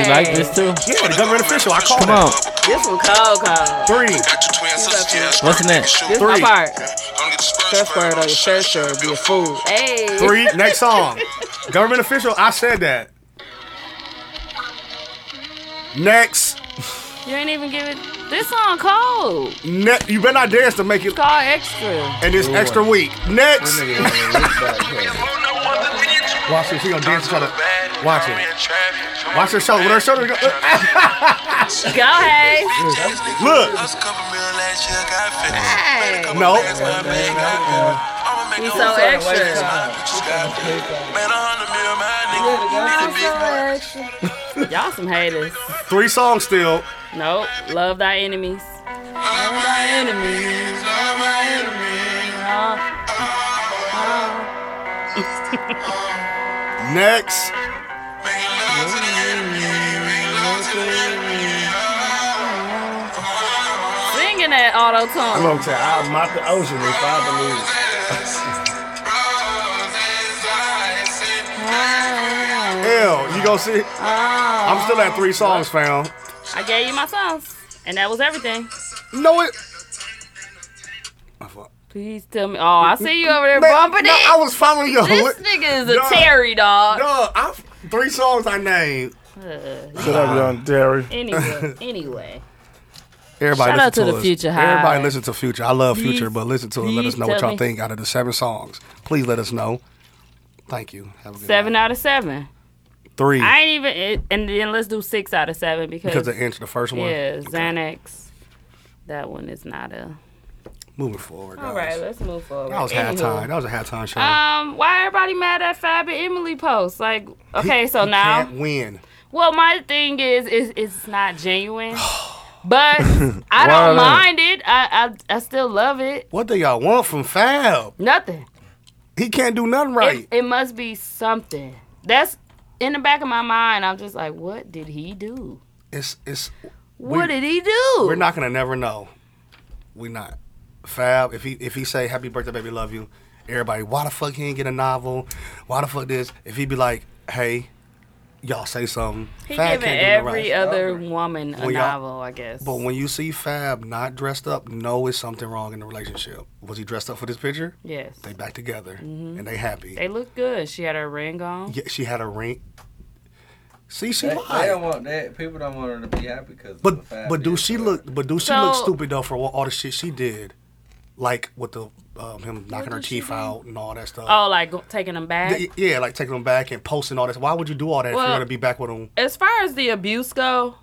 Speaker 1: you like this too?
Speaker 5: Yeah, the government official. I called
Speaker 1: Come on.
Speaker 3: This one cold, cold.
Speaker 5: Three.
Speaker 1: What's the next?
Speaker 3: This
Speaker 5: Three.
Speaker 3: my part. First word on your shirt, sure, be a fool. Hey.
Speaker 5: Three. Next song. Government official. I said that. Next.
Speaker 3: You ain't even give it. This song cold.
Speaker 5: Ne- you better not dance to make it.
Speaker 3: Call extra.
Speaker 5: And this extra week. Next. Watch this. She gonna dance. Try to watch it. Watch her shoulder. With her shoulder. go-
Speaker 3: Go hey.
Speaker 5: Look. No.
Speaker 3: He's so extra. Y'all some haters.
Speaker 5: Three songs still.
Speaker 3: Nope. Love thy enemies. Love thy enemies.
Speaker 5: Next.
Speaker 3: playing that auto
Speaker 6: I'm
Speaker 3: tune.
Speaker 6: gonna say I'll mop the ocean if I believe.
Speaker 5: Hell, you gonna see? I'm still at three songs, fam.
Speaker 3: I gave you my songs, and that was everything.
Speaker 5: No, it.
Speaker 3: Please tell me. Oh, I see you over there bumping
Speaker 5: no,
Speaker 3: it.
Speaker 5: I was following your
Speaker 3: This
Speaker 5: lip.
Speaker 3: nigga is a
Speaker 5: Dog.
Speaker 3: Terry dog.
Speaker 5: Dog, I three songs I named.
Speaker 3: Uh,
Speaker 6: Shut up, young Terry.
Speaker 3: anyway, anyway.
Speaker 5: Everybody
Speaker 3: Shout
Speaker 5: listen
Speaker 3: out to the
Speaker 5: us.
Speaker 3: Future Hive.
Speaker 5: Everybody listen to Future. I love Future,
Speaker 3: Please-
Speaker 5: but listen to it. Let us
Speaker 3: please
Speaker 5: know what
Speaker 3: tell
Speaker 5: y'all
Speaker 3: me.
Speaker 5: think out of the seven songs. Please let us know. Thank you. Have a good
Speaker 3: Seven out of seven.
Speaker 5: night. Three
Speaker 3: I ain't even. It, and then let's do six out of seven because.
Speaker 5: because of Inch, the first one.
Speaker 3: Yeah, Xanax. That one is not a.
Speaker 5: Moving forward.
Speaker 3: All
Speaker 5: guys.
Speaker 3: right, let's move forward.
Speaker 5: That was
Speaker 3: Anywho.
Speaker 5: halftime. That was a halftime show.
Speaker 3: Um, why everybody mad at Fab and Emily post? Like, okay, so
Speaker 5: You
Speaker 3: now,
Speaker 5: can't win.
Speaker 3: well, my thing is, is it's not genuine,
Speaker 5: Why
Speaker 3: but I
Speaker 5: not?
Speaker 3: don't mind it. I, I I still love it.
Speaker 5: What do y'all want from Fab?
Speaker 3: Nothing.
Speaker 5: He can't do nothing right.
Speaker 3: It, it must be something. That's in the back of my mind. I'm just like, what did he do?
Speaker 5: it's it's.
Speaker 3: What did he do?
Speaker 5: We're not gonna never know. We not. Fab, if he if he say happy birthday, baby, love you, everybody, why the fuck he ain't get a novel? Why the fuck this? If he be like, hey, y'all say something.
Speaker 3: He
Speaker 5: Fab
Speaker 3: giving
Speaker 5: can't do no
Speaker 3: every
Speaker 5: right.
Speaker 3: other woman a
Speaker 5: Well, y'all-
Speaker 3: novel, I guess.
Speaker 5: But when you see Fab not dressed up, know it's something wrong in the relationship. Was he dressed up for this picture?
Speaker 3: Yes. Mm-hmm.
Speaker 5: They back together and they happy.
Speaker 3: They look good. She had her ring on.
Speaker 5: yeah, she had a ring. See, she
Speaker 1: They, they
Speaker 5: lied.
Speaker 1: don't want that. People don't want her to be happy because.
Speaker 5: But but do she look? But do she look
Speaker 3: So-
Speaker 5: stupid though for what, all the shit she did, like with the um, him knocking her
Speaker 3: did she
Speaker 5: teeth
Speaker 3: do?
Speaker 5: out and all that stuff.
Speaker 3: Oh, like go- taking them back.
Speaker 5: Y- yeah, like taking them back and posting all this. Why would you do all that if
Speaker 3: Well-
Speaker 5: you're gonna be back with them?
Speaker 3: As far as the abuse go,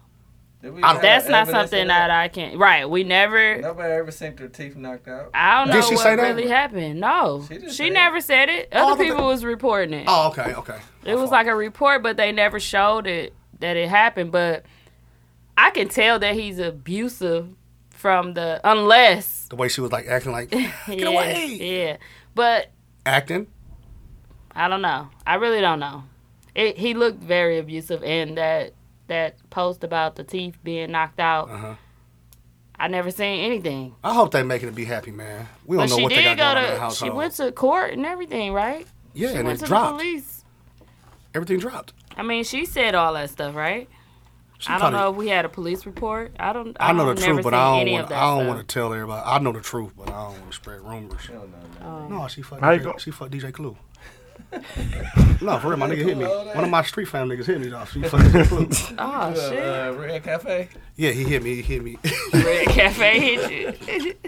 Speaker 5: I don't-
Speaker 3: that's not something that I can. Right, we never.
Speaker 1: Nobody ever seen their teeth knocked out.
Speaker 3: I don't know
Speaker 5: Did she
Speaker 3: what
Speaker 5: say that?
Speaker 3: really Oh. happened. No,
Speaker 1: She
Speaker 3: she,
Speaker 1: didn't say
Speaker 3: never said it.
Speaker 5: Oh, I
Speaker 3: Other
Speaker 5: thought
Speaker 3: people
Speaker 5: that-
Speaker 3: was reporting it.
Speaker 5: Oh, okay, okay.
Speaker 3: it was like a report, but they never showed it that it happened. But I can tell that he's abusive from the unless
Speaker 5: The way she was like acting, like
Speaker 3: yeah,
Speaker 5: away.
Speaker 3: yeah. But
Speaker 5: acting.
Speaker 3: I don't know. I really don't know. It, he looked very abusive, and that that post about the teeth being knocked out,
Speaker 5: Uh-huh.
Speaker 3: I never seen anything.
Speaker 5: I hope they making it be happy, man. We don't
Speaker 3: But
Speaker 5: know
Speaker 3: she
Speaker 5: what they got
Speaker 3: did
Speaker 5: going
Speaker 3: go
Speaker 5: on in the
Speaker 3: to.
Speaker 5: household.
Speaker 3: She went to court and everything, right?
Speaker 5: yeah,
Speaker 3: she
Speaker 5: and
Speaker 3: went
Speaker 5: it
Speaker 3: to the
Speaker 5: dropped.
Speaker 3: police.
Speaker 5: Everything dropped.
Speaker 3: I mean, she said all that stuff, right?
Speaker 5: She
Speaker 3: I don't
Speaker 5: probably-
Speaker 3: know if we had a police report. I don't. I,
Speaker 5: I know
Speaker 3: don't-
Speaker 5: the
Speaker 3: never
Speaker 5: truth, but
Speaker 3: seen
Speaker 5: I don't
Speaker 3: any
Speaker 5: want.
Speaker 3: of
Speaker 5: to.
Speaker 3: that
Speaker 5: I don't
Speaker 3: stuff.
Speaker 5: want to tell everybody. I know the truth, but I don't want to spread rumors.
Speaker 3: Oh.
Speaker 5: No, she fucked.
Speaker 6: How you
Speaker 5: DJ
Speaker 6: go-
Speaker 5: she fucked DJ Clue. no, for real, my nigga hit me. One of my street fam niggas hit me though. She fucked DJ Clue.
Speaker 3: Oh shit!
Speaker 1: Uh, Red Cafe.
Speaker 5: Yeah, he hit me. He hit me.
Speaker 3: Red Cafe hit you.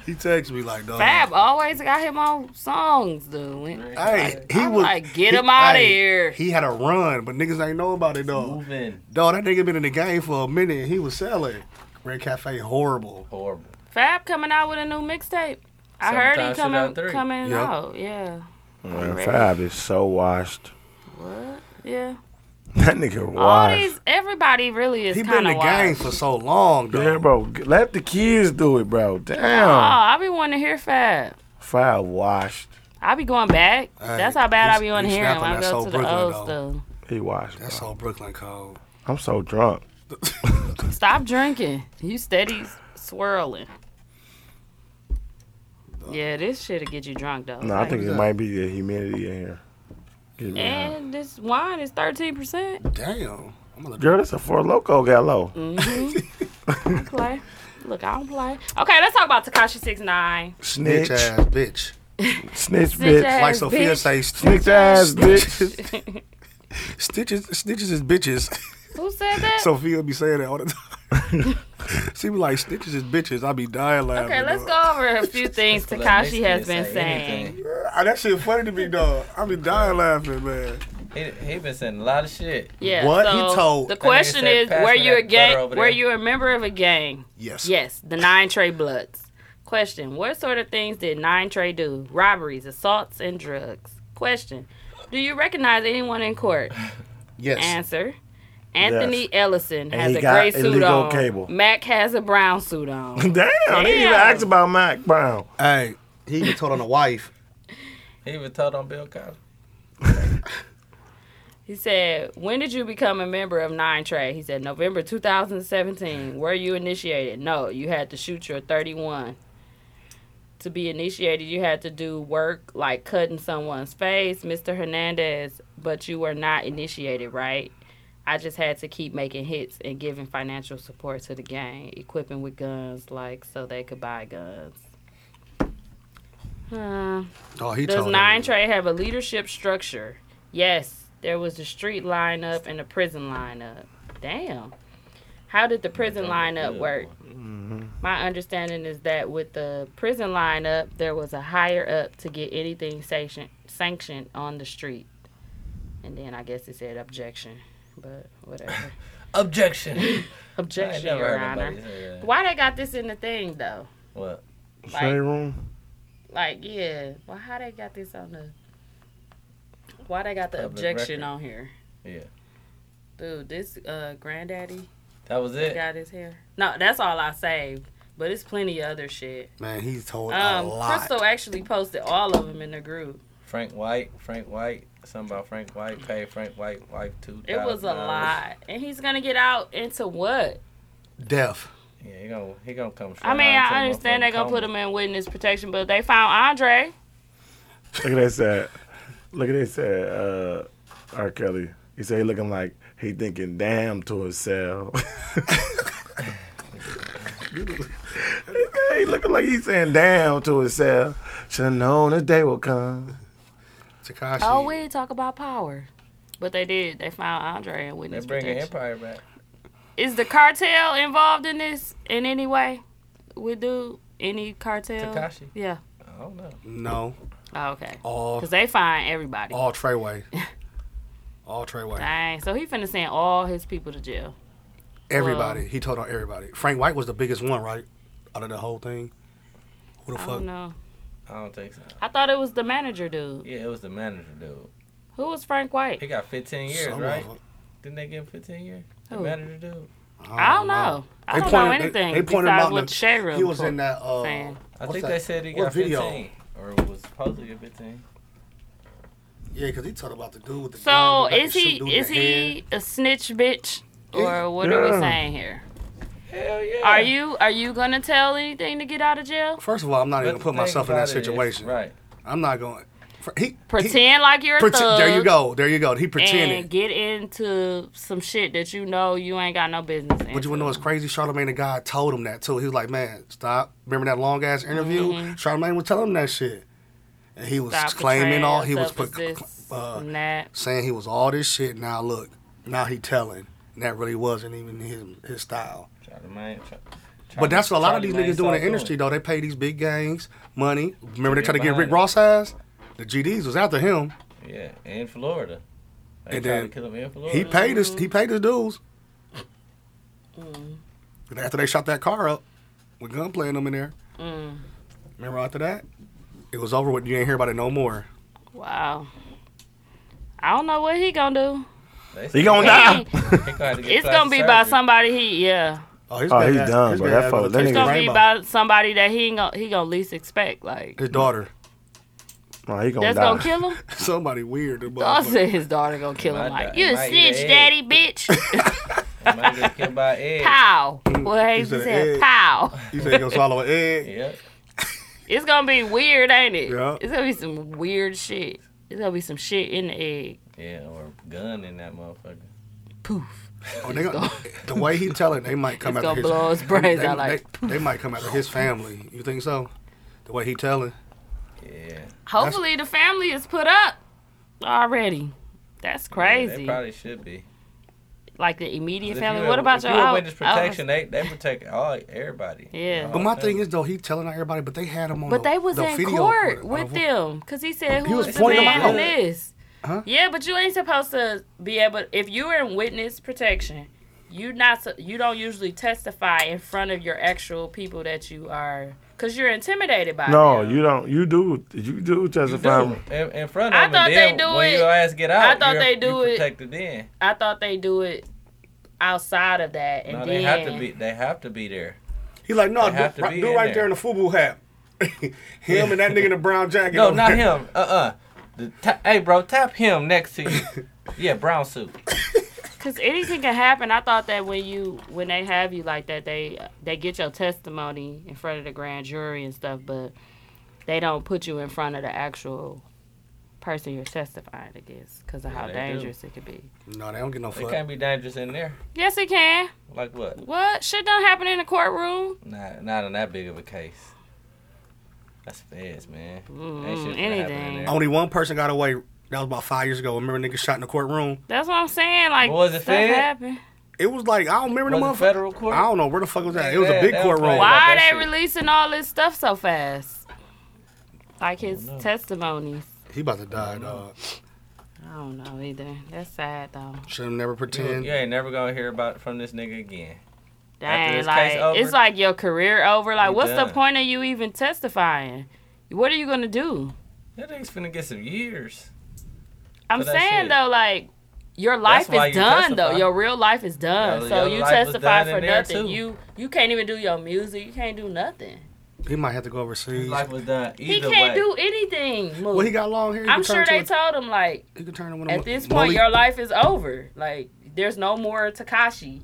Speaker 5: he texted me like, dog.
Speaker 3: Fab always got him on songs, dude.
Speaker 5: Hey, he
Speaker 3: I'm
Speaker 5: was
Speaker 3: like, get
Speaker 5: he-
Speaker 3: him outta
Speaker 5: hey,
Speaker 3: here.
Speaker 5: He had a run, but niggas ain't know about it though.
Speaker 1: Move in.
Speaker 5: Dog, that nigga been in the game for a minute. and He was selling. Red Cafe horrible.
Speaker 1: Horrible.
Speaker 3: Fab coming out with a new mixtape. I
Speaker 1: Summertime
Speaker 3: heard he
Speaker 1: Shit Out
Speaker 3: coming
Speaker 1: Three.
Speaker 3: coming
Speaker 5: Yep.
Speaker 3: out. Yeah.
Speaker 14: Man, Fab is so washed.
Speaker 3: What? Yeah.
Speaker 14: That nigga
Speaker 3: All
Speaker 14: washed.
Speaker 3: these everybody really is
Speaker 5: He
Speaker 3: kind
Speaker 5: been in
Speaker 3: of
Speaker 5: the game
Speaker 3: wild.
Speaker 5: for so long, dog.
Speaker 14: Yeah, bro. g- Let the kids do it, bro.
Speaker 3: Oh,
Speaker 14: Damn.
Speaker 3: I be wanting to hear Fab.
Speaker 14: Fab washed.
Speaker 3: I be going back.
Speaker 5: Hey,
Speaker 3: That's how bad I
Speaker 5: he's-
Speaker 3: be wanting to
Speaker 5: he's
Speaker 3: hear him.
Speaker 5: snapping
Speaker 3: I
Speaker 5: that
Speaker 3: go
Speaker 5: Soul
Speaker 3: to the
Speaker 5: Brooklyn,
Speaker 3: old
Speaker 5: though.
Speaker 3: stuff.
Speaker 14: He washed. Bro.
Speaker 5: That's all Brooklyn code.
Speaker 14: I'm so drunk.
Speaker 3: Stop drinking. You steady swirling. Yeah, this shit'll get you drunk though.
Speaker 14: No, I think it might be the humidity in here. Get me out.
Speaker 3: And this wine is thirteen percent.
Speaker 5: Damn. I'm gonna
Speaker 14: Girl, that's a four loco got low.
Speaker 3: Mm-hmm. Play. Look, I don't play. Okay, let's talk about Takashi Six Nine.
Speaker 14: Snitch,
Speaker 5: bitch ass bitch.
Speaker 14: snitch,
Speaker 3: Snitch
Speaker 14: bitch,
Speaker 5: Like
Speaker 3: ass
Speaker 5: Sophia
Speaker 3: bitch.
Speaker 5: say,
Speaker 14: snitch ass bitch.
Speaker 5: Stitches, stitches is bitches.
Speaker 3: Who said that?
Speaker 5: Sophia be saying that all the time. she be like, stitches is bitches. I be dying laughing.
Speaker 3: Okay, let's
Speaker 5: dog.
Speaker 3: go over a few things
Speaker 1: Let
Speaker 3: Takashi
Speaker 1: Nipsey
Speaker 3: has been
Speaker 1: say
Speaker 3: saying.
Speaker 1: anything.
Speaker 5: Ah, that shit funny to me, dog. I be dying laughing, man.
Speaker 1: He, he been saying a lot of shit.
Speaker 3: Yeah.
Speaker 5: What
Speaker 3: so
Speaker 5: he told-
Speaker 3: The
Speaker 5: That
Speaker 1: nigga
Speaker 3: question
Speaker 1: said,
Speaker 3: is,
Speaker 1: "Pass
Speaker 3: were
Speaker 1: me
Speaker 3: you a
Speaker 1: that butter
Speaker 3: gang?
Speaker 1: over
Speaker 3: Were
Speaker 1: there."
Speaker 3: you a member of a gang?
Speaker 5: Yes.
Speaker 3: Yes. The Nine Trey Bloods. Question: What sort of things did Nine Trey do? Robberies, assaults, and drugs. Question: Do you recognize anyone in court?
Speaker 5: Yes.
Speaker 3: Answer. Anthony Ellison has
Speaker 14: he
Speaker 3: a
Speaker 14: got
Speaker 3: gray suit
Speaker 14: illegal
Speaker 3: on.
Speaker 14: cable.
Speaker 3: Mac has a brown suit on.
Speaker 14: Damn, they even
Speaker 3: Damn.
Speaker 14: asked about Mac Brown.
Speaker 5: Hey, he even told on the wife.
Speaker 1: He even told on Bill Cosby.
Speaker 3: He said, "When did you become a member of Nine Trey?" He said, "November 2017." Were you initiated? No, you had to shoot your 31. To be initiated, you had to do work like cutting someone's face, Mr. Hernandez, but you were not initiated, right? I just had to keep making hits and giving financial support to the gang, equipping with guns, like so they could buy guns. Uh,
Speaker 5: Oh, he
Speaker 3: does
Speaker 5: told
Speaker 3: Nine Trey have a leadership structure? Yes, there was the street lineup and the prison lineup. Damn. How did the prison lineup work?
Speaker 5: Mm-hmm.
Speaker 3: My understanding is that with the prison lineup, there was a higher up to get anything sanction, sanctioned on the street. And then I guess it said objection, but whatever.
Speaker 1: Objection.
Speaker 3: objection,
Speaker 1: I ain't never
Speaker 3: Your
Speaker 1: heard
Speaker 3: Honor.
Speaker 1: nobody say that.
Speaker 3: Why they got this in the thing, though?
Speaker 1: What?
Speaker 14: Shade room.
Speaker 3: Like, yeah. Well, how they got this on the. Why they got the
Speaker 1: Public
Speaker 3: objection
Speaker 1: record.
Speaker 3: on here?
Speaker 1: Yeah.
Speaker 3: Dude, this uh, granddaddy
Speaker 1: That was
Speaker 3: that
Speaker 1: it.
Speaker 3: got his hair. No, that's all I saved. But it's plenty of other shit.
Speaker 5: Man, he told a
Speaker 3: Um,
Speaker 5: lot.
Speaker 3: Crystal actually posted all of them in the group.
Speaker 1: Frank White. Frank White. Something about Frank White. Paid Frank White wife two.
Speaker 3: It was a lot, and he's gonna get out into what?
Speaker 5: Deaf.
Speaker 1: Yeah, he gonna he gonna come.
Speaker 3: I mean, I understand they're gonna put him in witness protection, but they found Andre.
Speaker 14: Look at that said. Look at that said. Uh, R. Kelly. He said he looking like he thinking damn to himself. he looking like he saying damn to himself. Should have known this day will come.
Speaker 5: Takashi.
Speaker 3: Oh, we didn't talk about power, but they did. They found Andre in
Speaker 1: They're
Speaker 3: witness
Speaker 1: bringing
Speaker 3: protection.
Speaker 1: Empire back.
Speaker 3: Is the cartel involved in this in any way? We do any cartel?
Speaker 1: Takashi. Oh.
Speaker 3: Yeah.
Speaker 1: I don't know.
Speaker 5: No.
Speaker 3: Oh, okay.
Speaker 5: All
Speaker 3: Cause they find everybody.
Speaker 5: all Treyway. all Treyway.
Speaker 3: Dang. So he finna send all his people to jail.
Speaker 5: Everybody. He told on everybody. Frank White was the biggest one, right? Out of the whole thing. Who the
Speaker 3: I
Speaker 5: fuck?
Speaker 3: don't know.
Speaker 1: I don't think so.
Speaker 3: I thought it was the manager dude.
Speaker 1: Yeah, it was the manager dude.
Speaker 3: Who was Frank White?
Speaker 1: He got 15 years,
Speaker 5: Some of
Speaker 1: right?
Speaker 5: them.
Speaker 1: Didn't they give him 15 years? The
Speaker 3: Who?
Speaker 1: manager dude.
Speaker 3: I don't know. I
Speaker 5: They
Speaker 3: don't know
Speaker 5: pointed-
Speaker 3: anything.
Speaker 5: They, they pointed him
Speaker 3: besides
Speaker 5: out. in
Speaker 3: what
Speaker 5: the-
Speaker 3: Shayra
Speaker 5: he was
Speaker 3: pro-
Speaker 5: in that. Uh,
Speaker 3: saying.
Speaker 1: I
Speaker 5: what's
Speaker 1: think
Speaker 5: that?
Speaker 1: they said he
Speaker 5: What
Speaker 1: got
Speaker 5: video?
Speaker 1: 15 or was supposed to get 15.
Speaker 5: Yeah, because he talked about the dude with the
Speaker 3: So
Speaker 5: gun, about
Speaker 3: is
Speaker 5: to shoot dude
Speaker 3: he
Speaker 5: in
Speaker 3: is
Speaker 5: the
Speaker 3: he
Speaker 5: head.
Speaker 3: a snitch bitch or what are we
Speaker 14: Yeah.
Speaker 3: saying here?
Speaker 1: Hell yeah.
Speaker 3: Are you are you gonna tell anything to get out of jail?
Speaker 5: First of all, I'm not even
Speaker 1: But
Speaker 5: gonna
Speaker 1: the
Speaker 5: put
Speaker 1: thing
Speaker 5: myself in that
Speaker 1: about it is-
Speaker 5: situation.
Speaker 1: right.
Speaker 5: I'm not going. for- He
Speaker 3: Pretend
Speaker 5: He,
Speaker 3: like you're a
Speaker 5: pretend,
Speaker 3: thug.
Speaker 5: there you go. There you go. He
Speaker 3: And
Speaker 5: pretended.
Speaker 3: get into some shit that you know you ain't got no business in.
Speaker 5: But you wanna know what's crazy? Charlemagne the God told him that too. He was like, "Man, stop." Remember that long ass interview? Charlemagne was telling him that shit, and he was claiming all. He was put, uh,
Speaker 3: that.
Speaker 5: saying he was all this shit. Now look, now he telling, and that really wasn't even his his style.
Speaker 1: Charlemagne, Char-
Speaker 5: But that's what a lot of
Speaker 1: Charlemagne
Speaker 5: these niggas do in
Speaker 1: started
Speaker 5: the industry, though. They pay these big gangs money. Remember they
Speaker 1: get
Speaker 5: tried to get
Speaker 1: behind
Speaker 5: Rick
Speaker 1: it.
Speaker 5: Ross ass? The GDs was after him.
Speaker 1: Yeah, in Florida. They
Speaker 5: And
Speaker 1: tried
Speaker 5: then
Speaker 1: to kill him in Florida.
Speaker 5: He paid his he paid his dues.
Speaker 3: Mm-hmm.
Speaker 5: And after they shot that car up with gunplay in them in there.
Speaker 3: Mm,
Speaker 5: Remember after that? It was over with. You ain't hear about it no more.
Speaker 3: Wow. I don't know what he gonna
Speaker 1: They said
Speaker 14: He gonna
Speaker 3: do.
Speaker 14: die.
Speaker 3: He-
Speaker 1: he gonna have to get
Speaker 3: it's gonna
Speaker 1: plastic
Speaker 3: be by
Speaker 1: surgery.
Speaker 3: somebody he yeah.
Speaker 5: his
Speaker 14: Oh,
Speaker 5: bad
Speaker 14: he's
Speaker 5: ass-
Speaker 14: done,
Speaker 5: his
Speaker 14: bro.
Speaker 5: bad
Speaker 14: That
Speaker 5: ass
Speaker 14: fuck-
Speaker 5: was
Speaker 14: that
Speaker 5: a
Speaker 14: nigga-
Speaker 3: It's
Speaker 5: Texas
Speaker 3: gonna be
Speaker 5: Rainbow.
Speaker 3: about somebody that he ain't gonna he gonna least expect. Like
Speaker 5: his daughter.
Speaker 14: Oh, he gonna
Speaker 3: that's
Speaker 14: die.
Speaker 3: gonna kill him.
Speaker 5: Somebody weird. that
Speaker 3: Dawg
Speaker 5: motherfucker.
Speaker 3: said his daughter gonna kill him.
Speaker 1: might
Speaker 3: Like
Speaker 1: die.
Speaker 3: you a
Speaker 1: He might eat
Speaker 3: snitch,
Speaker 1: an
Speaker 3: daddy, bitch.
Speaker 1: He might get killed by egg.
Speaker 3: Pow. Well, Hayes
Speaker 5: said
Speaker 3: said
Speaker 5: egg.
Speaker 3: pow.
Speaker 5: You said you gonna swallow an egg?
Speaker 1: Yep.
Speaker 3: It's gonna be weird, ain't it?
Speaker 5: Yeah.
Speaker 3: It's gonna be some weird shit. It's gonna be some shit in the egg.
Speaker 1: Yeah, or gun in that motherfucker.
Speaker 3: Poof.
Speaker 5: Oh, they gonna, the way he telling, they might come
Speaker 3: It's
Speaker 5: after
Speaker 3: gonna
Speaker 5: his.
Speaker 3: blow his brains
Speaker 5: they,
Speaker 3: out like.
Speaker 5: they, they might come after his family. You think so? The way he telling.
Speaker 1: Yeah.
Speaker 3: Hopefully the family is put up already. That's
Speaker 1: Yeah,
Speaker 3: crazy.
Speaker 1: they probably should be.
Speaker 3: like the immediate
Speaker 1: 'Cause if
Speaker 3: family.
Speaker 1: you
Speaker 3: What
Speaker 1: a-
Speaker 3: about
Speaker 1: if
Speaker 3: your
Speaker 1: you a
Speaker 3: out-
Speaker 1: witness
Speaker 3: out-
Speaker 1: protection? They they protect all everybody.
Speaker 3: Yeah.
Speaker 5: But my thing is though, he telling out everybody, but they had him on.
Speaker 3: But
Speaker 5: the,
Speaker 3: they was
Speaker 5: the
Speaker 3: in
Speaker 5: video
Speaker 3: court
Speaker 5: on
Speaker 3: with
Speaker 5: the-
Speaker 3: them because he said,
Speaker 5: He
Speaker 3: "Who
Speaker 5: was
Speaker 3: was the
Speaker 5: pointing them
Speaker 3: man in
Speaker 5: out.
Speaker 3: this?"
Speaker 5: Huh?
Speaker 3: Yeah, but you ain't supposed to be able. If you're in witness protection, you not su- you don't usually testify in front of your actual people that you are because you're intimidated by.
Speaker 14: No,
Speaker 3: them.
Speaker 14: you don't. You do. You do
Speaker 1: You
Speaker 14: testify.
Speaker 1: do. In, in front
Speaker 3: I
Speaker 1: of them.
Speaker 3: thought
Speaker 1: and then
Speaker 3: they do
Speaker 1: when
Speaker 3: it-
Speaker 1: your ass get out,
Speaker 3: I thought
Speaker 1: you're,
Speaker 3: they do
Speaker 1: you
Speaker 3: it-
Speaker 1: protected then.
Speaker 3: I thought they do it outside of that, and
Speaker 1: No,
Speaker 3: then
Speaker 1: they have to be. They have to be there.
Speaker 5: He like, no,
Speaker 1: They have
Speaker 5: do,
Speaker 1: to
Speaker 5: right,
Speaker 1: be
Speaker 5: dude
Speaker 1: in
Speaker 5: right there
Speaker 1: there.
Speaker 5: in the FUBU hat. him and that nigga in the brown jacket.
Speaker 1: No,
Speaker 5: over
Speaker 1: not Uh-uh.
Speaker 5: there.
Speaker 1: him. Uh uh The ta- hey, bro, tap him next to you. Yeah, brown suit.
Speaker 3: Cause anything can happen. I thought that when you when they have you like that, they they get your testimony in front of the grand jury and stuff, but they don't put you in front of the actual person you're testifying against because of
Speaker 1: Yeah,
Speaker 3: how
Speaker 1: they do.
Speaker 3: dangerous it could be.
Speaker 5: No, they don't get no
Speaker 1: It
Speaker 5: fuck.
Speaker 1: can't be dangerous in there.
Speaker 3: Yes, it can.
Speaker 1: Like what?
Speaker 3: What shit don't happen in the courtroom?
Speaker 1: Not not on that big of a case. That's fast, man. Ain't
Speaker 3: Mm,
Speaker 1: shit finna happen in
Speaker 3: anything.
Speaker 1: there.
Speaker 5: Only one person got away. That was about five years ago. Remember, nigga shot in the courtroom.
Speaker 3: That's what I'm saying. Like
Speaker 1: What was it,
Speaker 3: stuff
Speaker 1: Fed?
Speaker 3: happened.
Speaker 5: It was like I don't
Speaker 1: Was
Speaker 5: remember
Speaker 1: it
Speaker 5: the motherfucker.
Speaker 1: federal court?
Speaker 5: I don't know where the fuck was that. It was
Speaker 1: Yeah,
Speaker 5: a big
Speaker 1: they don't
Speaker 5: courtroom.
Speaker 1: play
Speaker 5: Why?
Speaker 1: that.
Speaker 3: Why are they
Speaker 1: shit.
Speaker 3: releasing all this stuff so fast? Like his testimonies.
Speaker 5: He about to die, dog.
Speaker 3: I don't know either. That's sad though.
Speaker 5: Should have never
Speaker 1: You,
Speaker 5: pretend.
Speaker 1: you ain't never gonna hear about from this nigga again. After
Speaker 3: Dang,
Speaker 1: this
Speaker 3: like
Speaker 1: case over?
Speaker 3: it's like your career over. Like,
Speaker 1: You
Speaker 3: what's
Speaker 1: done.
Speaker 3: the point of you even testifying? What are you gonna do?
Speaker 1: That nigga's finna get some years.
Speaker 3: I'm
Speaker 1: For that
Speaker 3: saying
Speaker 1: shit.
Speaker 3: though, like your
Speaker 1: That's
Speaker 3: life
Speaker 1: why
Speaker 3: is
Speaker 1: you
Speaker 3: done though.
Speaker 1: testify.
Speaker 3: Your real life is done.
Speaker 1: Your-
Speaker 3: so
Speaker 1: your
Speaker 3: you
Speaker 1: life was
Speaker 3: testify
Speaker 1: done
Speaker 3: for
Speaker 1: in there,
Speaker 3: nothing.
Speaker 1: too.
Speaker 3: You you can't even do your music. You can't do nothing.
Speaker 5: He might have to go overseas.
Speaker 1: His life was done either
Speaker 3: he
Speaker 1: way.
Speaker 3: can't do anything. Mook.
Speaker 5: well, he got long hair. He
Speaker 3: I'm
Speaker 5: can
Speaker 3: sure
Speaker 5: turn
Speaker 3: they
Speaker 5: to
Speaker 3: told him like
Speaker 5: a, he could turn to one of
Speaker 3: at
Speaker 5: them
Speaker 3: this point
Speaker 5: bully-
Speaker 3: your life is over. Like there's no more Takashi.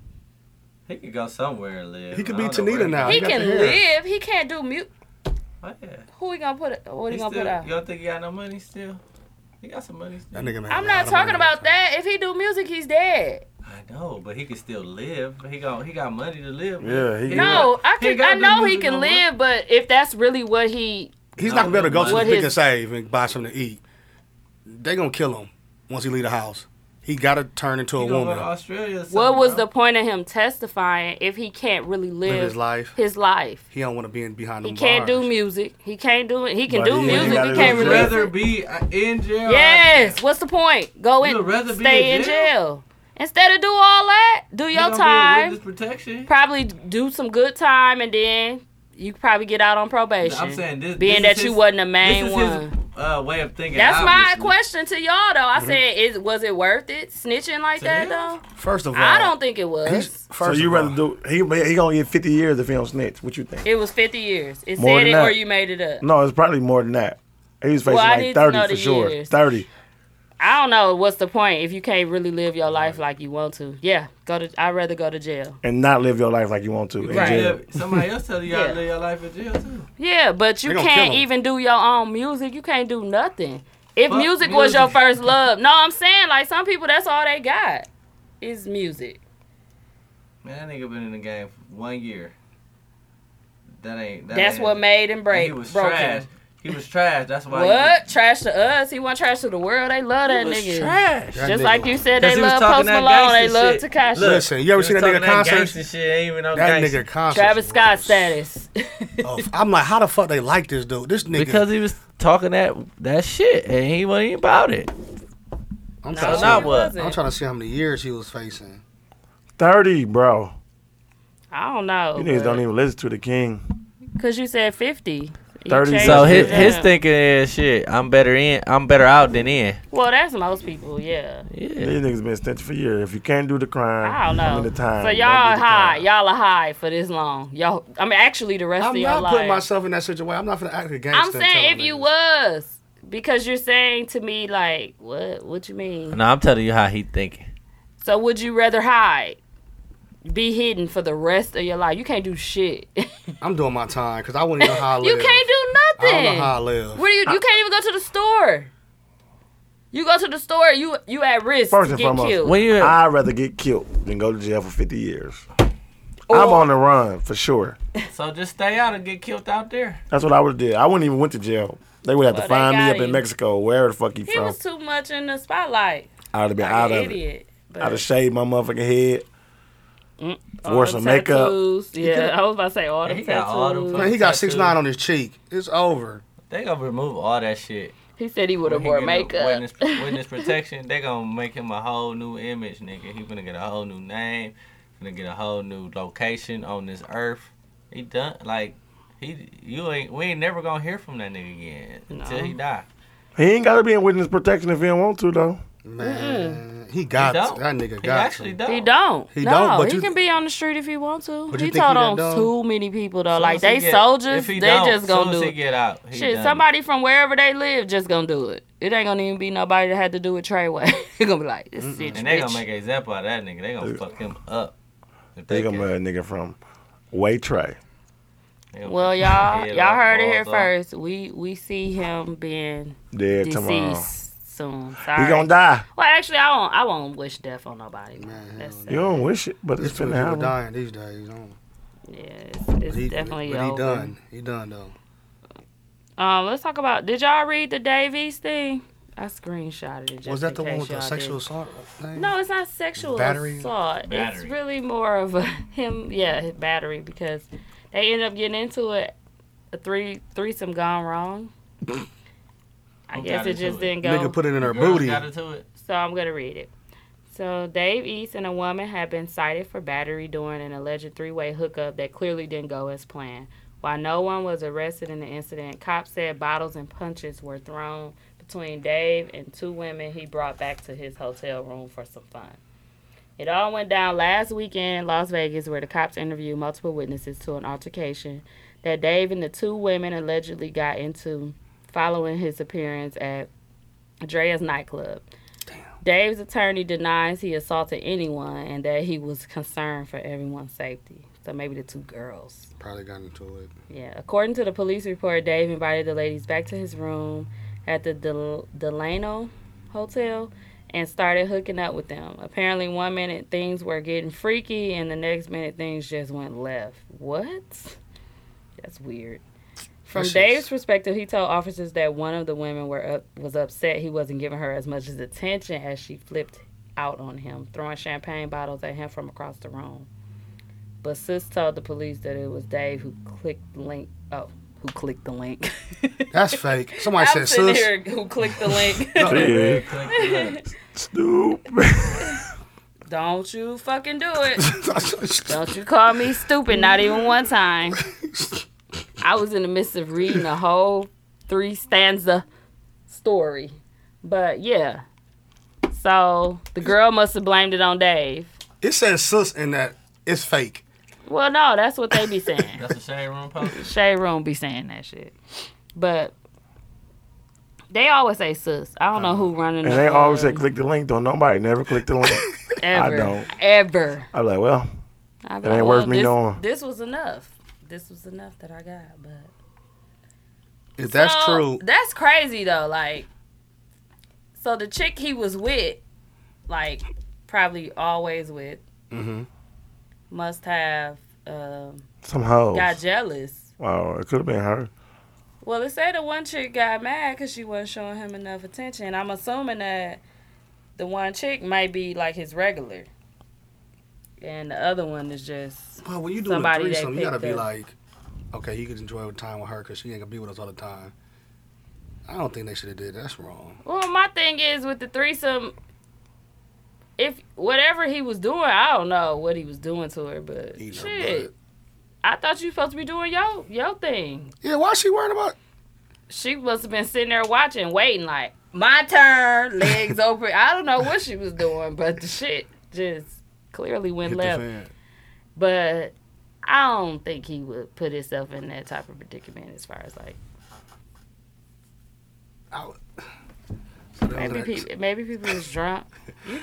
Speaker 1: he could go somewhere and live.
Speaker 5: He could
Speaker 1: I
Speaker 5: be
Speaker 1: don't know where
Speaker 5: Tanita now. Oh,
Speaker 3: he
Speaker 5: you got
Speaker 3: can
Speaker 5: the hair.
Speaker 3: live. He can't do mute.
Speaker 1: Oh, yeah.
Speaker 3: Who he gonna put? it- What he
Speaker 1: He
Speaker 3: gonna
Speaker 1: still,
Speaker 3: put out?
Speaker 1: you don't think he got no money still? He got some money still.
Speaker 5: That nigga made
Speaker 3: I'm
Speaker 5: a
Speaker 3: not
Speaker 5: lot of
Speaker 3: talking
Speaker 5: money.
Speaker 3: about that. If he do music, he's dead.
Speaker 1: I know, but he can still live. He got he got money to live. with.
Speaker 14: Yeah, he-
Speaker 3: No, I
Speaker 1: He
Speaker 3: can,
Speaker 1: gotta
Speaker 3: I
Speaker 1: do
Speaker 3: know he
Speaker 1: music
Speaker 3: can
Speaker 1: no more.
Speaker 3: live, but if that's really what he,
Speaker 5: He's not gonna be able to go to the
Speaker 3: What
Speaker 5: pick
Speaker 3: his-
Speaker 5: and save and buy something to eat. They gonna kill him once he leave the house. He gotta turn into a
Speaker 1: He gonna go to
Speaker 5: woman.
Speaker 1: Australia. or
Speaker 3: what
Speaker 1: something,
Speaker 3: was
Speaker 1: bro.
Speaker 3: the point of him testifying if he can't really live,
Speaker 5: Live his life.
Speaker 3: His life.
Speaker 5: He don't want to be in behind
Speaker 3: He
Speaker 5: them
Speaker 3: can't
Speaker 5: bars.
Speaker 3: do music. He can't do it. He can
Speaker 14: But
Speaker 3: do
Speaker 14: he- he
Speaker 3: music.
Speaker 14: gotta
Speaker 3: He
Speaker 14: do
Speaker 3: can't
Speaker 14: his
Speaker 1: You'd
Speaker 3: release
Speaker 1: rather
Speaker 3: it.
Speaker 1: be uh, in jail.
Speaker 3: Yes. What's the point? Go
Speaker 1: You'd
Speaker 3: in,
Speaker 1: rather be
Speaker 3: stay
Speaker 1: in
Speaker 3: in
Speaker 1: jail?
Speaker 3: jail instead of do all that. Do
Speaker 1: You
Speaker 3: your
Speaker 1: gonna be a
Speaker 3: time.
Speaker 1: witness protection.
Speaker 3: Probably do some good time, and then you could probably get out on probation.
Speaker 1: I'm saying this.
Speaker 3: being
Speaker 1: this
Speaker 3: that
Speaker 1: is
Speaker 3: you
Speaker 1: his-
Speaker 3: wasn't the main
Speaker 1: this is
Speaker 3: one.
Speaker 1: His, uh, way of thinking.
Speaker 3: That's my
Speaker 1: obviously.
Speaker 3: question to y'all though.
Speaker 14: Mhm.
Speaker 3: I said, is was it worth it snitching like
Speaker 1: To
Speaker 3: that
Speaker 1: him?
Speaker 3: though?
Speaker 5: First of all,
Speaker 3: I don't think it was.
Speaker 5: He's,
Speaker 14: So
Speaker 5: first
Speaker 14: you
Speaker 5: of
Speaker 14: rather
Speaker 5: all,
Speaker 14: do he he gonna get fifty years if he don't snitch? What you think?
Speaker 3: It was fifty years. It
Speaker 14: More than
Speaker 3: said it or
Speaker 14: that. Mm.
Speaker 3: you made it up.
Speaker 14: No, it's probably more than that. He was facing
Speaker 3: Well, I need
Speaker 14: like
Speaker 3: to know
Speaker 14: thirty for
Speaker 3: the
Speaker 14: sure.
Speaker 3: years.
Speaker 14: Thirty.
Speaker 3: I don't know what's the point if you can't really live your life like you want to. Yeah, go to. I'd rather go to jail.
Speaker 14: and not live your life like you want to in
Speaker 3: Right.
Speaker 14: jail.
Speaker 1: Yeah, Somebody else tell you how
Speaker 3: Yeah.
Speaker 1: to live your life in jail too.
Speaker 3: Yeah, but you
Speaker 5: They gonna kill
Speaker 3: can't
Speaker 5: 'em.
Speaker 3: even do your own music. You can't do nothing. If
Speaker 1: Fuck
Speaker 3: music was your
Speaker 1: music.
Speaker 3: first love, no, I'm saying like some people that's all they got is music.
Speaker 1: Man, that nigga been in the game for one year. That ain't. That
Speaker 3: That's
Speaker 1: ain't-
Speaker 3: what made him break.
Speaker 1: He was
Speaker 3: broke
Speaker 1: trash.
Speaker 3: him.
Speaker 1: He was trash. That's why.
Speaker 3: What trash to us? He wasn't trash to the world. They love
Speaker 1: He,
Speaker 3: that
Speaker 1: he was
Speaker 3: nigga.
Speaker 1: trash.
Speaker 5: that
Speaker 3: Just
Speaker 5: nigga-
Speaker 3: like you said,
Speaker 1: 'Cause
Speaker 3: they
Speaker 1: he was
Speaker 3: love Post
Speaker 1: talking that
Speaker 3: Malone. They
Speaker 1: gangsta
Speaker 3: love
Speaker 1: shit.
Speaker 3: Takashi.
Speaker 1: Look,
Speaker 5: Listen, you ever
Speaker 1: he
Speaker 5: seen
Speaker 1: was
Speaker 5: that nigga
Speaker 1: talking
Speaker 5: concert?
Speaker 1: gangsta shit, ain't even no
Speaker 5: that
Speaker 1: gangsta.
Speaker 5: nigga concert.
Speaker 3: Travis
Speaker 5: was-
Speaker 3: Scott status.
Speaker 5: Oh, I'm like, how the fuck they like this dude? This nigga.
Speaker 9: Because he was talking that that shit and he wasn't even about it.
Speaker 5: I'm,
Speaker 3: No,
Speaker 5: trying to
Speaker 3: he
Speaker 5: see, I'm
Speaker 1: what?
Speaker 3: wasn't.
Speaker 5: trying to see how many years he was facing.
Speaker 14: Thirty, bro.
Speaker 3: I don't know.
Speaker 14: You niggas don't even listen to the king.
Speaker 3: Because you said 50. You
Speaker 14: 30.
Speaker 3: changed
Speaker 9: So
Speaker 3: it
Speaker 9: his his
Speaker 3: down.
Speaker 9: thinking is shit. I'm better in. I'm better out than in.
Speaker 3: Well, that's most people, yeah.
Speaker 9: Yeah.
Speaker 14: These niggas been snitching for years. If you can't do the crime,
Speaker 3: I don't know.
Speaker 14: I'm in the time.
Speaker 3: so
Speaker 14: Don't do
Speaker 3: y'all
Speaker 14: the
Speaker 3: high.
Speaker 14: crime.
Speaker 3: Y'all are high for this long. Y'all, I mean, actually, the rest
Speaker 5: I'm
Speaker 3: of your
Speaker 5: not
Speaker 3: life.
Speaker 5: putting myself in that situation. I'm not gonna act a gangster.
Speaker 3: I'm
Speaker 5: and
Speaker 3: saying
Speaker 5: tell
Speaker 3: if
Speaker 5: them
Speaker 3: you
Speaker 5: niggas.
Speaker 3: was. Because you're saying to me, like, what? What you mean?
Speaker 9: No, I'm telling you how he thinking.
Speaker 3: So would you rather hide? Be hidden for the rest of your life. You can't do shit. you
Speaker 5: I'm doing my time because I wouldn't even know how I live.
Speaker 3: can't do
Speaker 5: I
Speaker 3: nothing.
Speaker 5: don't know how I live.
Speaker 3: Where do you you can't even go to the store. You go to the store, you you at risk
Speaker 14: First
Speaker 3: to
Speaker 14: and
Speaker 3: get
Speaker 14: foremost,
Speaker 3: killed.
Speaker 9: When you
Speaker 14: I'd rather get killed than go to jail for fifty years. I'm on the run for sure.
Speaker 1: So just stay out and get killed out there.
Speaker 14: That's what I would have did. I wouldn't even went to jail. They would have
Speaker 3: Well,
Speaker 14: to
Speaker 3: they
Speaker 14: find me
Speaker 3: got
Speaker 14: up in
Speaker 3: you.
Speaker 14: Mexico, wherever the fuck he,
Speaker 3: he
Speaker 14: from.
Speaker 3: was too much in the spotlight.
Speaker 14: I'd have been
Speaker 3: Like
Speaker 14: out
Speaker 3: an
Speaker 14: of it.
Speaker 3: idiot. But Mm,
Speaker 14: I'd have shaved my motherfucking head.
Speaker 3: all
Speaker 14: wore
Speaker 3: them
Speaker 14: some makeup.
Speaker 3: tattoos. Yeah, I was about to say all the
Speaker 1: He got all them
Speaker 3: tattoos.
Speaker 1: fucking-
Speaker 5: Man, he got
Speaker 1: Tattoo.
Speaker 5: six nine on his cheek. It's over.
Speaker 1: They gonna remove all that shit.
Speaker 3: he said he would
Speaker 1: When
Speaker 3: have
Speaker 1: he
Speaker 3: wore
Speaker 1: get a
Speaker 3: makeup.
Speaker 1: Witness, witness protection. They gonna make him a whole new image, nigga. He gonna get a whole new name. Gonna get a whole new location on this earth. He done like he. You ain't. We ain't never gonna hear from that nigga again until he die.
Speaker 14: He ain't gotta be in witness protection if he don't want to though.
Speaker 5: Man, he
Speaker 1: He
Speaker 5: got
Speaker 1: don't.
Speaker 5: that nigga
Speaker 1: He
Speaker 5: got
Speaker 1: actually
Speaker 5: you.
Speaker 1: don't.
Speaker 3: He don't.
Speaker 5: He
Speaker 3: no,
Speaker 5: don't, but
Speaker 3: he
Speaker 5: you-
Speaker 3: can be on the street if he wants to.
Speaker 5: But you
Speaker 3: He
Speaker 5: think
Speaker 3: told
Speaker 5: he
Speaker 3: on
Speaker 5: that dumb?
Speaker 3: too many people though.
Speaker 1: Soon
Speaker 3: like
Speaker 1: as he
Speaker 3: they
Speaker 1: get-
Speaker 3: soldiers,
Speaker 1: if he
Speaker 3: they
Speaker 1: don't,
Speaker 3: just
Speaker 1: soon
Speaker 3: gonna
Speaker 1: as
Speaker 3: do
Speaker 1: he
Speaker 3: it.
Speaker 1: get out. he
Speaker 3: Shit,
Speaker 1: done.
Speaker 3: somebody from wherever they live just gonna do it. It ain't gonna even be nobody that had to do with Treyway. they gonna be like, this bitch.
Speaker 1: And they
Speaker 3: bitch.
Speaker 1: gonna make an example out of that nigga. They gonna fuck him up. If
Speaker 14: They
Speaker 1: can.
Speaker 14: gonna a nigga from Waytray.
Speaker 1: They gonna
Speaker 3: well,
Speaker 1: fuck his
Speaker 3: y'all,
Speaker 1: head
Speaker 3: y'all
Speaker 1: off,
Speaker 3: heard it
Speaker 1: balls
Speaker 3: here
Speaker 1: off.
Speaker 3: first. We we see him being
Speaker 14: Dead tomorrow.
Speaker 3: deceased soon.
Speaker 14: He
Speaker 3: Sorry.
Speaker 14: gonna die.
Speaker 3: Well, actually, I won't. I won't wish death on nobody. That's
Speaker 14: You don't wish it, but it's
Speaker 5: It's
Speaker 14: been
Speaker 5: people
Speaker 14: happening.
Speaker 5: dying these days. You know?
Speaker 3: yeah, it's,
Speaker 5: But
Speaker 3: it's
Speaker 5: he,
Speaker 3: definitely
Speaker 5: but he
Speaker 3: over.
Speaker 5: done. He done though.
Speaker 3: Um, let's talk about. Did y'all read the Davies thing? I screenshotted it. Just
Speaker 5: Was that the
Speaker 3: in
Speaker 5: one
Speaker 3: case
Speaker 5: with the
Speaker 3: y'all
Speaker 5: sexual
Speaker 3: didn't.
Speaker 5: assault thing?
Speaker 3: No, it's not sexual
Speaker 5: Battery?
Speaker 3: assault. It's
Speaker 1: Battery.
Speaker 3: really more of a him, yeah, his battery because they end up getting into it. A three threesome gone wrong. I
Speaker 1: Who
Speaker 3: guess
Speaker 1: got
Speaker 3: it
Speaker 1: into
Speaker 3: just
Speaker 1: it?
Speaker 3: didn't go.
Speaker 5: Nigga put it in her
Speaker 1: Girls
Speaker 5: booty.
Speaker 1: Got into it.
Speaker 3: So I'm going to read it. So Dave East and a woman had been cited for battery during an alleged three-way hookup that clearly didn't go as planned. While no one was arrested in the incident, cops said bottles and punches were thrown between Dave and two women he brought back to his hotel room for some fun. It all went down last weekend in Las Vegas where the cops interviewed multiple witnesses to an altercation that Dave and the two women allegedly got into following his appearance at Drea's nightclub. Dave's attorney denies he assaulted anyone and that he was concerned for everyone's safety. So maybe the two girls.
Speaker 5: Probably got into it.
Speaker 3: Yeah. According to the police report, Dave invited the ladies back to his room at the Del- Delano Hotel and started hooking up with them. Apparently, one minute things were getting freaky and the next minute things just went left. What? That's weird. From
Speaker 5: That's just-
Speaker 3: Dave's perspective, he told officers that one of the women were up, was upset he wasn't giving her as much as attention as she flipped out on him, throwing champagne bottles at him from across the room. But Sis told the police that it was Dave who clicked the link. Oh, who clicked the link?
Speaker 5: That's fake. Somebody
Speaker 3: I'm
Speaker 5: said,
Speaker 3: sitting
Speaker 5: "Sis,
Speaker 3: here who clicked the link.
Speaker 14: Yeah. Stupid.
Speaker 3: Don't you fucking do it. Don't you call me stupid, not even one time. I was in the midst of reading a whole three stanza story. But yeah. So the girl must have blamed it on Dave.
Speaker 5: it says sis in that. It's fake."
Speaker 3: Well, no, that's what they be saying.
Speaker 1: That's a shade room post.
Speaker 3: Shade Room be saying that shit. But they always say sus. I don't know who
Speaker 1: Uh-huh.
Speaker 3: running
Speaker 14: And
Speaker 3: the
Speaker 14: they always say
Speaker 3: club
Speaker 14: click the link. Don't nobody never click the link.
Speaker 3: ever,
Speaker 14: don't.
Speaker 3: Ever.
Speaker 14: I was like, well,
Speaker 3: I
Speaker 14: It ain't worth me
Speaker 3: this,
Speaker 14: knowing.
Speaker 3: This was enough. This was enough that I got. But
Speaker 5: If that's
Speaker 3: So,
Speaker 5: true,
Speaker 3: That's crazy though. Like, so the chick he was with, like, probably always with,
Speaker 14: Mm-hmm.
Speaker 3: must have um,
Speaker 14: some hoes.
Speaker 3: got jealous.
Speaker 14: Wow, it could have been her.
Speaker 3: Well, it said the one chick got mad because she wasn't showing him enough attention. I'm assuming that the one chick might be like his regular, and the other one is just
Speaker 5: well, when you do a
Speaker 3: Somebody they
Speaker 5: threesome, you gotta be
Speaker 3: picked up.
Speaker 5: like, "Okay, you can enjoy time with her because she ain't gonna be with us all the time." I don't think they should have did. that. That's wrong.
Speaker 3: Well, my thing is with the threesome, if whatever he was doing, I don't know what he was doing to her, but
Speaker 5: Eating her
Speaker 3: shit,
Speaker 5: butt.
Speaker 3: I thought you supposed to be doing your your thing.
Speaker 5: Yeah, why she worried about?
Speaker 3: She must have been sitting there watching, waiting, like my turn, legs open. I don't know what she was doing, but the shit just clearly went
Speaker 5: Hit the
Speaker 3: left.
Speaker 5: fan.
Speaker 3: But I don't think he would put himself in that type of predicament as far as like
Speaker 5: I would- So that was
Speaker 3: maybe
Speaker 5: that-
Speaker 3: people maybe people was drunk. You've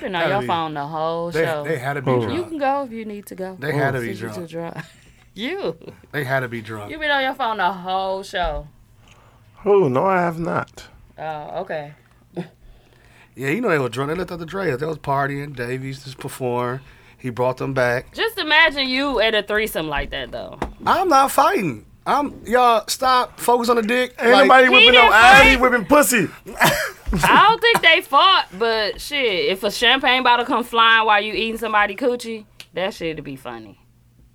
Speaker 3: been on
Speaker 5: Gotta
Speaker 3: your
Speaker 5: be.
Speaker 3: phone the whole
Speaker 5: They,
Speaker 3: show.
Speaker 5: they had to be
Speaker 14: Who?
Speaker 5: drunk.
Speaker 3: You can go if you need to go.
Speaker 5: They had to be
Speaker 3: Since you too
Speaker 5: drunk.
Speaker 3: drunk. Oh, you.
Speaker 5: They had to be drunk.
Speaker 3: you been on your phone the whole show.
Speaker 14: Who? No, I have not.
Speaker 3: Oh, okay.
Speaker 5: Yeah, you know they were drunk. They left out the Dre. They was partying. Davies just performed. He brought them back.
Speaker 3: Just imagine you at a threesome like that, though.
Speaker 5: I'm not fighting. I'm y'all stop. Focus on the dick.
Speaker 14: Ain't nobody whipping no
Speaker 3: didn't
Speaker 14: ass. He
Speaker 3: fight.
Speaker 14: whipping pussy.
Speaker 3: I don't think they fought, but shit, if a champagne bottle come flying while you eating somebody coochie, that shit'd be funny.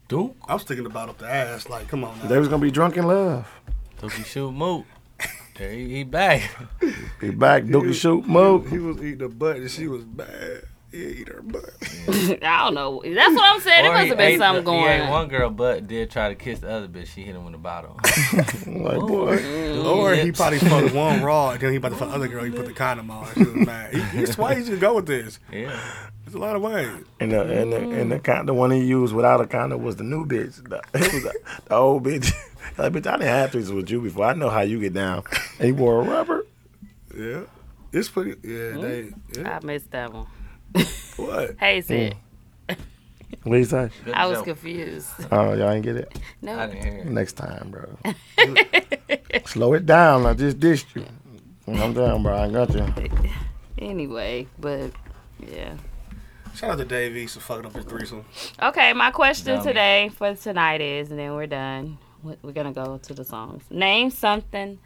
Speaker 5: Duke. I was thinking about up the ass. Like, come on.
Speaker 14: They
Speaker 5: Now.
Speaker 14: was gonna be drunk in love.
Speaker 1: Dookie shoot moot. There he, he back.
Speaker 14: He back, Dookie shoot, move.
Speaker 5: He was eating the butt and she was bad.
Speaker 6: eat her butt.
Speaker 3: I don't know. That's what I'm saying. There
Speaker 1: Or
Speaker 3: must
Speaker 1: he
Speaker 3: have been
Speaker 1: ate
Speaker 3: something
Speaker 1: the- he
Speaker 3: going.
Speaker 1: ate one girl, but did try to kiss the other bitch. She hit him with a bottle.
Speaker 6: Like,
Speaker 1: Or-
Speaker 6: boy,
Speaker 5: Or he probably fucked one raw, and then he about to fuck other girl. He put the condom on. She was mad. He, he's why you should go with this.
Speaker 1: yeah.
Speaker 5: There's a lot of ways.
Speaker 6: and
Speaker 14: uh,
Speaker 6: the and the, and the, con- the one he used without a condom was the new bitch. The, it was the, the old bitch. like, bitch, I didn't have threes with you before. I know how you get down. And he wore a rubber.
Speaker 5: Yeah, it's pretty. Yeah,
Speaker 3: Hmm?
Speaker 5: they. Yeah.
Speaker 3: I missed that one.
Speaker 5: What?
Speaker 3: Hey,
Speaker 6: Mm.
Speaker 3: Sid.
Speaker 6: What you say?
Speaker 1: Good
Speaker 3: I was
Speaker 1: joke.
Speaker 3: confused.
Speaker 6: Oh, y'all ain't get it.
Speaker 1: I
Speaker 3: No.
Speaker 1: didn't hear it.
Speaker 6: Next time, bro. Slow it down. I just dished you. I'm down, bro. I got you.
Speaker 3: Anyway, but yeah. Oh.
Speaker 5: Shout out to Dave East for fucking up his threesome.
Speaker 3: Okay, my question
Speaker 1: Dummy.
Speaker 3: today for tonight is, and then we're done. We- We're gonna go to the songs. Name something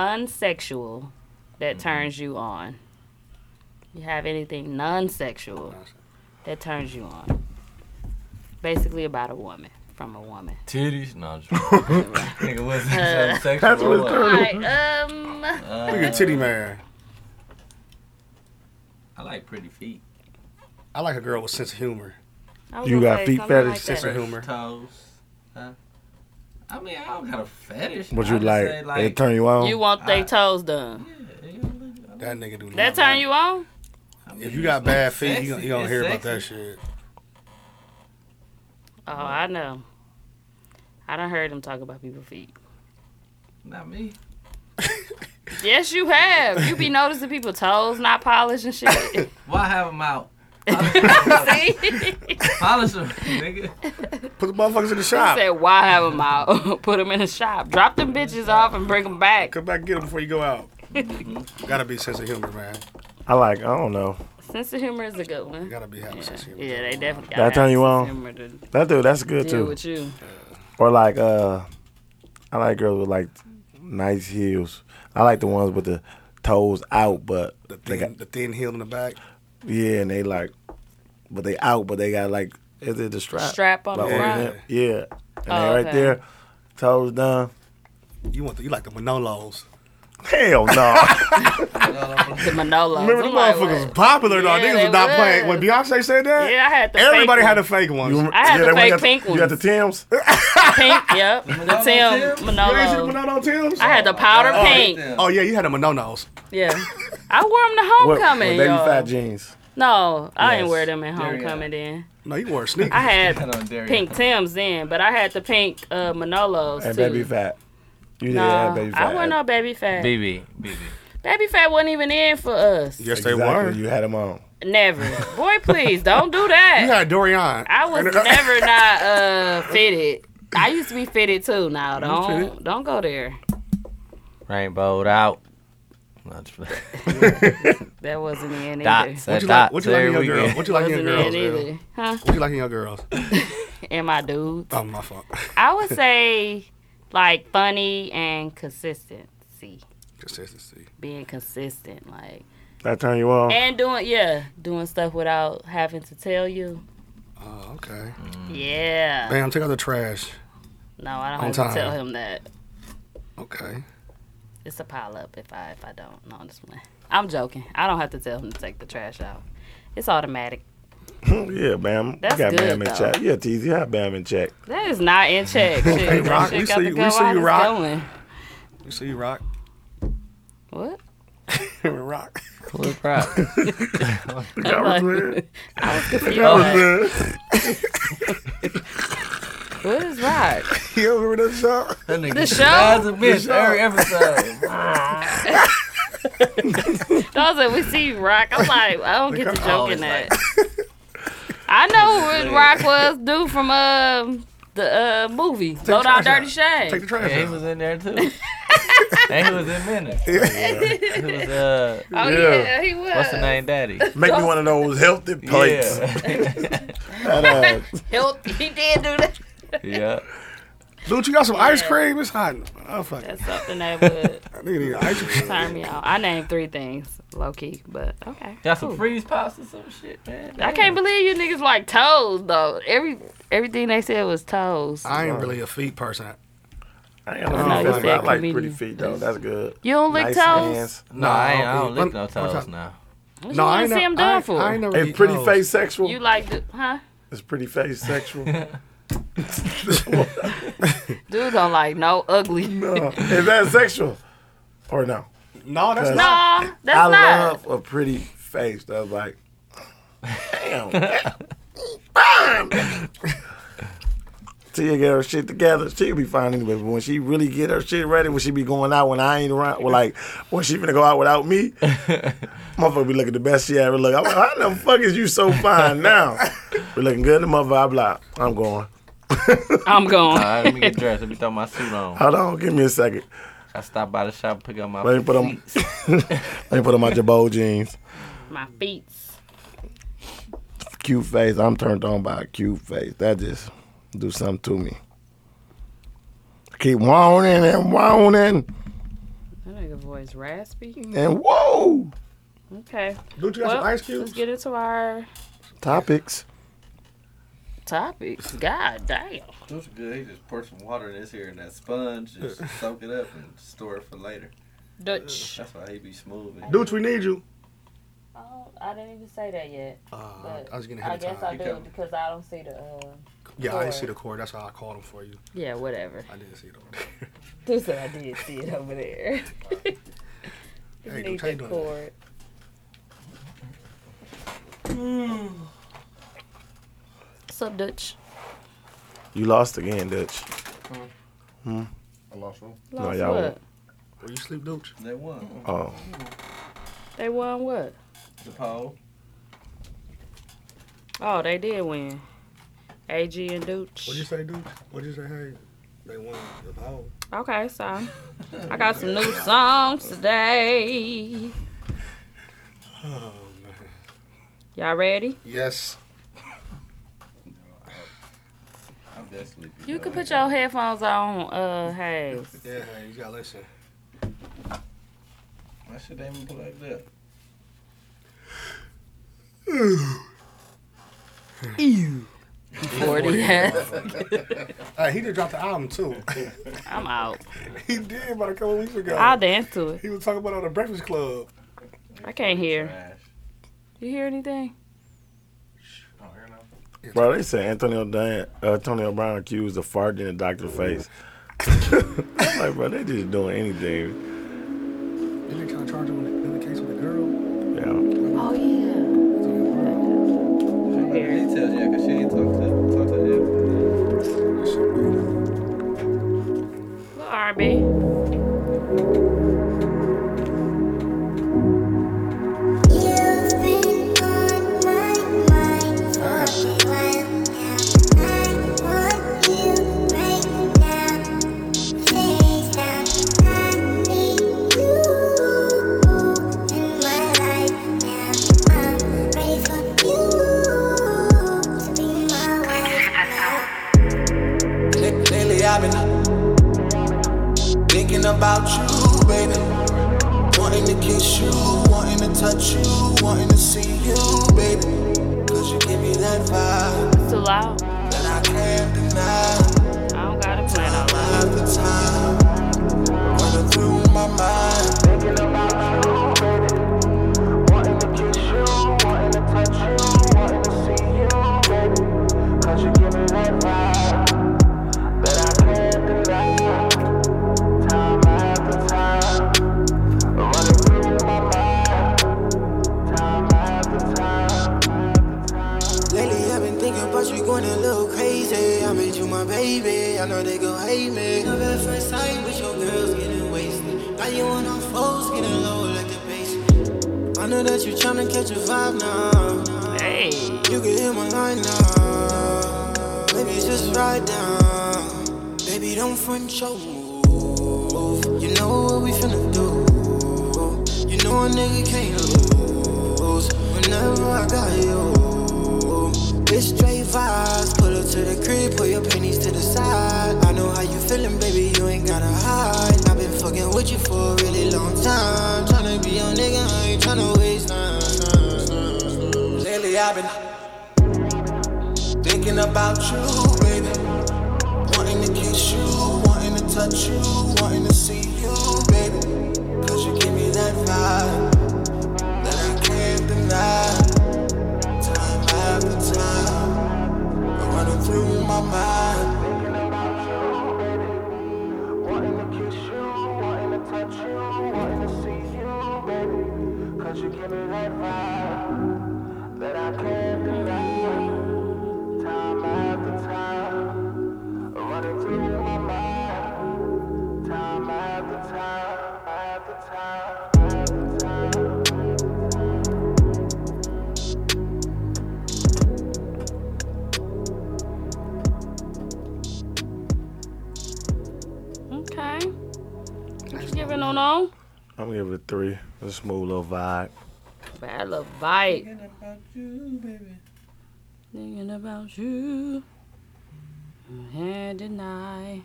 Speaker 3: non-sexual that
Speaker 1: Mm-hmm.
Speaker 3: turns you on. You have anything non-sexual that turns you on? Basically, about a woman from a woman.
Speaker 1: Titties? No, I'm just Nigga, what's that? Sexual
Speaker 6: That's what
Speaker 1: or
Speaker 6: it's
Speaker 1: what?
Speaker 6: turning
Speaker 3: All right, um,
Speaker 1: Uh,
Speaker 5: Look at Titty Man.
Speaker 1: I like pretty feet.
Speaker 5: I like a girl with sense of humor.
Speaker 3: I was
Speaker 6: You
Speaker 3: gonna
Speaker 6: got
Speaker 3: say
Speaker 6: feet
Speaker 3: something
Speaker 6: fetish,
Speaker 3: that.
Speaker 5: Sense of humor.
Speaker 1: Toes. Huh? I mean, I don't got a fetish.
Speaker 6: What
Speaker 1: I
Speaker 6: you
Speaker 1: just
Speaker 6: like?
Speaker 1: say,
Speaker 6: It turn you on?
Speaker 3: You want they
Speaker 1: I-
Speaker 3: toes done?
Speaker 1: Yeah, yeah, look, I
Speaker 5: That nigga do.
Speaker 3: That turn you on?
Speaker 1: I mean,
Speaker 5: If you got
Speaker 1: it's
Speaker 5: bad
Speaker 1: sexy,
Speaker 5: feet, you gonna, you gonna
Speaker 1: it's
Speaker 5: hear about that
Speaker 1: sexy.
Speaker 5: shit.
Speaker 3: Oh, I know. I done heard them talk about people's feet.
Speaker 1: Not me.
Speaker 3: Yes, you have. You be noticing people toes not polished and shit.
Speaker 1: Why have them out? Polish
Speaker 3: See?
Speaker 1: them, nigga.
Speaker 5: Put the motherfuckers in the
Speaker 3: I
Speaker 5: shop.
Speaker 3: said, why have them out? Put them in a shop. Drop them bitches off and bring them back.
Speaker 5: Come back and get them before you go out. You gotta be sense of humor, man.
Speaker 6: I like, I don't know.
Speaker 3: Sense of humor is a good
Speaker 5: You
Speaker 3: one.
Speaker 5: gotta be having sense of humor.
Speaker 3: Yeah, they definitely got
Speaker 6: That turn you on?
Speaker 3: Humor to
Speaker 6: That dude, that's good
Speaker 3: deal
Speaker 6: too.
Speaker 3: with you.
Speaker 6: Or like, uh, I like girls with like nice heels. I like the ones with the toes out, but
Speaker 5: The
Speaker 6: they got
Speaker 5: thin, the thin heel in the back.
Speaker 6: yeah, and they like, but they out, but they got like, is it the strap?
Speaker 3: Strap on the
Speaker 6: Like,
Speaker 5: Yeah.
Speaker 3: front.
Speaker 6: over them? Yeah, and they
Speaker 3: Oh,
Speaker 6: right
Speaker 3: okay.
Speaker 6: there, toes done.
Speaker 5: You want the, you like the Manolos.
Speaker 6: Hell no.
Speaker 3: The Manolo.
Speaker 5: Remember the motherfuckers was popular though.
Speaker 3: Yeah,
Speaker 5: Niggas
Speaker 3: they
Speaker 5: was not
Speaker 3: was.
Speaker 5: playing. When Beyonce said that,
Speaker 3: Yeah, I had the
Speaker 5: everybody
Speaker 3: fake
Speaker 5: had the fake ones.
Speaker 6: You-
Speaker 3: I had
Speaker 6: they-
Speaker 3: the fake
Speaker 6: you got
Speaker 3: pink
Speaker 6: You got the Tims?
Speaker 3: ones. one. pink. Yep.
Speaker 1: Manolo
Speaker 3: The Tim
Speaker 1: Tim?
Speaker 5: You ain't see the
Speaker 3: Manolo.
Speaker 5: Manolo Tims?
Speaker 3: I had the powder
Speaker 1: Oh,
Speaker 3: pink.
Speaker 1: yeah.
Speaker 5: Oh yeah, you had the Manonos.
Speaker 3: Yeah. I wore them to homecoming,
Speaker 6: baby
Speaker 3: y'all.
Speaker 6: fat jeans.
Speaker 3: No, I didn't
Speaker 6: Yes.
Speaker 3: wear them at
Speaker 1: There you
Speaker 3: homecoming then.
Speaker 5: No, you wore sneakers.
Speaker 3: I had
Speaker 1: Hold on, Darius.
Speaker 3: pink Tim's then, but I had the pink uh, Manolos
Speaker 6: And
Speaker 3: too.
Speaker 6: baby fat. You did
Speaker 3: No,
Speaker 6: have baby fat.
Speaker 3: I wasn't no baby fat.
Speaker 1: BB, BB.
Speaker 3: Baby fat wasn't even in for us.
Speaker 5: yes,
Speaker 6: Exactly,
Speaker 5: they were. You
Speaker 6: You had them on.
Speaker 3: Never. Boy, please don't do that.
Speaker 5: had Dorian.
Speaker 3: I was never not uh fitted. I used to be fitted too. Now don't don't go there.
Speaker 1: Rainbowed out. Not just playing.
Speaker 3: That wasn't in either.
Speaker 1: dots.
Speaker 5: What
Speaker 1: That
Speaker 5: you like?
Speaker 1: dots.
Speaker 5: What you like in your
Speaker 1: every
Speaker 5: girls?
Speaker 1: weekend.
Speaker 5: What you like in your
Speaker 3: Wasn't
Speaker 5: girls?
Speaker 3: in
Speaker 5: L?
Speaker 3: either. Huh?
Speaker 5: What you like in your girls?
Speaker 3: And my dude.
Speaker 5: Oh my fault.
Speaker 3: I would say like funny and consistency.
Speaker 5: Consistency.
Speaker 3: Being consistent, like
Speaker 6: That turn you
Speaker 5: Oh.
Speaker 6: on?
Speaker 3: and doing yeah, doing stuff without having to tell you.
Speaker 5: Oh, okay.
Speaker 3: Mm. Yeah.
Speaker 5: Damn, take out the trash.
Speaker 3: No, I don't
Speaker 5: On
Speaker 3: have
Speaker 5: time.
Speaker 3: to tell him that.
Speaker 5: Okay.
Speaker 3: It's a pile up if I if I don't. No, I'm just playing. I'm joking. I don't have to tell him to take the trash out. It's automatic.
Speaker 6: yeah, Bam.
Speaker 3: That's
Speaker 6: you got
Speaker 3: good,
Speaker 6: Bam
Speaker 3: though.
Speaker 6: in check. Yeah, TZ, you have Bam in check.
Speaker 3: That is not in check. Shit, that
Speaker 5: Rock,
Speaker 3: shit
Speaker 5: we
Speaker 3: got
Speaker 5: see-
Speaker 3: to
Speaker 5: we
Speaker 3: go
Speaker 5: see
Speaker 3: out
Speaker 5: you,
Speaker 3: it's
Speaker 5: Rock.
Speaker 3: going.
Speaker 5: You see, rock.
Speaker 3: What?
Speaker 5: rock.
Speaker 9: What's prop?
Speaker 6: That was weird.
Speaker 3: I was confused.
Speaker 6: That was weird.
Speaker 3: what is Rock?
Speaker 5: You remember that show?
Speaker 1: That nigga
Speaker 3: The
Speaker 1: That's
Speaker 3: show?
Speaker 1: a bitch every episode.
Speaker 3: Those that we see you, Rock. I'm like, I don't get the
Speaker 5: I'm
Speaker 3: joke in
Speaker 1: always
Speaker 3: that.
Speaker 1: like-
Speaker 3: I know what Rock was due from um the uh, movie. Low down
Speaker 5: trash
Speaker 3: dirty
Speaker 5: out.
Speaker 3: shame.
Speaker 5: Take the trash
Speaker 1: yeah, he
Speaker 5: out.
Speaker 1: was in there too. and he was in minutes. He was uh,
Speaker 3: Oh yeah,
Speaker 6: Yeah.
Speaker 3: he was.
Speaker 1: what's the name, Daddy?
Speaker 6: Make me one of those healthy plates. That, uh,
Speaker 3: He'll- He, did do that.
Speaker 1: Yeah. yeah.
Speaker 5: Dude, you got some ice cream? It's hot. Oh fuck.
Speaker 3: That's something that would
Speaker 5: I nigga need ice cream.
Speaker 3: turn me on. I named three things, low key, but okay.
Speaker 1: Got some
Speaker 3: cool.
Speaker 1: freeze pops or some shit, man.
Speaker 3: I can't believe you niggas like toes though. Every everything they said was toes.
Speaker 5: I ain't really a feet person.
Speaker 6: I ain't
Speaker 3: No,
Speaker 6: got
Speaker 3: you
Speaker 6: no feelings,
Speaker 3: said
Speaker 6: but I like
Speaker 3: comedian.
Speaker 6: pretty feet, though. That's good.
Speaker 3: you don't lick
Speaker 6: Nice
Speaker 3: toes.
Speaker 6: hands.
Speaker 1: No, I, ain't, I don't
Speaker 5: I'm-
Speaker 1: lick no
Speaker 5: I'm
Speaker 1: toes
Speaker 5: talking-
Speaker 1: now.
Speaker 3: What you want to see him done
Speaker 5: I,
Speaker 3: for?
Speaker 5: I ain't never
Speaker 6: Is
Speaker 5: eat
Speaker 6: pretty
Speaker 5: those.
Speaker 6: face sexual?
Speaker 3: you like, the, huh?
Speaker 6: Is pretty face sexual?
Speaker 3: Dude don't like no ugly. No,
Speaker 6: No. Is that sexual or no?
Speaker 5: No, that's
Speaker 6: Cause-
Speaker 5: not.
Speaker 3: that's
Speaker 6: I
Speaker 3: not.
Speaker 6: love a pretty face. That's like, damn. Till you get her shit together, she'll be fine anyway. But when she really get her shit ready, when she be going out when I ain't around, well, like when she finna go out without me, motherfucker be looking the best she ever look. I'm like, how the fuck is you so fine now? Be looking good, the motherfucker. I'm like, I'm going.
Speaker 3: I'm going.
Speaker 1: All right, let me get dressed. Let me throw my suit on.
Speaker 6: Hold on, give me a second.
Speaker 1: I stop by the shop, pick up my.
Speaker 6: Let me put on, let me put on my Jabot jeans.
Speaker 3: My feet.
Speaker 6: cute face. I'm turned on by a cute face. That just do something to me. Keep whining and whining
Speaker 3: That nigga voice raspy.
Speaker 6: and whoa.
Speaker 3: Okay.
Speaker 5: Don't you got
Speaker 3: Well,
Speaker 5: some ice
Speaker 3: let's
Speaker 5: cubes?
Speaker 3: get into our
Speaker 6: Topics.
Speaker 3: topics. God damn.
Speaker 1: That's good. He just pour some water in this here and that sponge, just soak it up and store it for later.
Speaker 3: Dutch.
Speaker 1: That's why he be smooth.
Speaker 5: Dudes, we need you.
Speaker 3: Oh, I didn't even say that yet.
Speaker 5: Uh,
Speaker 3: But
Speaker 5: I was getting
Speaker 3: I
Speaker 5: ahead
Speaker 3: guess
Speaker 5: of time.
Speaker 3: I
Speaker 1: You
Speaker 3: do
Speaker 1: come.
Speaker 3: because I don't see the. Uh,
Speaker 5: Yeah, I didn't
Speaker 3: Cord.
Speaker 5: see the cord. That's why I called him for you.
Speaker 3: yeah, whatever.
Speaker 5: I didn't see it over there.
Speaker 3: Dude said I did see it over there.
Speaker 5: Hey,
Speaker 3: Need
Speaker 5: don't tell you
Speaker 3: the
Speaker 5: doing that.
Speaker 3: cord.
Speaker 5: Mm.
Speaker 3: What's up, Dutch?
Speaker 6: You lost again, Dutch.
Speaker 14: Hmm.
Speaker 6: Hmm?
Speaker 5: I lost one.
Speaker 3: Lost
Speaker 6: y'all
Speaker 3: what?
Speaker 6: won't.
Speaker 5: Will you sleep, Dooch?
Speaker 1: They won
Speaker 6: Oh,
Speaker 3: They won what?
Speaker 1: the poll.
Speaker 3: Oh, they did win. AG and Dooch.
Speaker 5: What'd you say, Dooch? What'd you say? Hey, they Oh, won the poll.
Speaker 3: Okay, so I got some new songs today.
Speaker 5: Oh, man.
Speaker 3: Y'all ready?
Speaker 5: Yes.
Speaker 1: I'm just sleepy.
Speaker 3: You can
Speaker 1: dog.
Speaker 3: put your headphones on, uh, Hayes.
Speaker 5: Yeah, hey, you gotta listen.
Speaker 1: My shit ain't even plugged up.
Speaker 3: Forty.
Speaker 5: Hey, he did drop the album, too.
Speaker 3: I'm out.
Speaker 5: he did Oh, about a couple weeks ago.
Speaker 3: I'll dance to it.
Speaker 5: He was talking about it on the Breakfast Club.
Speaker 3: I can't hear.
Speaker 1: Trash.
Speaker 3: You hear anything?
Speaker 1: I don't hear nothing.
Speaker 6: bro, they said Antonio Dan, uh, Antonio Brown accused of farting in the
Speaker 14: Oh,
Speaker 6: doctor's face. I'm like, bro, they just doing anything.
Speaker 5: Didn't they try to charge him in the case with the girl?
Speaker 6: Yeah.
Speaker 3: Oh yeah.
Speaker 1: She
Speaker 3: Here.
Speaker 1: tells you because she ain't talk to talk to him.
Speaker 3: Little R&B.
Speaker 15: Lately I've been thinking about you, baby. Wanting to kiss you, wanting to touch you, wanting to see you, baby. Cause you give me that vibe
Speaker 3: It's too loud.
Speaker 15: that I can't deny.
Speaker 3: I don't got a plan out loud.
Speaker 15: Half the time, running through my mind. Lately I've been thinking about you going a little crazy. I made you my baby, I know they gon' hate me. Love at first sight, but your girl's getting wasted. Now you on our foes, getting low like the bass. I know that you tryna catch a vibe now.
Speaker 3: Hey.
Speaker 15: You can hear my line now. Maybe just right down. Baby, don't front your move. You know what we finna do. You know a nigga can't lose. Whenever I got you. Bitch, straight vibes. Pull up to the crib, pull your panties to the side. I know how you feeling, baby, you ain't gotta hide. I've been fucking with you for a really long time. Tryna be your nigga, I ain't tryna waste time. Lately, I've been. Thinking about you, baby. Wanting to kiss you, wanting to touch you, wanting to see you, baby. Cause you give me that vibe that I can't deny.
Speaker 16: all mine.
Speaker 3: Okay. What you giving on on?
Speaker 14: I'm gonna give it a three. It's a smooth little vibe.
Speaker 3: Bad little bite. Thinking about you, I can't deny.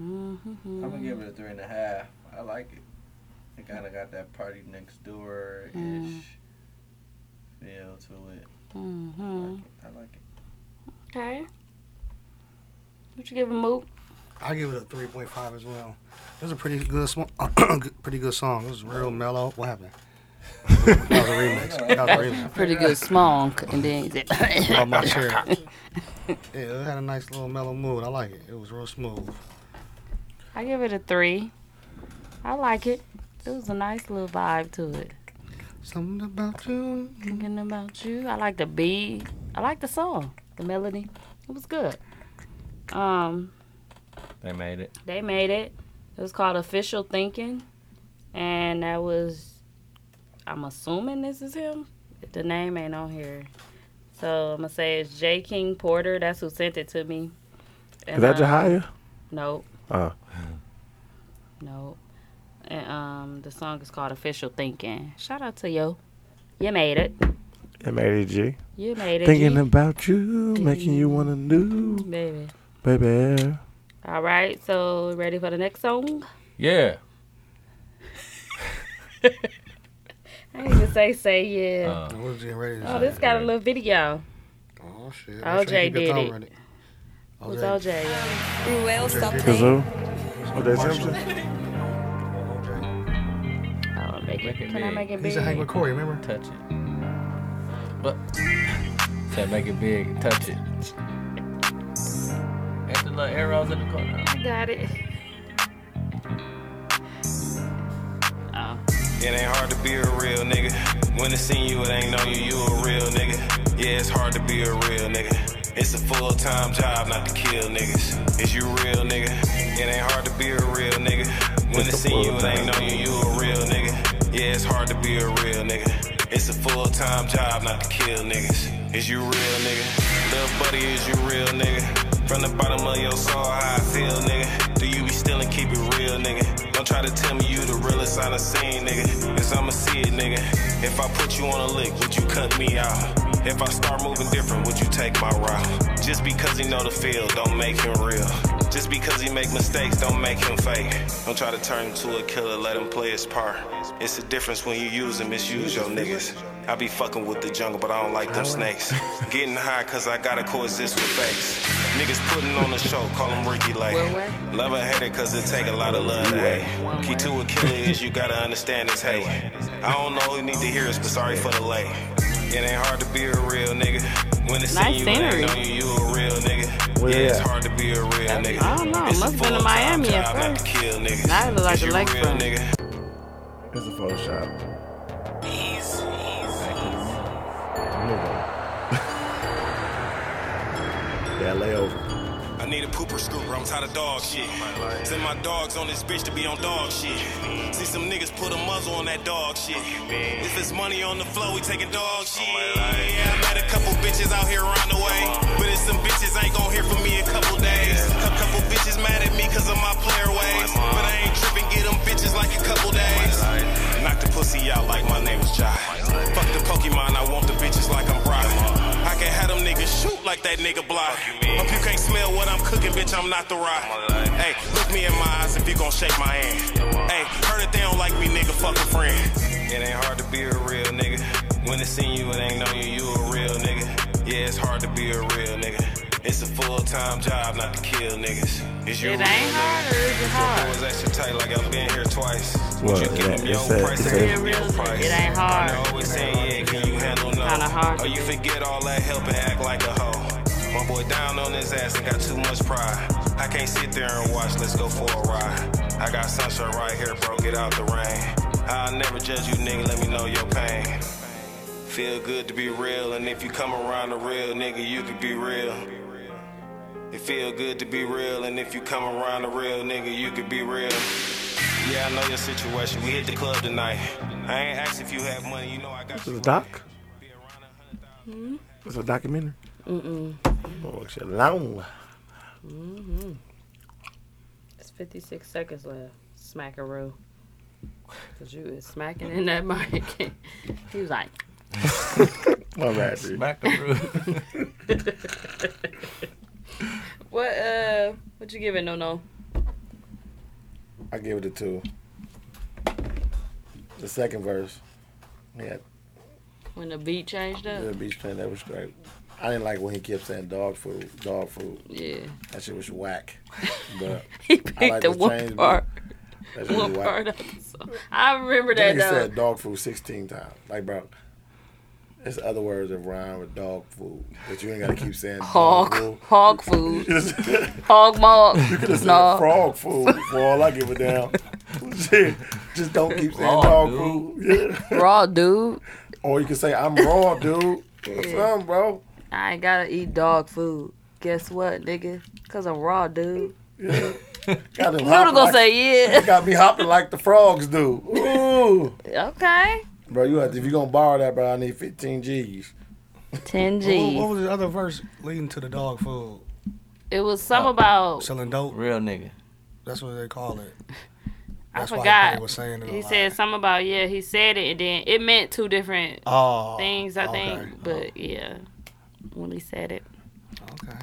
Speaker 3: Mm-hmm.
Speaker 1: I'm gonna give it a three and a half. I like it. It kind of got that party next door ish
Speaker 3: Mm.
Speaker 1: feel to it.
Speaker 3: hmm
Speaker 1: I like it.
Speaker 3: Okay. What you giving Mook?
Speaker 5: I give it a three point five as well. It was a pretty good, sm- pretty good song. It was real mellow. What happened? that was a remix. That was a remix.
Speaker 3: Pretty good smunk. And then he said,
Speaker 5: Oh, my chair. Yeah, it had a nice little mellow mood. I like it. It was real smooth.
Speaker 3: I give it a three. I like it. It was a nice little vibe to it.
Speaker 5: Something about you.
Speaker 3: Thinking about you. I like the beat. I like the song, the melody. It was good. Um,
Speaker 1: They made it.
Speaker 3: they made it. It was called Official Thinking, and that was. I'm assuming this is him. The name ain't on here, so I'm gonna say it's J King Porter. That's who sent it to me.
Speaker 14: Is that
Speaker 3: uh,
Speaker 14: Jahia?
Speaker 3: Nope.
Speaker 14: Oh.
Speaker 3: Nope. And um, the song is called Official Thinking. Shout out to yo. You made it.
Speaker 14: It made it G.
Speaker 3: You made it.
Speaker 14: Thinking
Speaker 3: G,
Speaker 14: about you, making you wanna do,
Speaker 3: baby.
Speaker 14: baby.
Speaker 3: All right, so ready for the next song?
Speaker 1: Yeah.
Speaker 3: I didn't even say say yeah.
Speaker 1: Uh,
Speaker 5: I was getting ready. To
Speaker 3: oh, this got a little video.
Speaker 5: Oh shit.
Speaker 3: OJ
Speaker 5: Make sure you keep your
Speaker 3: did
Speaker 5: thumb
Speaker 3: it.
Speaker 5: ready.
Speaker 3: Who's
Speaker 5: OJ.
Speaker 3: OJ? y'all?
Speaker 12: Ruel, stop
Speaker 14: Kazoo. Oh, that's Simpson.
Speaker 3: Oh, make it,
Speaker 1: Make it
Speaker 3: can I
Speaker 1: big.
Speaker 3: make it
Speaker 5: He
Speaker 3: big?
Speaker 5: said hang with Corey, remember?
Speaker 1: touch it. But said make it big, touch it. Got the little arrows in the corner.
Speaker 3: I got it. Oh,
Speaker 10: It ain't hard to be a real nigga. When it seen you, it ain't know you, you a real nigga. Yeah, it's hard to be a real nigga. It's a full time job not to kill niggas. Is you real nigga? It ain't hard to be a real nigga. When
Speaker 14: It's
Speaker 10: it
Speaker 14: a
Speaker 10: seen you, it
Speaker 14: full-time
Speaker 10: ain't know you, you a real nigga. Yeah, it's hard to be a real nigga. It's a full time job not to kill niggas. Is you real nigga? Lil' buddy, is you real nigga? From the bottom of your soul, how I feel, nigga. Do you be still and keep it real, nigga? Don't try to tell me you the realest I done seen, nigga. Cause I'ma see it, nigga. If I put you on a lick, would you cut me out? If I start moving different, would you take my route? Just because he know the field, don't make him real. Just because he make mistakes, don't make him fake. Don't try to turn him to a killer, let him play his part. It's a difference when you use and misuse your niggas. I be fucking with the jungle, but I don't like them snakes. Getting high cause I gotta coexist with fakes. Niggas putting on a show, call him Ricky Lake. Love or hate it cause it take a lot of love to hate. Key to a killer is you gotta understand his hate. I don't know who need to hear this, but sorry for the late. It ain't hard to be a real nigga. When it's
Speaker 3: Nice
Speaker 10: nice you, it ain't
Speaker 3: scenery.
Speaker 10: know you, you a real nigga.
Speaker 14: Where
Speaker 10: yeah, it's
Speaker 14: at?
Speaker 10: hard to be a real nigga.
Speaker 3: I don't know.
Speaker 10: It's a
Speaker 3: Must've been in
Speaker 10: full-time
Speaker 3: Miami at
Speaker 10: job not to
Speaker 3: first.
Speaker 10: kill niggas.
Speaker 3: Now it look like
Speaker 10: Is
Speaker 3: the
Speaker 10: you
Speaker 3: lakefront.
Speaker 10: real nigga?
Speaker 14: It's a Photoshop. Yeah, layover.
Speaker 10: I need a pooper scooper, I'm tired of dog shit. Send my dogs on this bitch to be on dog shit. See some niggas put a muzzle on that dog shit. If it's money on the flow, we taking dog shit. Yeah, I met a couple bitches out here on the way. But it's some bitches ain't gon' hear from me in a couple days. A couple bitches mad at me cause of my player ways. But I ain't tripping, get them bitches like a couple days. Knock the pussy out like my name is Jai. Fuck the Pokemon, I want the bitches like I'm Brock. I can have them niggas shoot like that nigga block. Hope you can't smell what I'm cooking, bitch, I'm not the rock. Hey, look me in my eyes if you gon' shake my hand. Hey, heard it, they don't like me, nigga, fuck a friend. It ain't hard to be a real nigga. When it seen you, it ain't know you, you a real nigga. Yeah, it's hard to be a real nigga. It's a full time job not to kill niggas. Is you
Speaker 3: it
Speaker 10: real
Speaker 3: ain't
Speaker 10: nigga?
Speaker 3: hard or is it hard?
Speaker 10: Was extra tight like I've been here twice. Would
Speaker 14: Well,
Speaker 10: you give
Speaker 14: it-
Speaker 10: him
Speaker 14: it's
Speaker 10: your
Speaker 14: a-
Speaker 10: price?
Speaker 14: it's
Speaker 10: I
Speaker 14: a-
Speaker 10: give him your price.
Speaker 3: It ain't hard.
Speaker 10: I always say, yeah, can you handle no?
Speaker 3: Kinda hard.
Speaker 10: Or you forget all that help and act like a hoe. My boy down on his ass and got too much pride. I can't sit there and watch, let's go for a ride. I got sunshine right here, bro, get out the rain. I'll never judge you, nigga, let me know your pain. Feel good to be real, and if you come around a real nigga, you could be real. It feel good to be real, and if you come around a real nigga, you could be real. Yeah, I know your situation. We hit the club tonight. I ain't asked if you have money, you know I got
Speaker 6: This is a doc.
Speaker 3: Mm-hmm.
Speaker 6: It's a documentary.
Speaker 3: Mm-mm.
Speaker 6: Oh, shit, long.
Speaker 3: Mm-hmm. It's 56 seconds left. Smackaroo. Because you was smacking in that mic. he was like,
Speaker 6: My bad, dude.
Speaker 3: what, uh, what you giving, no, no?
Speaker 6: I give it a two. The second verse. Yeah,
Speaker 3: When the beat changed up?
Speaker 6: the beach train, that was great. I didn't like when he kept saying dog food, dog food.
Speaker 3: Yeah.
Speaker 6: That shit was whack. But
Speaker 3: He
Speaker 6: I
Speaker 3: picked
Speaker 6: like
Speaker 3: the one
Speaker 6: change, but
Speaker 3: part.
Speaker 6: That shit
Speaker 3: One
Speaker 6: was whack.
Speaker 3: part of the song. I remember that,
Speaker 6: Nigga
Speaker 3: though.
Speaker 6: said dog food 16 times. Like, bro, there's other words that rhyme with dog food that you ain't got to keep saying.
Speaker 3: Hog, hog food, hog mug.
Speaker 6: You could have said
Speaker 3: No.
Speaker 6: frog food for all I give a damn. Shit, Just don't keep saying
Speaker 3: Raw,
Speaker 6: dog
Speaker 3: dude.
Speaker 6: food. Yeah.
Speaker 3: Raw dude.
Speaker 6: Or you can say, I'm raw, dude. What's up, bro?
Speaker 3: I ain't gotta eat dog food. Guess what, nigga? Cause I'm raw, dude.
Speaker 6: Yeah. Got him
Speaker 3: Noodle
Speaker 6: hopping
Speaker 3: gonna
Speaker 6: like-
Speaker 3: say yeah.
Speaker 6: Got me hopping like the frogs do. Ooh.
Speaker 3: Okay.
Speaker 6: Bro, you have to, if you're going to borrow that, bro, I need 15 G's.
Speaker 3: 10
Speaker 5: What,
Speaker 3: G.
Speaker 5: what was the other verse leading to the dog food?
Speaker 3: It was some
Speaker 1: Oh.
Speaker 3: about
Speaker 5: Selling dope.
Speaker 1: Real nigga.
Speaker 5: That's what they call it.
Speaker 3: I
Speaker 5: That's why
Speaker 3: forgot.
Speaker 5: everybody was saying it a
Speaker 3: he
Speaker 5: lot.
Speaker 3: said something about yeah. He said it and then it meant two different
Speaker 5: Oh,
Speaker 3: things. I
Speaker 5: okay. Oh.
Speaker 3: think, but yeah, when he said it,
Speaker 5: Okay.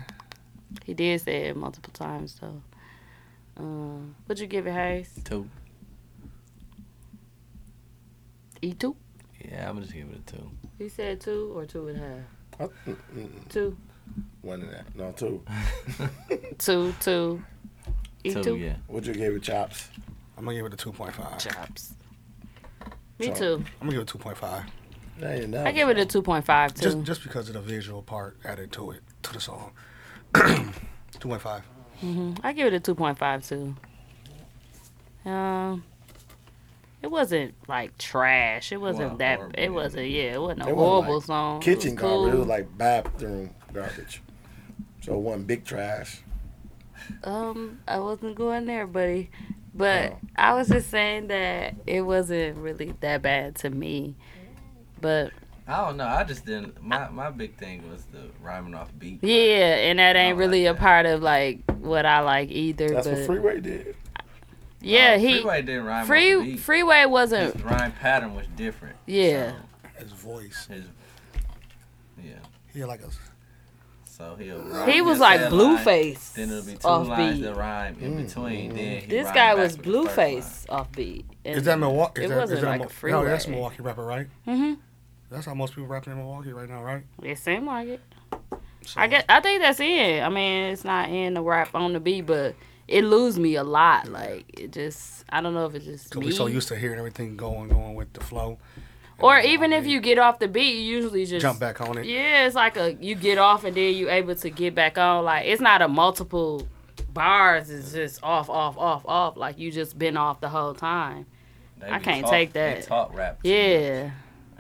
Speaker 3: he did say it multiple times. So, um, what'd you give it, Hayes?
Speaker 1: Two.
Speaker 3: E two.
Speaker 1: Yeah, I'm gonna just give it a two.
Speaker 3: He said two or two and a half.
Speaker 6: I- mm, mm, mm.
Speaker 3: Two,
Speaker 6: One and that. No, two.
Speaker 3: two, two. E
Speaker 1: Two,
Speaker 3: two.
Speaker 1: yeah.
Speaker 6: What you gave it, Chops?
Speaker 5: I'm gonna give it a 2.5.
Speaker 3: Chops. Me
Speaker 6: Chop.
Speaker 3: too.
Speaker 5: I'm gonna give it 2.5.
Speaker 6: That ain't enough.
Speaker 3: I give it a two point five too.
Speaker 5: Just just because of the visual part added to it to the song. 2.5.
Speaker 3: hmm I give it a two point five too. Um, it wasn't like trash. It wasn't
Speaker 1: Wasn't
Speaker 3: that.
Speaker 1: horrible,
Speaker 3: it wasn't. Yeah, it wasn't a
Speaker 6: It wasn't
Speaker 3: horrible
Speaker 6: like
Speaker 3: song.
Speaker 6: kitchen
Speaker 3: it was
Speaker 6: garbage. It
Speaker 3: cool.
Speaker 6: was like bathroom garbage. So one big trash.
Speaker 3: Um, I wasn't going there, buddy. But I was just saying that it wasn't really that bad to me. But
Speaker 1: I don't know. I just didn't. My my big thing was the rhyming off beat.
Speaker 3: yeah, and that ain't
Speaker 1: like
Speaker 3: really a
Speaker 1: that.
Speaker 3: part of like what I like either.
Speaker 6: That's
Speaker 3: but
Speaker 6: what Freeway did.
Speaker 3: yeah,
Speaker 1: Uh,
Speaker 3: he
Speaker 1: Freeway didn't rhyme off
Speaker 3: free
Speaker 1: beat.
Speaker 3: freeway
Speaker 1: His
Speaker 3: wasn't.
Speaker 1: rhyme pattern was different.
Speaker 3: Yeah,
Speaker 5: His voice.
Speaker 1: His yeah.
Speaker 5: He had like a
Speaker 1: So he'll
Speaker 3: he
Speaker 1: rhyme
Speaker 3: was
Speaker 1: just
Speaker 3: like
Speaker 1: that
Speaker 3: Blueface
Speaker 1: Line, then it'll be two
Speaker 3: off
Speaker 1: lines
Speaker 3: beat.
Speaker 1: that rhyme in
Speaker 5: Mm.
Speaker 1: between. Then he
Speaker 3: This
Speaker 1: rhyme
Speaker 3: guy
Speaker 1: back
Speaker 3: was
Speaker 1: with the first
Speaker 3: Blueface off beat.
Speaker 5: Is that Milwaukee? Is
Speaker 3: it
Speaker 5: that, is
Speaker 3: wasn't
Speaker 5: that
Speaker 3: like
Speaker 5: Mil-
Speaker 3: a freeway.
Speaker 5: No, that's a Milwaukee rapper, right?
Speaker 3: hmm
Speaker 5: That's how most people rapping in Milwaukee right now, right?
Speaker 3: It seemed like it.
Speaker 5: So,
Speaker 3: I get. I think that's in. I mean, it's not in the rap on the beat, but it lose me a lot. Like it just. I don't know if it's just
Speaker 5: 'cause
Speaker 3: me.
Speaker 5: we so used to hearing everything going, going with the flow.
Speaker 3: or even if you get off the beat, you usually just
Speaker 5: Jump back on it.
Speaker 3: Yeah, it's like a you get off and then you able to get back on. Like it's not a multiple bars. It's just off, off, off, off. Like you just been off the whole time.
Speaker 1: They
Speaker 3: I
Speaker 1: be
Speaker 3: can't
Speaker 1: talk-
Speaker 3: take
Speaker 1: they
Speaker 3: that.
Speaker 1: talk rap. too
Speaker 3: Yeah,
Speaker 1: much.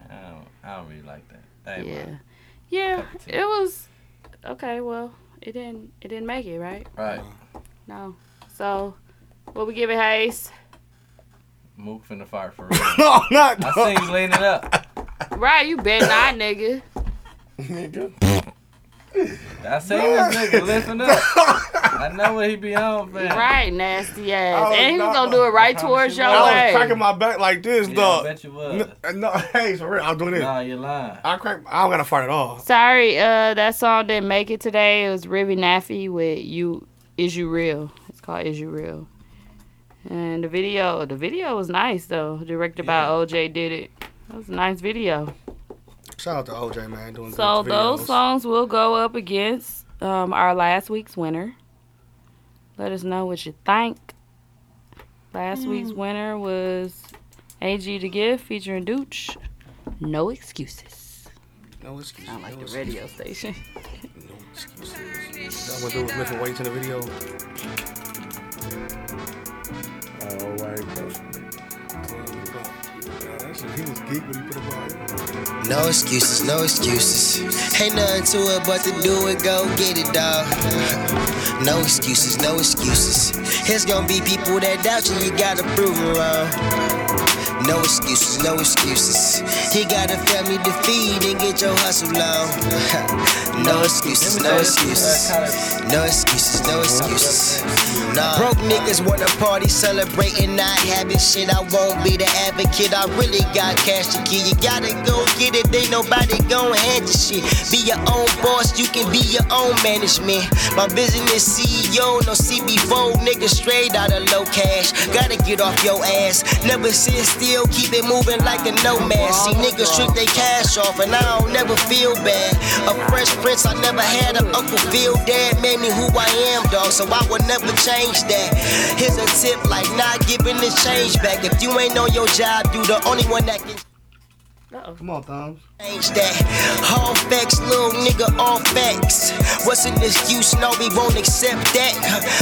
Speaker 1: I don't, I don't really like that. That ain't
Speaker 3: yeah,
Speaker 1: mine.
Speaker 3: yeah.
Speaker 1: Cup of tea.
Speaker 3: It was okay. Well, it didn't. It didn't make it right.
Speaker 1: Right.
Speaker 5: Uh-huh.
Speaker 3: No. So, what we give it, Hayes?
Speaker 1: Move from the fire for real.
Speaker 5: no, not.
Speaker 1: I seen you leaning up.
Speaker 3: Right, you bet not, nigga.
Speaker 6: Nigga.
Speaker 1: I seen this nigga lifting up. I know what he be on, man.
Speaker 3: Right, nasty ass.
Speaker 5: I was
Speaker 3: And he was
Speaker 5: not-
Speaker 3: gonna do it right
Speaker 1: I
Speaker 3: towards
Speaker 1: promise you
Speaker 3: your
Speaker 1: was.
Speaker 5: I was
Speaker 3: way.
Speaker 5: cracking my back like this,
Speaker 1: Yeah, I
Speaker 5: dog.
Speaker 1: bet you was.
Speaker 5: N- No, hey, for real, I'm doing this.
Speaker 1: Nah, you're lying.
Speaker 5: I crack. I don't got to fart at all.
Speaker 3: Sorry, uh, that song didn't make it today. It was Ribby Naffy with "You Is You Real." It's called "Is You Real." And the video, the video was nice though. Directed by OJ did it. That was a nice video.
Speaker 5: Shout out to OJ, man, doing
Speaker 3: So
Speaker 5: good
Speaker 3: those
Speaker 5: videos.
Speaker 3: songs will go up against um, our last week's winner. Let us know what you think. Last week's winner was AG to Give featuring Dooch. No excuses.
Speaker 5: No excuses.
Speaker 3: Sound like
Speaker 5: no
Speaker 3: the
Speaker 5: excuses,
Speaker 3: radio station.
Speaker 5: no That one dude was lifting weights in the video.
Speaker 6: All right, bro.
Speaker 5: He was geek when he put it on.
Speaker 16: No excuses, no excuses. Ain't nothing to it but to do it, go get it, dog. No excuses, no excuses. It's gonna be people that doubt you, you gotta prove 'em wrong. No excuses, no excuses. You got a family to feed and get your hustle on. No excuses, no excuses. No excuses, no excuses. Broke niggas wanna party, celebrating, not having shit. I won't be the advocate. I really got cash to give. You gotta go get it. Ain't nobody gon' hand you shit. Be your own boss. You can be your own management. My business CEO, no CB4, nigga, straight out of low cash. Gotta get off your ass. Never sit still. Keep it moving like a nomad. See niggas trick they cash off, and I don't never feel bad. A fresh prince, I never had an Uncle Phil dad made me who I am, dog. So I would never change that. Here's a tip, like not giving the change back. If you ain't on your job, you the only one that can.
Speaker 5: Come on, Thumbs.
Speaker 16: Change that. All facts, little nigga, all facts. What's an excuse? No, we won't accept that.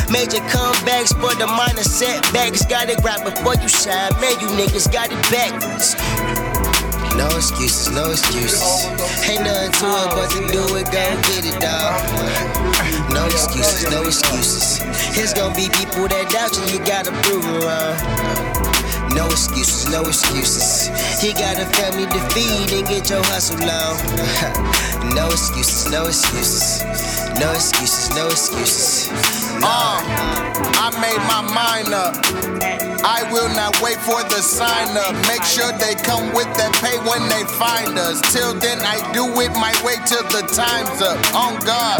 Speaker 16: Major comebacks, but the minor setbacks. Got it right before you shine. Man, you niggas got it backwards. No excuses, no excuses. Ain't nothing to it but to do it, go get it, dog. No excuses, no excuses. It's gonna be people that doubt you, you gotta prove 'em wrong. No excuses, no excuses. You got a family to feed and get your hustle on. no excuses, no excuses. No excuses, no excuses.
Speaker 17: Uh, I made my mind up. I will not wait for the sign up. Make sure they come with that pay when they find us. Till then, I do it my way till the time's up. On God.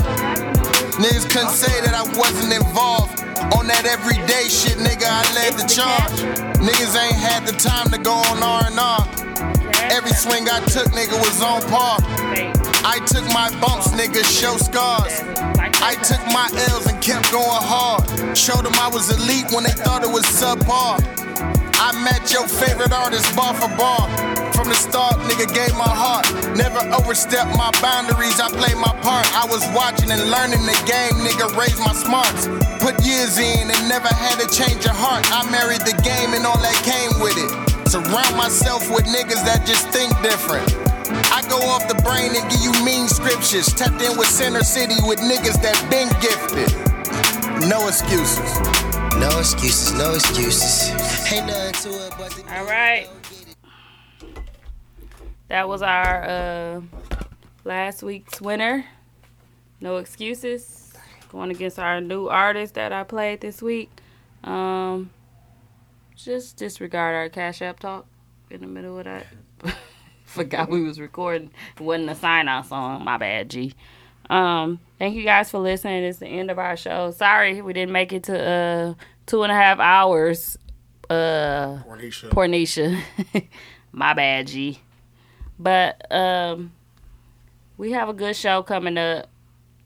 Speaker 17: Niggas couldn't say that I wasn't involved. On that everyday shit, nigga, I led the charge. Niggas ain't had the time to go on R&R. Every swing I took, nigga, was on par. I took my bumps, nigga, show scars. I took my L's and kept going hard. Showed them I was elite when they thought it was subpar. I met your favorite artist bar for bar. From the start, nigga gave my heart. Never overstepped my boundaries, I played my part. I was watching and learning the game, nigga raised my smarts. Put years in and never had to change your heart. I married the game and all that came with it. Surround myself with niggas that just think different. I go off the brain and give you mean scriptures. Tapped in with Center City with niggas that been gifted. No excuses.
Speaker 16: No excuses, no excuses. Ain't nothing to it but to
Speaker 3: All right. That was our uh, last week's winner. No excuses. Going against our new artist that I played this week. Um, just disregard our Cash App talk in the middle of that. Forgot we was recording. It wasn't a sign out song. My bad, G. Um, thank you guys for listening. It's the end of our show. Sorry we didn't make it to uh two and a half hours. Uh
Speaker 5: Pornisha.
Speaker 3: Pornisha. My bad, G. But um we have a good show coming up.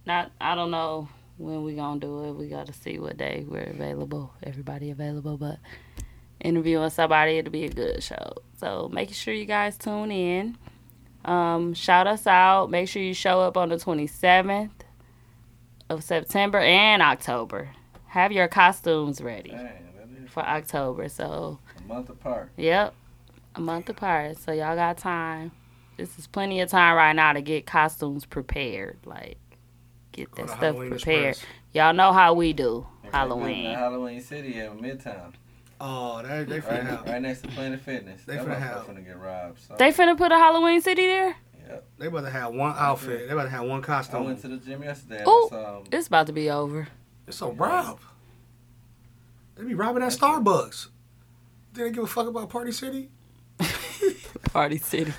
Speaker 3: Not I don't know when we gonna do it. We gotta see what day we're available. Everybody available, but interviewing somebody, it'll be a good show. So make sure you guys tune in. Um, shout us out. Make sure you show up on the 27th of September and October. Have your costumes ready for October. So,
Speaker 1: A month apart.
Speaker 3: yep, a month apart. So, y'all got time. This is plenty of time right now to get costumes prepared. Like, get that
Speaker 1: to
Speaker 3: stuff
Speaker 1: Halloween
Speaker 3: prepared.
Speaker 1: Express.
Speaker 3: Y'all know how we do
Speaker 1: In
Speaker 3: Halloween.
Speaker 1: Halloween City at Midtown.
Speaker 5: Oh, they they
Speaker 1: right,
Speaker 5: finna have.
Speaker 1: right next to Planet Fitness.
Speaker 5: They
Speaker 1: That motherfucker
Speaker 5: finna have.
Speaker 1: finna get robbed. So.
Speaker 3: They finna put a Halloween city there?
Speaker 5: They about to have one outfit. They about to have one
Speaker 1: I
Speaker 5: costume.
Speaker 1: went to the gym yesterday. and I saw
Speaker 3: Oh,
Speaker 1: 'em.
Speaker 3: it's about to be over.
Speaker 5: It's so rob. They be robbing at Starbucks. They don't give a fuck about Party City.
Speaker 3: Party City.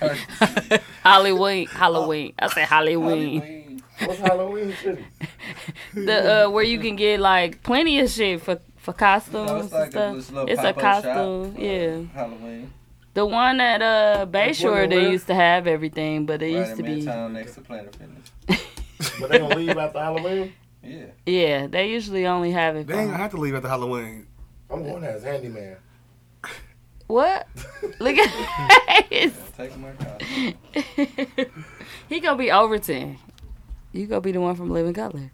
Speaker 3: Halloween. Halloween. I said Halloween.
Speaker 6: What's Halloween City?
Speaker 3: The uh, where you can get like plenty of shit for for costumes
Speaker 1: No, it's like a
Speaker 3: and
Speaker 1: just
Speaker 3: stuff.
Speaker 1: little
Speaker 3: It's a
Speaker 1: pop-up shop
Speaker 3: costume.
Speaker 1: for
Speaker 3: yeah.
Speaker 1: Halloween.
Speaker 3: The one at uh Bayshore
Speaker 1: where?
Speaker 3: they used to have everything, but it
Speaker 1: right
Speaker 3: used
Speaker 1: in
Speaker 3: to be
Speaker 1: Midtown next to Planet Fitness.
Speaker 6: But they gonna leave after Halloween?
Speaker 1: Yeah.
Speaker 3: Yeah, they usually only have it
Speaker 5: They ain't gonna
Speaker 3: for
Speaker 5: have to leave after Halloween.
Speaker 6: I'm going as handyman.
Speaker 3: What? Look at his
Speaker 1: Take my
Speaker 3: He gonna be Overton. You go be the one from Living Color.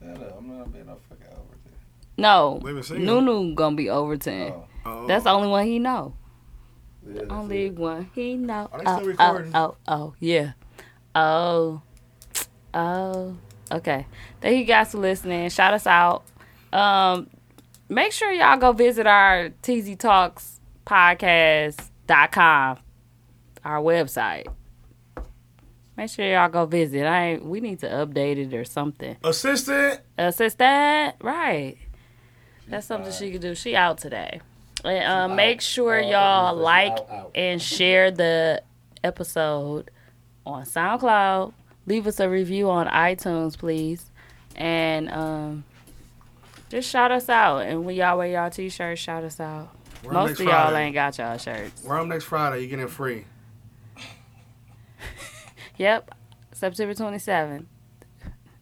Speaker 1: Shut up. I'm not being no fucking Overton.
Speaker 3: No,
Speaker 1: Living single.
Speaker 3: Nunu gonna be Overton.
Speaker 1: Oh.
Speaker 3: That's the only one he know.
Speaker 1: Yeah, that's
Speaker 3: only one he know.
Speaker 1: Are they
Speaker 3: oh,
Speaker 1: still recording?
Speaker 3: Oh, oh, oh, yeah. Oh, oh. Okay. Thank you guys for listening. Shout us out. Um, make sure y'all go visit our TZ Talks podcast.com, our website. Make sure y'all go visit. I ain't, we need to update it or something.
Speaker 5: Assistant.
Speaker 3: Assistant, Uh, right? That's something she could do. She out today. And, uh, make sure y'all like and share the episode on SoundCloud. Leave us a review on iTunes, please, and um, just shout us out. And when y'all wear y'all t-shirts, shout us out.
Speaker 5: We're on
Speaker 3: Most of
Speaker 5: next
Speaker 3: y'all
Speaker 5: Friday.
Speaker 3: ain't got y'all shirts.
Speaker 5: We're on next Friday. You're getting free.
Speaker 3: Yep, September twenty seventh.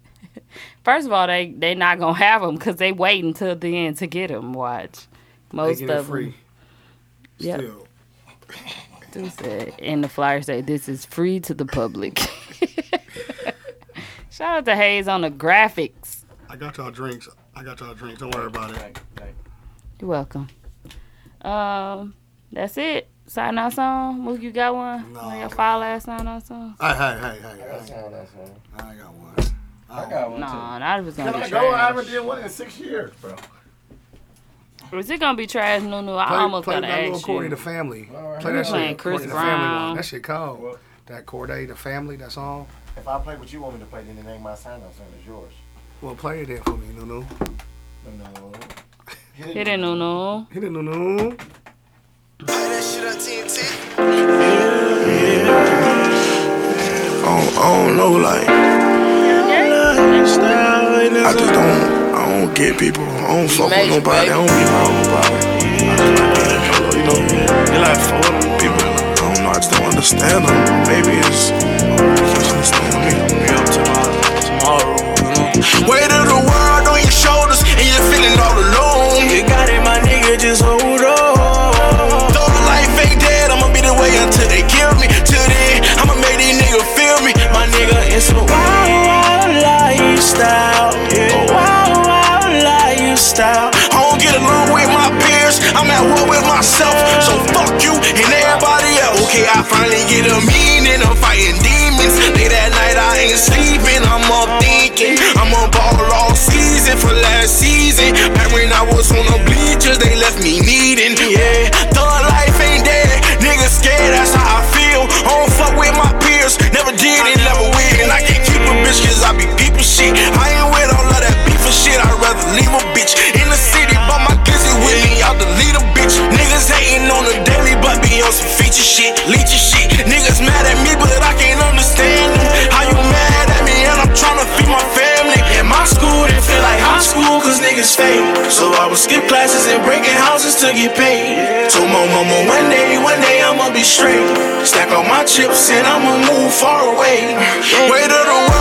Speaker 3: First of all, they they not gonna have them because they wait until the end to get them. Watch most
Speaker 5: they
Speaker 3: of
Speaker 5: getting
Speaker 3: them.
Speaker 5: free.
Speaker 3: Yep.
Speaker 5: Still.
Speaker 3: Dude said, and the flyer say this is free to the public. Shout out to Hayes on the graphics.
Speaker 5: I got y'all drinks. I got y'all drinks. Don't worry about it.
Speaker 3: You're welcome. Um, that's it. Sign out song. Mook, you got one? No. your file ass sign out song.
Speaker 5: Hey, hey, hey, hey. I got one. I got
Speaker 3: one. Nah, that was gonna
Speaker 18: Can
Speaker 3: be
Speaker 18: I go? I
Speaker 3: trash.
Speaker 18: haven't did one in six years, bro.
Speaker 3: Is it gonna be trash? No, no. I
Speaker 5: Play-
Speaker 3: almost
Speaker 5: play
Speaker 3: gotta
Speaker 5: that little
Speaker 3: ask you.
Speaker 5: Cordy the family.
Speaker 3: We
Speaker 5: Play that
Speaker 3: playing
Speaker 5: shit.
Speaker 3: Chris
Speaker 5: Cordy the family
Speaker 3: Brown.
Speaker 5: one. That shit cold. That Corday the family. That song.
Speaker 6: If I play what you want me to play, then it ain't my sign off song, it's yours.
Speaker 5: Well, play it then for me, Nunu.
Speaker 6: No.
Speaker 3: Hit it, Nunu.
Speaker 5: Hit it, Nunu.
Speaker 15: I don't, I don't know, like. I just don't, I don't get people. I don't fuck with nobody. I don't be my own body. I just like being hello, you know. They like fuck with people. I don't know, I just don't understand them. Maybe it's, it's just don't make me up to tomorrow, you know.
Speaker 2: Weight of the world on your shoulders, and you're feeling all alone. You got it, my nigga, just hold on. Though the life ain't dead, I'ma be the way until they kill me. Till then, I'ma make these niggas feel me. My nigga, it's a wild, wild lifestyle. Yeah. A wild, wild lifestyle. I don't get along with my peers, I'm at war with myself. So fuck you and everybody else. Okay, I finally get a meaning, I'm fighting demons. Late at night, I ain't sleeping, I'm up thinking. I'm a ball all season for last season. Back when I was on the bleachers, they left me needing. Yeah, thug life ain't dead. Niggas scared, that's how I feel. I don't fuck with my peers, never did and never will. And I can't keep a bitch cause I be people shit. I ain't with all of that beef and shit, I'd rather leave a bitch in the city. But my glizzy with me, I'll delete a bitch. Niggas hating on the daily, but be on some feature shit, leech shit. Niggas mad at me, but I can't understand them. How you mad at me and I'm tryna feed my family? In my school, they feel like high school cause niggas fake. So I would skip classes and breaking houses to get paid. Told my mama one day, one day I'ma be straight. Stack all my chips and I'ma move far away. Weight of the world